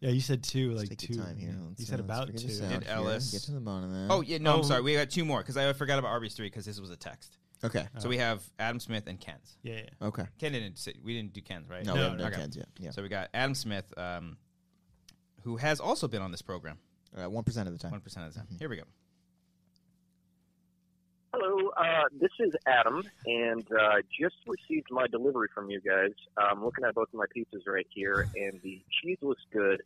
S3: yeah, you said two, like
S1: Take
S3: two.
S1: your time here.
S3: yeah.
S1: Let's,
S3: You said
S1: uh, let's
S3: about
S1: figure
S3: two.
S1: this out
S2: Did
S1: here.
S2: Ellis-
S1: Get to the bottom of that.
S2: Oh yeah, no,
S3: Oh.
S2: I'm sorry. We got two more because I forgot about Arby's three because this was a text.
S1: Okay.
S3: Oh.
S2: So we have Adam Smith and Ken's.
S3: Yeah, yeah.
S1: Okay.
S2: Ken didn't. Sit, we didn't do Ken's, right?
S1: No, we haven't done
S2: Okay.
S1: Ken's yet. Yeah.
S2: So we got Adam Smith, um, who has also been on this program
S1: Uh, One percent of the
S2: one
S1: time.
S2: percent of the time. Here we go.
S7: Hello, uh, this is Adam, and uh, just received my delivery from you guys. I'm looking at both of my pizzas right here, and the cheese looks good.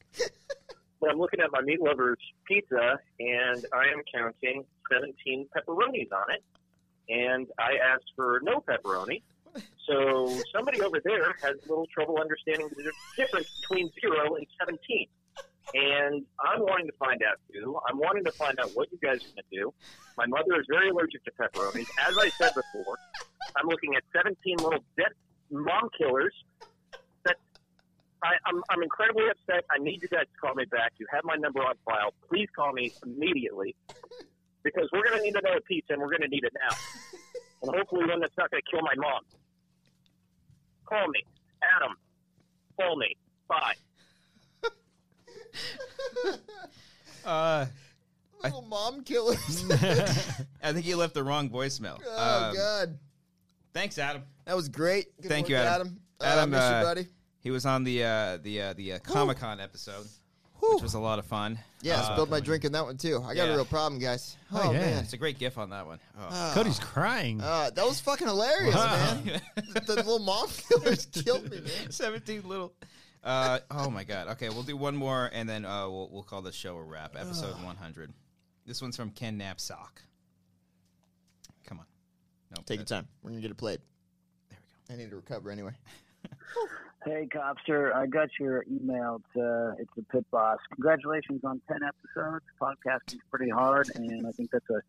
S7: but I'm looking at my meat lover's pizza, and I am counting 17 pepperonis on it, and I asked for no pepperoni. So somebody over there has a little trouble understanding the difference between zero and 17. And I'm wanting to find out too. I'm wanting to find out what you guys are going to do. My mother is very allergic to pepperonis. As I said before, I'm looking at 17 little death mom killers. That I, I'm, I'm incredibly upset. I need you guys to call me back. You have my number on file. Please call me immediately because we're going to need another pizza and we're going to need it now. And hopefully, one that's not going to kill my mom. Call me, Adam. Call me. Bye.
S2: Uh,
S1: Little mom killers.
S2: I think he left the wrong voicemail.
S1: Oh
S2: Um,
S1: God,
S2: Thanks, Adam.
S1: that was great. Good
S2: Thank
S1: work,
S2: you, Adam.
S1: Uh,
S2: Adam,
S1: miss you,
S2: uh,
S1: buddy.
S2: He was on the uh, the uh, the uh, Comic Con episode, which was a lot of fun.
S1: Yeah,
S2: Uh,
S1: I spilled my drink in that one too. I got
S2: yeah.
S1: a real problem, guys.
S3: Oh,
S1: Oh,
S3: yeah.
S1: man,
S2: it's a great gif on that one. Oh.
S1: Ah.
S3: Cody's crying.
S1: Uh, that was fucking hilarious, man. the little mom killers killed me, man.
S2: Seventeen little. Uh, oh my god. Okay, we'll do one more, and then uh, we'll we'll call this show a wrap. Episode one hundred. This one's from Ken Knapsack. Come on. No,
S1: Take your time. We're gonna get it played.
S2: There we go.
S1: I need to recover anyway.
S8: Hey, Copster, I got your email. To, it's the Pit Boss. Congratulations on 10 episodes. Podcasting's pretty hard, and I think that's a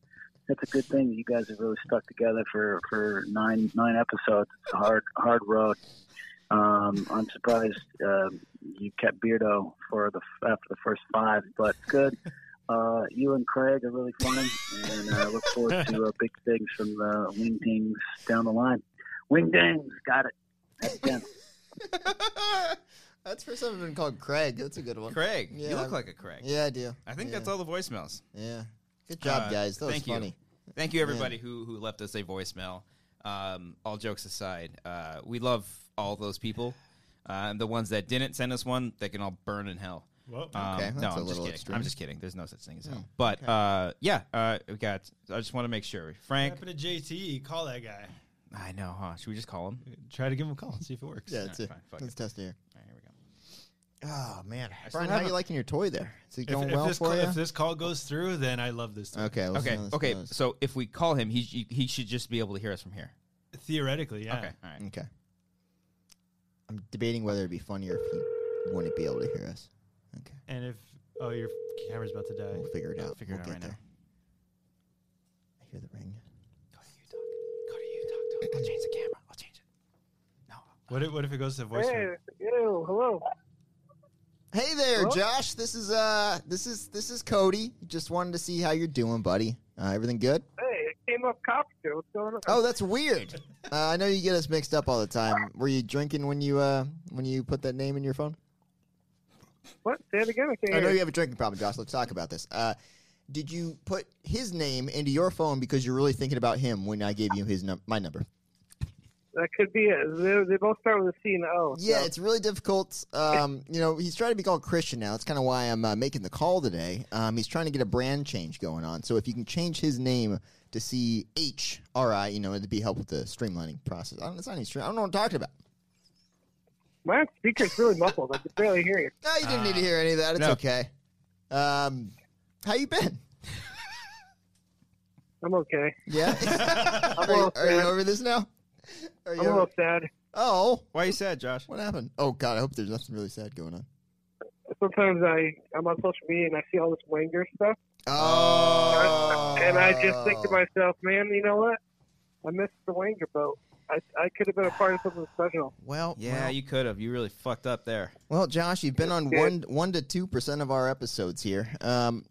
S8: that's a good thing. You guys have really stuck together for, for nine nine episodes. It's a hard hard road. Um, I'm surprised uh, you kept Beardo for the after the first five, but good. Uh, you and Craig are really funny, and I look forward to uh, big things from the Wing Dings down the line. Wing Dings, got it. That's 10.
S1: That's for something been called Craig. That's a good one.
S2: Craig.
S1: Yeah,
S2: you
S1: I'm-
S2: look like a Craig.
S1: Yeah, I do.
S2: I think
S1: Yeah.
S2: that's all the voicemails.
S1: Yeah. Good job,
S2: Uh,
S1: guys. That was
S2: thank
S1: funny.
S2: You. Thank you,
S1: Yeah.
S2: everybody who who left us a voicemail. Um, all jokes aside, uh, we love all those people. Uh, and the ones that didn't send us one, they can all burn in hell.
S3: Whoa.
S2: Um,
S1: Okay, that's
S2: no,
S1: a
S2: I'm just
S1: little
S2: kidding.
S1: extreme. Hmm,
S2: I'm just kidding. There's no such thing as hell. but uh, yeah, uh, we got. I just want to make sure, Frank.
S3: Happened to JT. Call that guy.
S2: I know, huh? Should we just call him?
S3: Try to give him a call and see if it works.
S1: Yeah, that's
S2: Alright,
S1: it.
S2: fine, fuck
S1: Let's
S2: it.
S1: test here.
S2: All right, here we go.
S1: Oh man,
S2: still
S1: Brian, how are
S2: have a-
S1: you liking your toy there? Is it
S3: If,
S1: going
S3: if
S1: well
S3: this
S1: for
S3: call,
S1: you?
S3: if this call goes through, then I love this. Toy.
S1: okay. we'll see
S2: Okay,
S1: how this
S2: okay.
S1: goes.
S2: So if we call him, he he should just be able to hear us from here.
S3: Theoretically, yeah.
S2: Okay, all right.
S1: Okay. I'm debating whether it'd be funnier if he wouldn't be able to hear us. Okay.
S3: And if oh your camera's about to die.
S1: We'll figure it
S2: I'll
S1: out.
S2: figure it
S1: we'll
S2: out right
S1: get
S2: now.
S1: there. I hear the ring.
S2: Go to you, talk. Go to you, talk to him. I'll change the camera. I'll change it. No,
S3: What if, what if it goes to voicemail?
S6: Hey, ew, hello.
S1: Hey there,
S6: Hello?
S1: Josh. This is uh, this is this is Cody. Just wanted to see how you're doing, buddy. Uh, everything good?
S6: Hey, it came up cops here. What's going on?
S1: Oh, that's weird. Uh, I know you get us mixed up all the time. Were you drinking when you uh when you put that name in your phone?
S6: What? Say it again. I
S1: I
S6: can't
S1: know
S6: hear
S1: you
S6: you.
S1: have a drinking problem, Josh. Let's talk about this. Uh, did you put his name into your phone because you're really thinking about him when I gave you his num- my number?
S6: That could be it. They, they both start with a C and an O.
S1: Yeah,
S6: so-
S1: it's really difficult. Um, you know, he's trying to be called Christian now. That's kind of why I'm uh, making the call today. Um, he's trying to get a brand change going on. So if you can change his name to C H R I, you know, it'd be helpful to streamlining process. I don't, it's not any stream. I don't know what I'm talking about.
S6: my speaker's really muffled. I can barely hear you.
S1: No, you didn't
S6: Ah,
S1: need to hear any of that. It's
S2: no.
S1: okay. Um, how you been?
S6: I'm okay.
S1: Yeah. are, you,
S6: little
S1: are you
S6: sad.
S1: over this now? Are
S6: I'm
S1: you?
S6: a
S1: Over,
S6: little sad.
S1: oh,
S2: Why are you sad, Josh?
S1: what happened? Oh God, I hope there's nothing really sad going on.
S6: Sometimes I I'm on social media and I see all this Wanger stuff,
S1: Oh.
S6: and I just think to myself, man, you know what? I missed the Wanger boat. I I could have been a part of something special.
S1: Well,
S2: Yeah,
S1: Oh, well,
S2: you could have. You really fucked up there.
S1: Well, Josh, you've been on
S6: Yeah.
S1: one one to two percent of our episodes here. Um,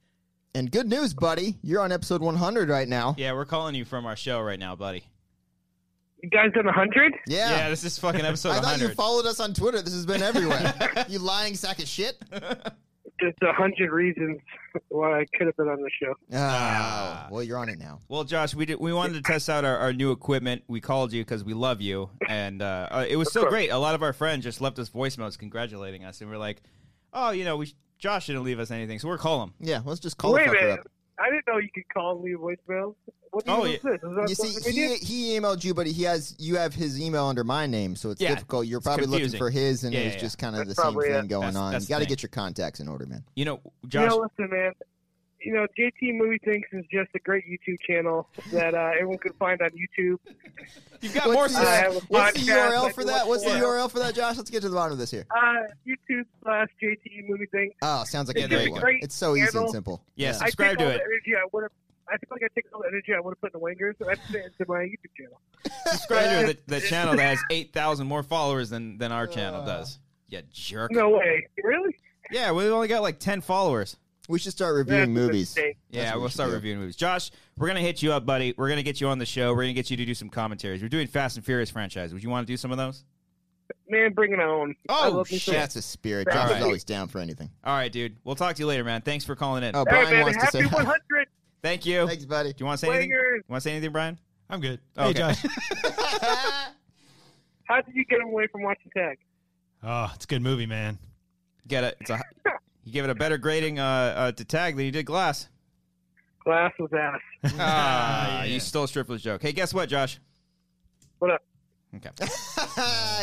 S1: and good news, buddy, you're on episode 100 right now.
S2: Yeah, we're calling you from our show right now, buddy.
S6: You guys done a hundred?
S1: Yeah.
S2: Yeah, this is fucking episode
S1: I thought you
S2: 100.
S1: followed us on Twitter. This has been everywhere. you lying sack of shit.
S6: Just a hundred reasons why I could have been on the show.
S2: Ah.
S1: Oh, well, you're on it now.
S2: well, Josh, we did, we wanted to test out our, our new equipment. We called you because we love you, and uh, uh, it was so
S6: course.
S2: great. A lot of our friends just left us voicemails congratulating us, and we're like, oh, you know, we sh- Josh didn't leave us anything, so we're calling him.
S1: Yeah, let's just call
S6: Wait a
S1: the fucker
S6: minute.
S1: up.
S6: I didn't know you could call and leave voicemails. What
S2: Oh,
S6: oh, is
S2: yeah.
S6: this? Is that
S1: You
S6: social
S1: see,
S6: media?
S1: he he emailed you, but he has you have his email under my name, so it's
S2: Yeah,
S1: difficult. You're
S2: it's
S1: probably
S2: confusing.
S1: looking for his, and
S2: Yeah,
S1: it was
S2: yeah, yeah.
S1: just kind of the
S6: That's
S1: same
S6: probably
S1: thing
S6: it.
S1: going
S2: That's-
S1: on.
S2: that's
S1: you
S2: the
S1: got to
S2: thing.
S1: get your contacts in order, man.
S2: You know, Josh,
S6: You know, listen, man. You know, JT Movie Thinks is just a great YouTube channel that uh, everyone can find on YouTube.
S2: you've got
S1: What's
S2: more.
S1: the,
S6: I
S2: stuff.
S6: have a
S1: What's the
S6: podcast I
S1: URL
S6: can
S1: for that?
S6: watch
S1: What's the
S6: for.
S1: URL for that, Josh? Let's get to the bottom of this here.
S6: Uh, YouTube slash JT Movie Thinks.
S1: Oh, sounds like
S2: It's
S1: a
S2: just
S1: great
S2: a
S1: one.
S6: great
S1: It's so easy and
S6: handle.
S1: simple.
S2: Yeah,
S6: I
S2: Subscribe
S6: take
S2: to
S6: all
S2: it.
S6: The energy I would have. I feel like I take all the energy I would have put in the wingers, and I put it into my YouTube channel.
S2: subscribe to the, the channel that has 8,000 more followers than, than our channel does. Yeah, jerk.
S6: No way, really?
S2: Yeah, we only got like 10 followers.
S1: We should start
S6: That's a
S1: reviewing movies.
S6: mistake.
S1: That's
S2: Yeah,
S1: what
S2: we'll
S1: we should
S2: start
S1: do.
S2: reviewing movies. Josh, we're gonna hit you up, buddy. We're gonna get you on the show. We're gonna get you to do some commentaries. We're doing Fast and Furious franchise. Would you want to do some of those?
S6: Man, bring it on. I
S2: Oh
S6: love me some-
S2: shit!
S1: That's a spirit.
S6: All
S1: Josh
S2: right.
S1: is always down for anything.
S2: All right, dude. We'll talk to you later, man. Thanks for calling in.
S1: Oh,
S6: Hey,
S1: Brian
S6: man,
S1: wants to say
S6: happy 100
S2: Thank you.
S1: Thanks, buddy.
S2: Do you want to say anything? You
S6: wingers.
S2: want to say anything, Brian?
S3: I'm good.
S2: Okay.
S3: Hey Josh.
S6: How did you get him away from watching tag?
S3: oh, it's a good movie, man.
S2: Get it. It's a. You gave it a better grading uh, uh, to tag than you did glass.
S6: Glass was ass.
S2: Ah, you stole Stripler's joke. Hey, guess what, Josh?
S6: What up?
S2: Okay.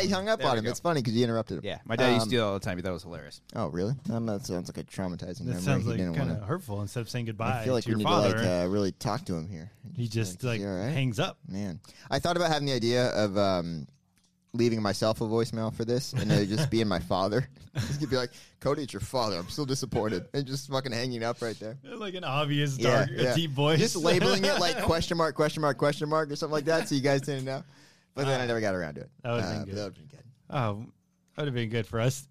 S1: he hung up
S2: There
S1: on
S2: we
S1: him.
S2: go.
S1: It's funny because you interrupted him.
S2: Yeah, my dad used
S1: Um,
S2: to do that all the time. He thought it was hilarious.
S1: Oh, really? Um, that sounds like a traumatizing
S3: That
S1: memory.
S3: sounds
S1: he
S3: like
S1: didn't
S3: kind
S1: want
S3: of
S1: to.
S3: hurful. Instead of saying goodbye
S1: I feel like
S3: to
S1: we
S3: your
S1: need
S3: father,
S1: to like uh, really talk to him here.
S3: he just like,
S1: is he all right?
S3: hangs up.
S1: Man, I thought about having the idea of um, leaving myself a voicemail for this, and it just being my father. Just could be like, "Cody, it's your father. I'm still disappointed," and just fucking hanging up right there.
S3: Like an obvious
S1: Yeah,
S3: dark,
S1: yeah.
S3: deep voice.
S1: Just labeling it like question mark, question mark, question mark, or something like that, so you guys didn't know. But then I never got around to it. Uh,
S3: that would've
S1: but
S3: been good.
S1: That would have been good.
S3: Oh, that would have been good for us,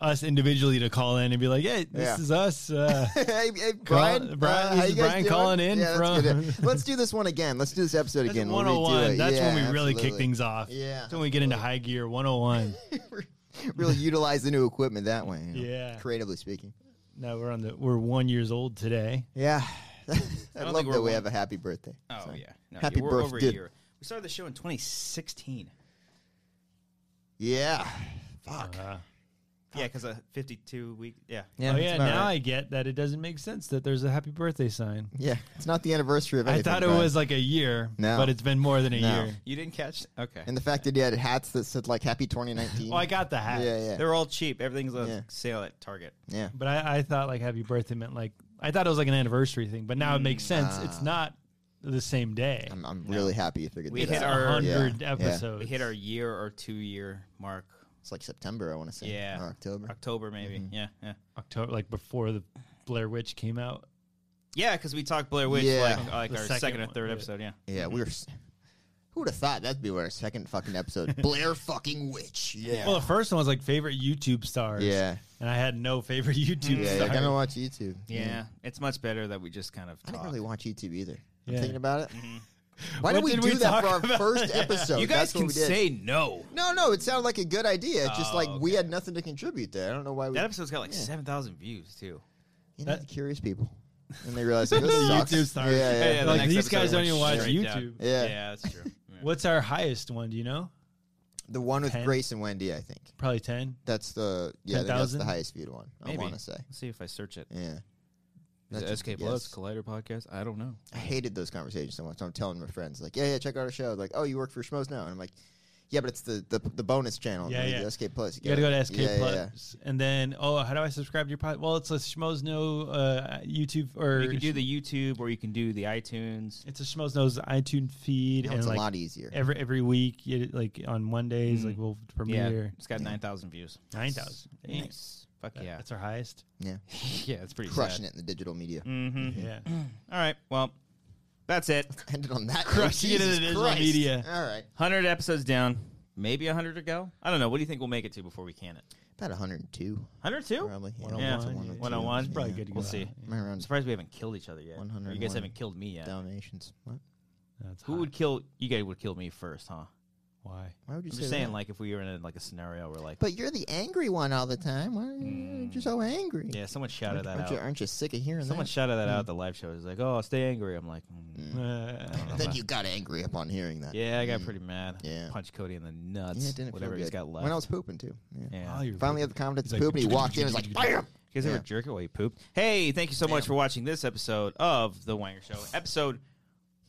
S3: us individually to call in and be like, "Hey, this
S1: Yeah.
S3: is us." Uh,
S1: hey, hey, Brian. uh,
S3: Brian, this
S1: how
S3: is
S1: you guys
S3: Brian
S1: doing?
S3: calling in
S1: yeah,
S3: from-
S1: That's good. Let's do this one again. Let's do this episode
S3: that's
S1: again. We'll redo
S3: 101.
S1: it.
S3: That's
S1: yeah,
S3: when we really
S1: absolutely.
S3: kick things off.
S1: Yeah,
S3: oh that's when we get into high gear. 101.
S1: really utilize the new equipment that way. you know,
S3: Yeah.
S1: Creatively speaking.
S3: Now we're on the we're one years old today.
S1: Yeah. I
S2: don't
S1: love
S2: think
S1: that
S2: we're
S1: we
S2: one-
S1: have a happy birthday.
S2: Oh
S1: So,
S2: yeah, no,
S1: happy
S2: yeah, we're
S1: birthday.
S2: Over a year. We started the show in 2016.
S1: Yeah. Fuck.
S3: Uh,
S2: Yeah, because a 52 week. Yeah,
S3: oh
S1: that's
S3: yeah,
S1: about
S3: now
S1: right.
S3: I get that it doesn't make sense that there's a happy birthday sign.
S1: Yeah, it's not the anniversary of
S3: I
S1: anything.
S3: thought it
S1: Brian.
S3: was like a year,
S1: No.
S3: but it's been more than a
S1: No.
S3: year.
S2: you didn't catch. Okay,
S1: And the fact that he had hats that said like Happy 2019.
S3: Oh, I got the hat.
S1: Yeah, yeah,
S2: they're all cheap. Everything's on
S1: Yeah.
S2: sale at Target.
S1: yeah.
S3: But I, I thought like happy birthday meant like I thought it was like an anniversary thing, but now it makes sense. it's
S1: Ah.
S3: not the same day.
S1: I'm, I'm really happy you figured
S2: We
S1: that
S2: hit
S1: out.
S2: our-
S3: A hundred
S1: Yeah, yeah.
S3: episodes.
S2: We hit our year or two year mark.
S1: It's like September, I want to say.
S2: Yeah.
S1: Or October.
S2: October maybe.
S1: Mm-hmm.
S2: Yeah, yeah,
S3: October like before the Blair Witch came out.
S2: yeah. Because we talked Blair Witch
S1: Yeah.
S2: like, like
S3: The
S2: our
S3: second
S2: second, or
S3: one,
S2: third
S3: yeah.
S2: episode. Yeah.
S1: Yeah, we were. s- Who would have thought that'd be our second fucking episode? Blair fucking Witch. Yeah.
S3: Well, the first one was like favorite YouTube stars.
S1: yeah.
S3: And I had no favorite
S1: Yeah.
S3: YouTube
S1: Like, I
S3: stars.
S1: don't watch YouTube.
S2: yeah, It's much better that we just kind of.
S1: I
S2: Talk.
S1: didn't really watch YouTube either. I'm
S3: Yeah.
S1: thinking about it. Why
S3: What
S1: did we
S3: did
S1: do
S3: we
S1: that for
S3: talk
S1: our
S3: about?
S1: first episode?
S2: you guys
S1: That's what
S2: can
S1: we did.
S2: say no.
S1: No, no, it sounded like a good idea. It's just
S2: Oh,
S1: like we
S2: okay.
S1: had nothing to contribute there. I don't know why we.
S2: That episode's got like
S1: Yeah.
S2: seven thousand views too.
S1: you know,
S3: that-
S1: curious people, and they realized like, this
S3: The
S1: sucks.
S3: YouTube stars.
S1: Yeah, yeah,
S2: Yeah, the
S3: like
S2: next
S3: these
S2: episode
S3: guys don't
S2: went
S3: even watch
S2: straight
S3: YouTube.
S2: down.
S1: yeah.
S2: that's true. Yeah.
S3: What's our highest one? Do you know?
S1: The one with
S3: 10?
S1: Grace and Wendy, I think.
S3: Probably ten.
S1: That's the yeah. I think that's
S3: 10,000?
S1: the highest viewed one. I
S2: Maybe.
S1: want to say
S2: Let's see if I search it.
S1: yeah.
S2: Is
S1: That's
S2: it
S1: a
S2: SK
S1: good
S2: Plus
S1: guess.
S2: Collider podcast? I don't know.
S1: I hated those conversations so much. I'm telling my friends like, yeah, yeah, check out our show. Like, oh, you work for Schmoes now, and I'm like, yeah, but it's the the, the bonus channel.
S3: Yeah,
S1: like,
S3: yeah.
S1: The SK Plus.
S3: You got to go to SK
S1: Yeah, yeah,
S3: Plus,
S1: yeah.
S3: and then oh, how do I subscribe to your podcast? Well, it's a Schmoes No uh, YouTube or
S2: You can do the YouTube or you can do the iTunes.
S3: it's a Schmoes No's iTunes feed,
S1: Now
S3: and
S1: it's
S3: like
S1: a lot easier.
S3: every every week, you, like on Mondays,
S2: Mhm.
S3: like we'll
S2: Yeah,
S3: premiere
S2: it's got nine thousand views.
S3: nine thousand.
S2: Nice. Fuck yeah.
S3: that's our highest.
S2: yeah, it's pretty
S1: Crushing it in the digital media.
S3: Mm.
S2: Mm-hmm.
S1: Mm.
S3: Yeah,
S2: All right. Well, that's it.
S1: Ended on that. note.
S3: Crushing it in
S1: Jesus
S3: the digital
S1: Christ.
S3: media.
S1: All right,
S2: Hundred episodes down. Maybe hundred to go. I don't know. What do you think we'll make it to before we can it?
S1: about 102
S2: Hundred two.
S1: probably. Yeah,
S3: oh
S2: Yeah.
S1: it's a 102.
S2: One on one.
S1: Yeah.
S3: probably good to go.
S2: We'll see.
S1: Am I
S2: I'm
S1: around
S2: surprised we haven't killed each other yet. Or you guys
S1: 101.
S2: haven't killed me yet.
S1: Dalmatians? What?
S3: That's
S2: Who
S3: hot.
S2: would kill? You guys would kill me first, huh?
S3: why?
S1: Why would you
S2: I'm
S1: say
S2: just saying,
S1: that?
S2: like, if we were in like a scenario where, like,
S1: But you're the angry one all the time. Why are
S3: Mm.
S1: you you're so angry?
S2: yeah, someone shouted that
S1: aren't, you,
S2: out.
S1: aren't you sick of hearing
S2: Someone
S1: that?
S2: shouted that out
S1: Mm.
S2: at the live show. It was like, "Oh, stay angry." I'm like, mm,
S3: Uh,
S2: I don't know
S1: then
S2: about-
S1: you got angry upon hearing that.
S2: Yeah, I got
S1: Mm.
S2: pretty mad.
S1: Yeah.
S2: Punched Cody in the
S1: Yeah,
S2: nuts.
S1: it didn't
S2: whatever
S1: feel
S2: he's
S1: good.
S2: got left.
S1: When I was pooping too. Yeah.
S2: yeah.
S3: Oh, you're
S1: Finally,
S3: right.
S1: had the confidence
S3: He's like,
S1: pooping. He walked in. and was like, bam.
S2: You guys ever
S1: Yeah.
S2: jerk it while you poop? Hey, thank you so much
S1: Damn.
S2: for watching this episode of The Wanger Show. Episode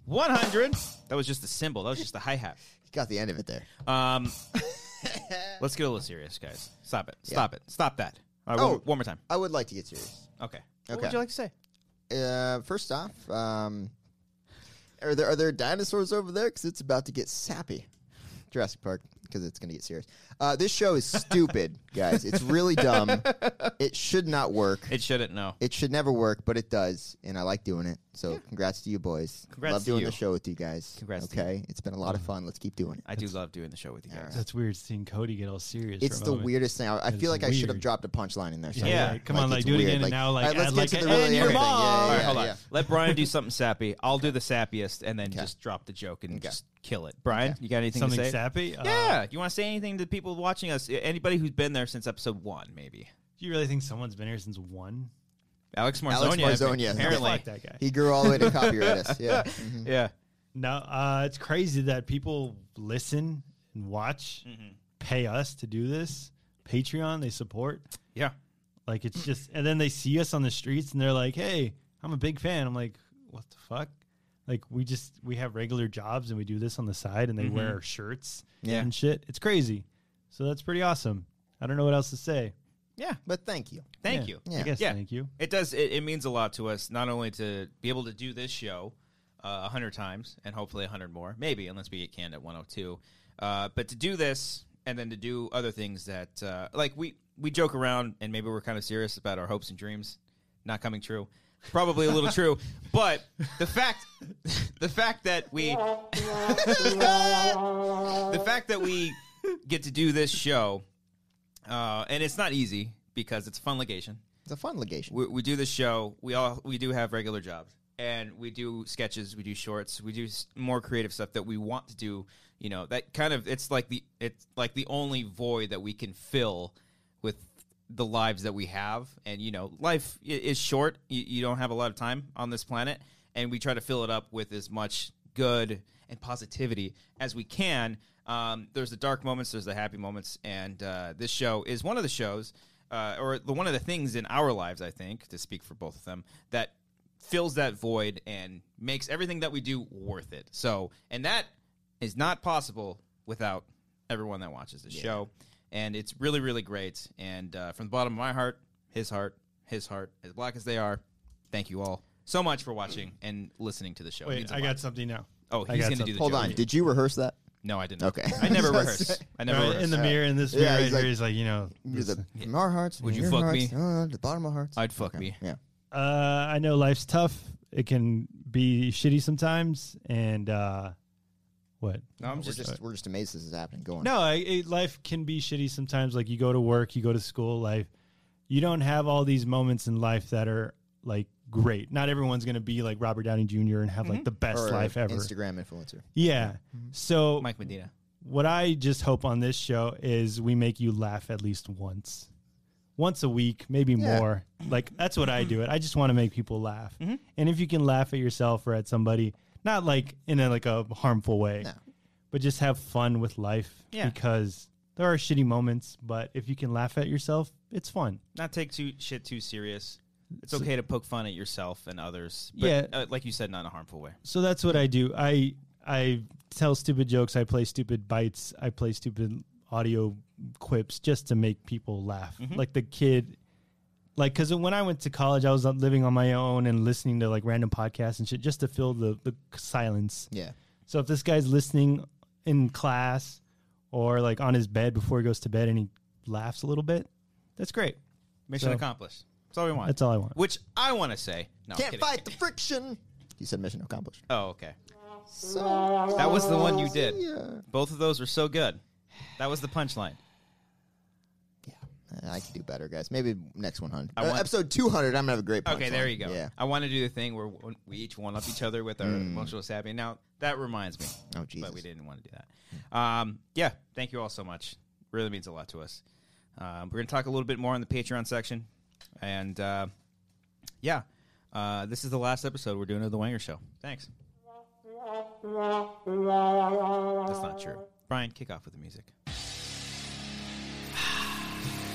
S2: 100. That was just the symbol. That was just the hi-hat.
S1: He got the end of it there.
S2: Um, let's get a little serious, guys. Stop it. Stop it. Stop that. All right,
S1: Oh.
S2: one, one more time.
S1: I would like to get serious.
S2: Okay. What
S1: Okay.
S2: would you like to say?
S1: Uh, first off, um, are there are there dinosaurs over there? Because it's about to get sappy. Jurassic Park, because it's going to get serious. Uh, this show is stupid, guys. It's really dumb. It should not work.
S2: It shouldn't, no.
S1: It should never work, but it does, and I like doing it. So, congrats to you boys.
S2: Congrats
S1: Love
S2: to
S1: doing
S2: you.
S1: the show with you guys.
S2: Congrats to you.
S1: Okay, it's been a lot of fun. Let's keep doing it.
S2: I do love doing the show with you guys.
S3: That's weird seeing Cody get all serious.
S1: It's
S3: for a
S1: the
S3: moment.
S1: weirdest thing. I, I
S3: It's
S1: feel like I should have
S3: weird.
S1: dropped a punchline in there.
S3: Yeah,
S1: somewhere.
S2: like,
S3: come on, like,
S1: it's
S3: do it
S1: weird.
S3: again, and now, like,
S1: all right, let's
S3: add,
S1: get to the
S3: like, an
S1: really
S3: and your
S1: everything. Yeah,
S3: mom.
S1: yeah,
S2: All right,
S1: yeah,
S2: hold on.
S1: yeah.
S2: Let Brian do something sappy. I'll do the sappiest and then just drop the joke and
S1: Okay.
S2: just kill it. Brian, you got anything
S3: Something
S2: to say?
S3: sappy? Uh,
S2: Yeah. You want to say anything to people watching us? Anybody who's been there since episode one, maybe?
S3: Do you really think someone's been here since one?
S2: Alex Marzonia.
S1: Alex Marzonia.
S2: Apparently.
S3: Fuck that guy.
S1: He grew all the way to copyright us. Yeah. Mhm.
S2: Yeah.
S3: No, uh, it's crazy that people listen and watch,
S2: Mm-hmm.
S3: pay us to do this. Patreon, they support.
S2: Yeah.
S3: Like it's just, and then they see us on the streets and they're like, "Hey, I'm a big fan." I'm like, "What the fuck?" Like we just we have regular jobs and we do this on the side and they wear our shirts
S1: Mm-hmm. Yeah.
S3: and shit. It's crazy. So that's pretty awesome. I don't know what else to say.
S2: Yeah.
S1: But thank you.
S2: Thank you.
S3: I
S1: Yeah.
S3: guess
S2: Yeah.
S3: thank you.
S2: It does. It, it means a lot to us, not only to be able to do this show uh, a hundred times and hopefully a hundred more, maybe unless we get canned at one hundred two, uh, but to do this and then to do other things that uh, like we we joke around and maybe we're kind of serious about our hopes and dreams not coming true. Probably a little true, but the fact the fact that we the fact that we get to do this show uh, and it's not easy because it's a fun legation
S1: It's a fun legation.
S2: we, we do the show. We all we do have regular jobs. and we do sketches, we do shorts, we do s- more creative stuff that we want to do. You know, that kind of it's like the it's like the only void that we can fill with the lives that we have. And you know, life i- is short. You, you don't have a lot of time on this planet, and we try to fill it up with as much good and positivity as we can. Um, there's the dark moments, there's the happy moments, and uh, this show is one of the shows. Uh, or the one of the things in our lives, I think, to speak for both of them, that fills that void and makes everything that we do worth it. So, and that is not possible without everyone that watches the show. And it's really, really great. And uh, from the bottom of my heart, his heart, his heart, as black as they are, thank you all so much for watching and listening to the show. It
S3: Wait,
S2: means a
S3: I
S2: lot.
S3: got something now.
S2: Oh,
S3: I
S2: he's gonna
S3: got
S2: do
S3: something.
S2: the
S1: Hold
S2: joke.
S1: on. Did you rehearse that?
S2: No, I didn't.
S1: Okay.
S2: I never rehearse. I never
S3: Right,
S2: rehearse.
S3: in the mirror, in this
S1: Yeah,
S3: mirror, right
S1: he's
S3: here,
S1: like-
S3: he's like, you know,
S1: You're the, from our hearts.
S2: Would
S1: and
S2: you
S1: your
S2: fuck me?
S1: hearts, uh, the bottom of our hearts.
S2: I'd fuck me.
S1: Yeah.
S3: Uh, I know life's tough. It can be shitty sometimes, and uh, what?
S2: No, I'm
S1: we're
S2: just,
S1: just we're just amazed this is happening. Go on.
S3: No, I, it, life can be shitty sometimes. Like you go to work, you go to school, life. You don't have all these moments in life that are like great. Not everyone's gonna be like Robert Downey Jr. and have like the best
S1: Or
S3: life ever.
S1: Instagram influencer.
S3: Yeah. So
S2: Mike Medina.
S3: what I just hope on this show is we make you laugh at least once, once a week, maybe
S1: Yeah. Mm-hmm.
S3: more. Like that's what I do. It. I just want to make people laugh. And if you can laugh at yourself or at somebody, not like in a, like a harmful way,
S1: No.
S3: but just have fun with life.
S2: Yeah.
S3: Because there are shitty moments, but if you can laugh at yourself, it's fun.
S2: Not take too shit too serious. It's okay to poke fun at yourself and others. But,
S3: Yeah.
S2: uh, like you said, not in a harmful way.
S3: So that's what I do. I I tell stupid jokes. I play stupid bites. I play stupid audio quips just to make people laugh. Like the kid, like because when I went to college, I was uh, living on my own and listening to like random podcasts and shit just to fill the the silence.
S1: Yeah.
S3: So if this guy's listening in class or like on his bed before he goes to bed and he laughs a little bit, that's great.
S2: Mission
S3: So-
S2: accomplished. That's all we want.
S3: That's all I want.
S2: Which I want to say. No, I'm
S1: Can't
S2: kidding.
S1: fight the friction. You said mission accomplished.
S2: Oh, okay.
S1: So
S2: That was the one you did.
S1: yeah.
S2: Both of those were so good. That was the punchline.
S1: I can do better, guys. Maybe next 100.
S2: I
S1: Uh,
S2: want-
S1: episode 200, I'm going to have a great
S2: Okay, there
S1: punchline.
S2: you go.
S1: Yeah. Mm.
S2: I want to do the thing where w- we each one up each other with our emotional savvy. Now that reminds me.
S1: Oh, Jesus.
S2: But we didn't want to do that. Um, yeah, thank you all so much. Really means a lot to us. Um, we're going to talk a little bit more on the Patreon section, and uh, yeah, uh, this is the last episode we're doing of the Wanger Show. Thanks. That's not true. Brian, kick off with the music.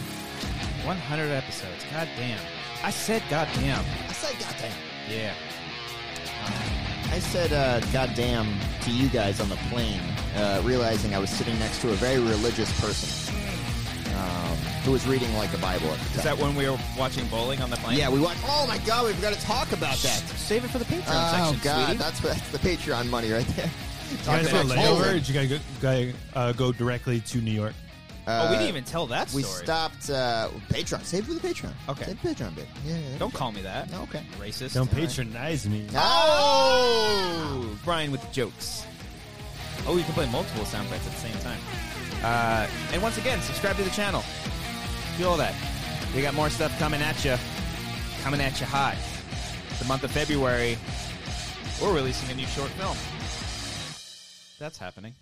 S2: 100 episodes. God damn. I said god damn.
S1: I said goddamn.
S2: Yeah.
S1: I said uh, goddamn to you guys on the plane, uh, realizing I was sitting next to a very religious person um, who was reading like the Bible at the
S2: Is
S1: time.
S2: that when we were watching bowling on the plane? Uh,
S1: yeah, we watched. Oh my god, we forgot to talk about that.
S2: Save it for the Patreon
S1: Oh
S2: section,
S1: god,
S2: sweetie.
S1: that's, what- that's the Patreon money right there.
S3: You guys got
S1: about
S3: layover?
S1: COVID.
S3: Or did you guys go, guy- uh, go directly to New York?
S2: oh, we didn't
S1: Uh,
S2: even tell that
S1: We
S2: story.
S1: stopped uh, Patreon. Save for the Patreon.
S2: Okay.
S1: Save the Patreon bit. Yeah. yeah
S2: Don't call me that.
S1: No, okay.
S2: Racist.
S3: Don't patronize me.
S2: Oh! Brian with the jokes. Oh, you can play multiple sound bites at the same time. Uh, and once again, subscribe to the channel. Do all that. We got more stuff coming at you. Coming at you hot. The month of February, we're releasing a new short film. That's happening.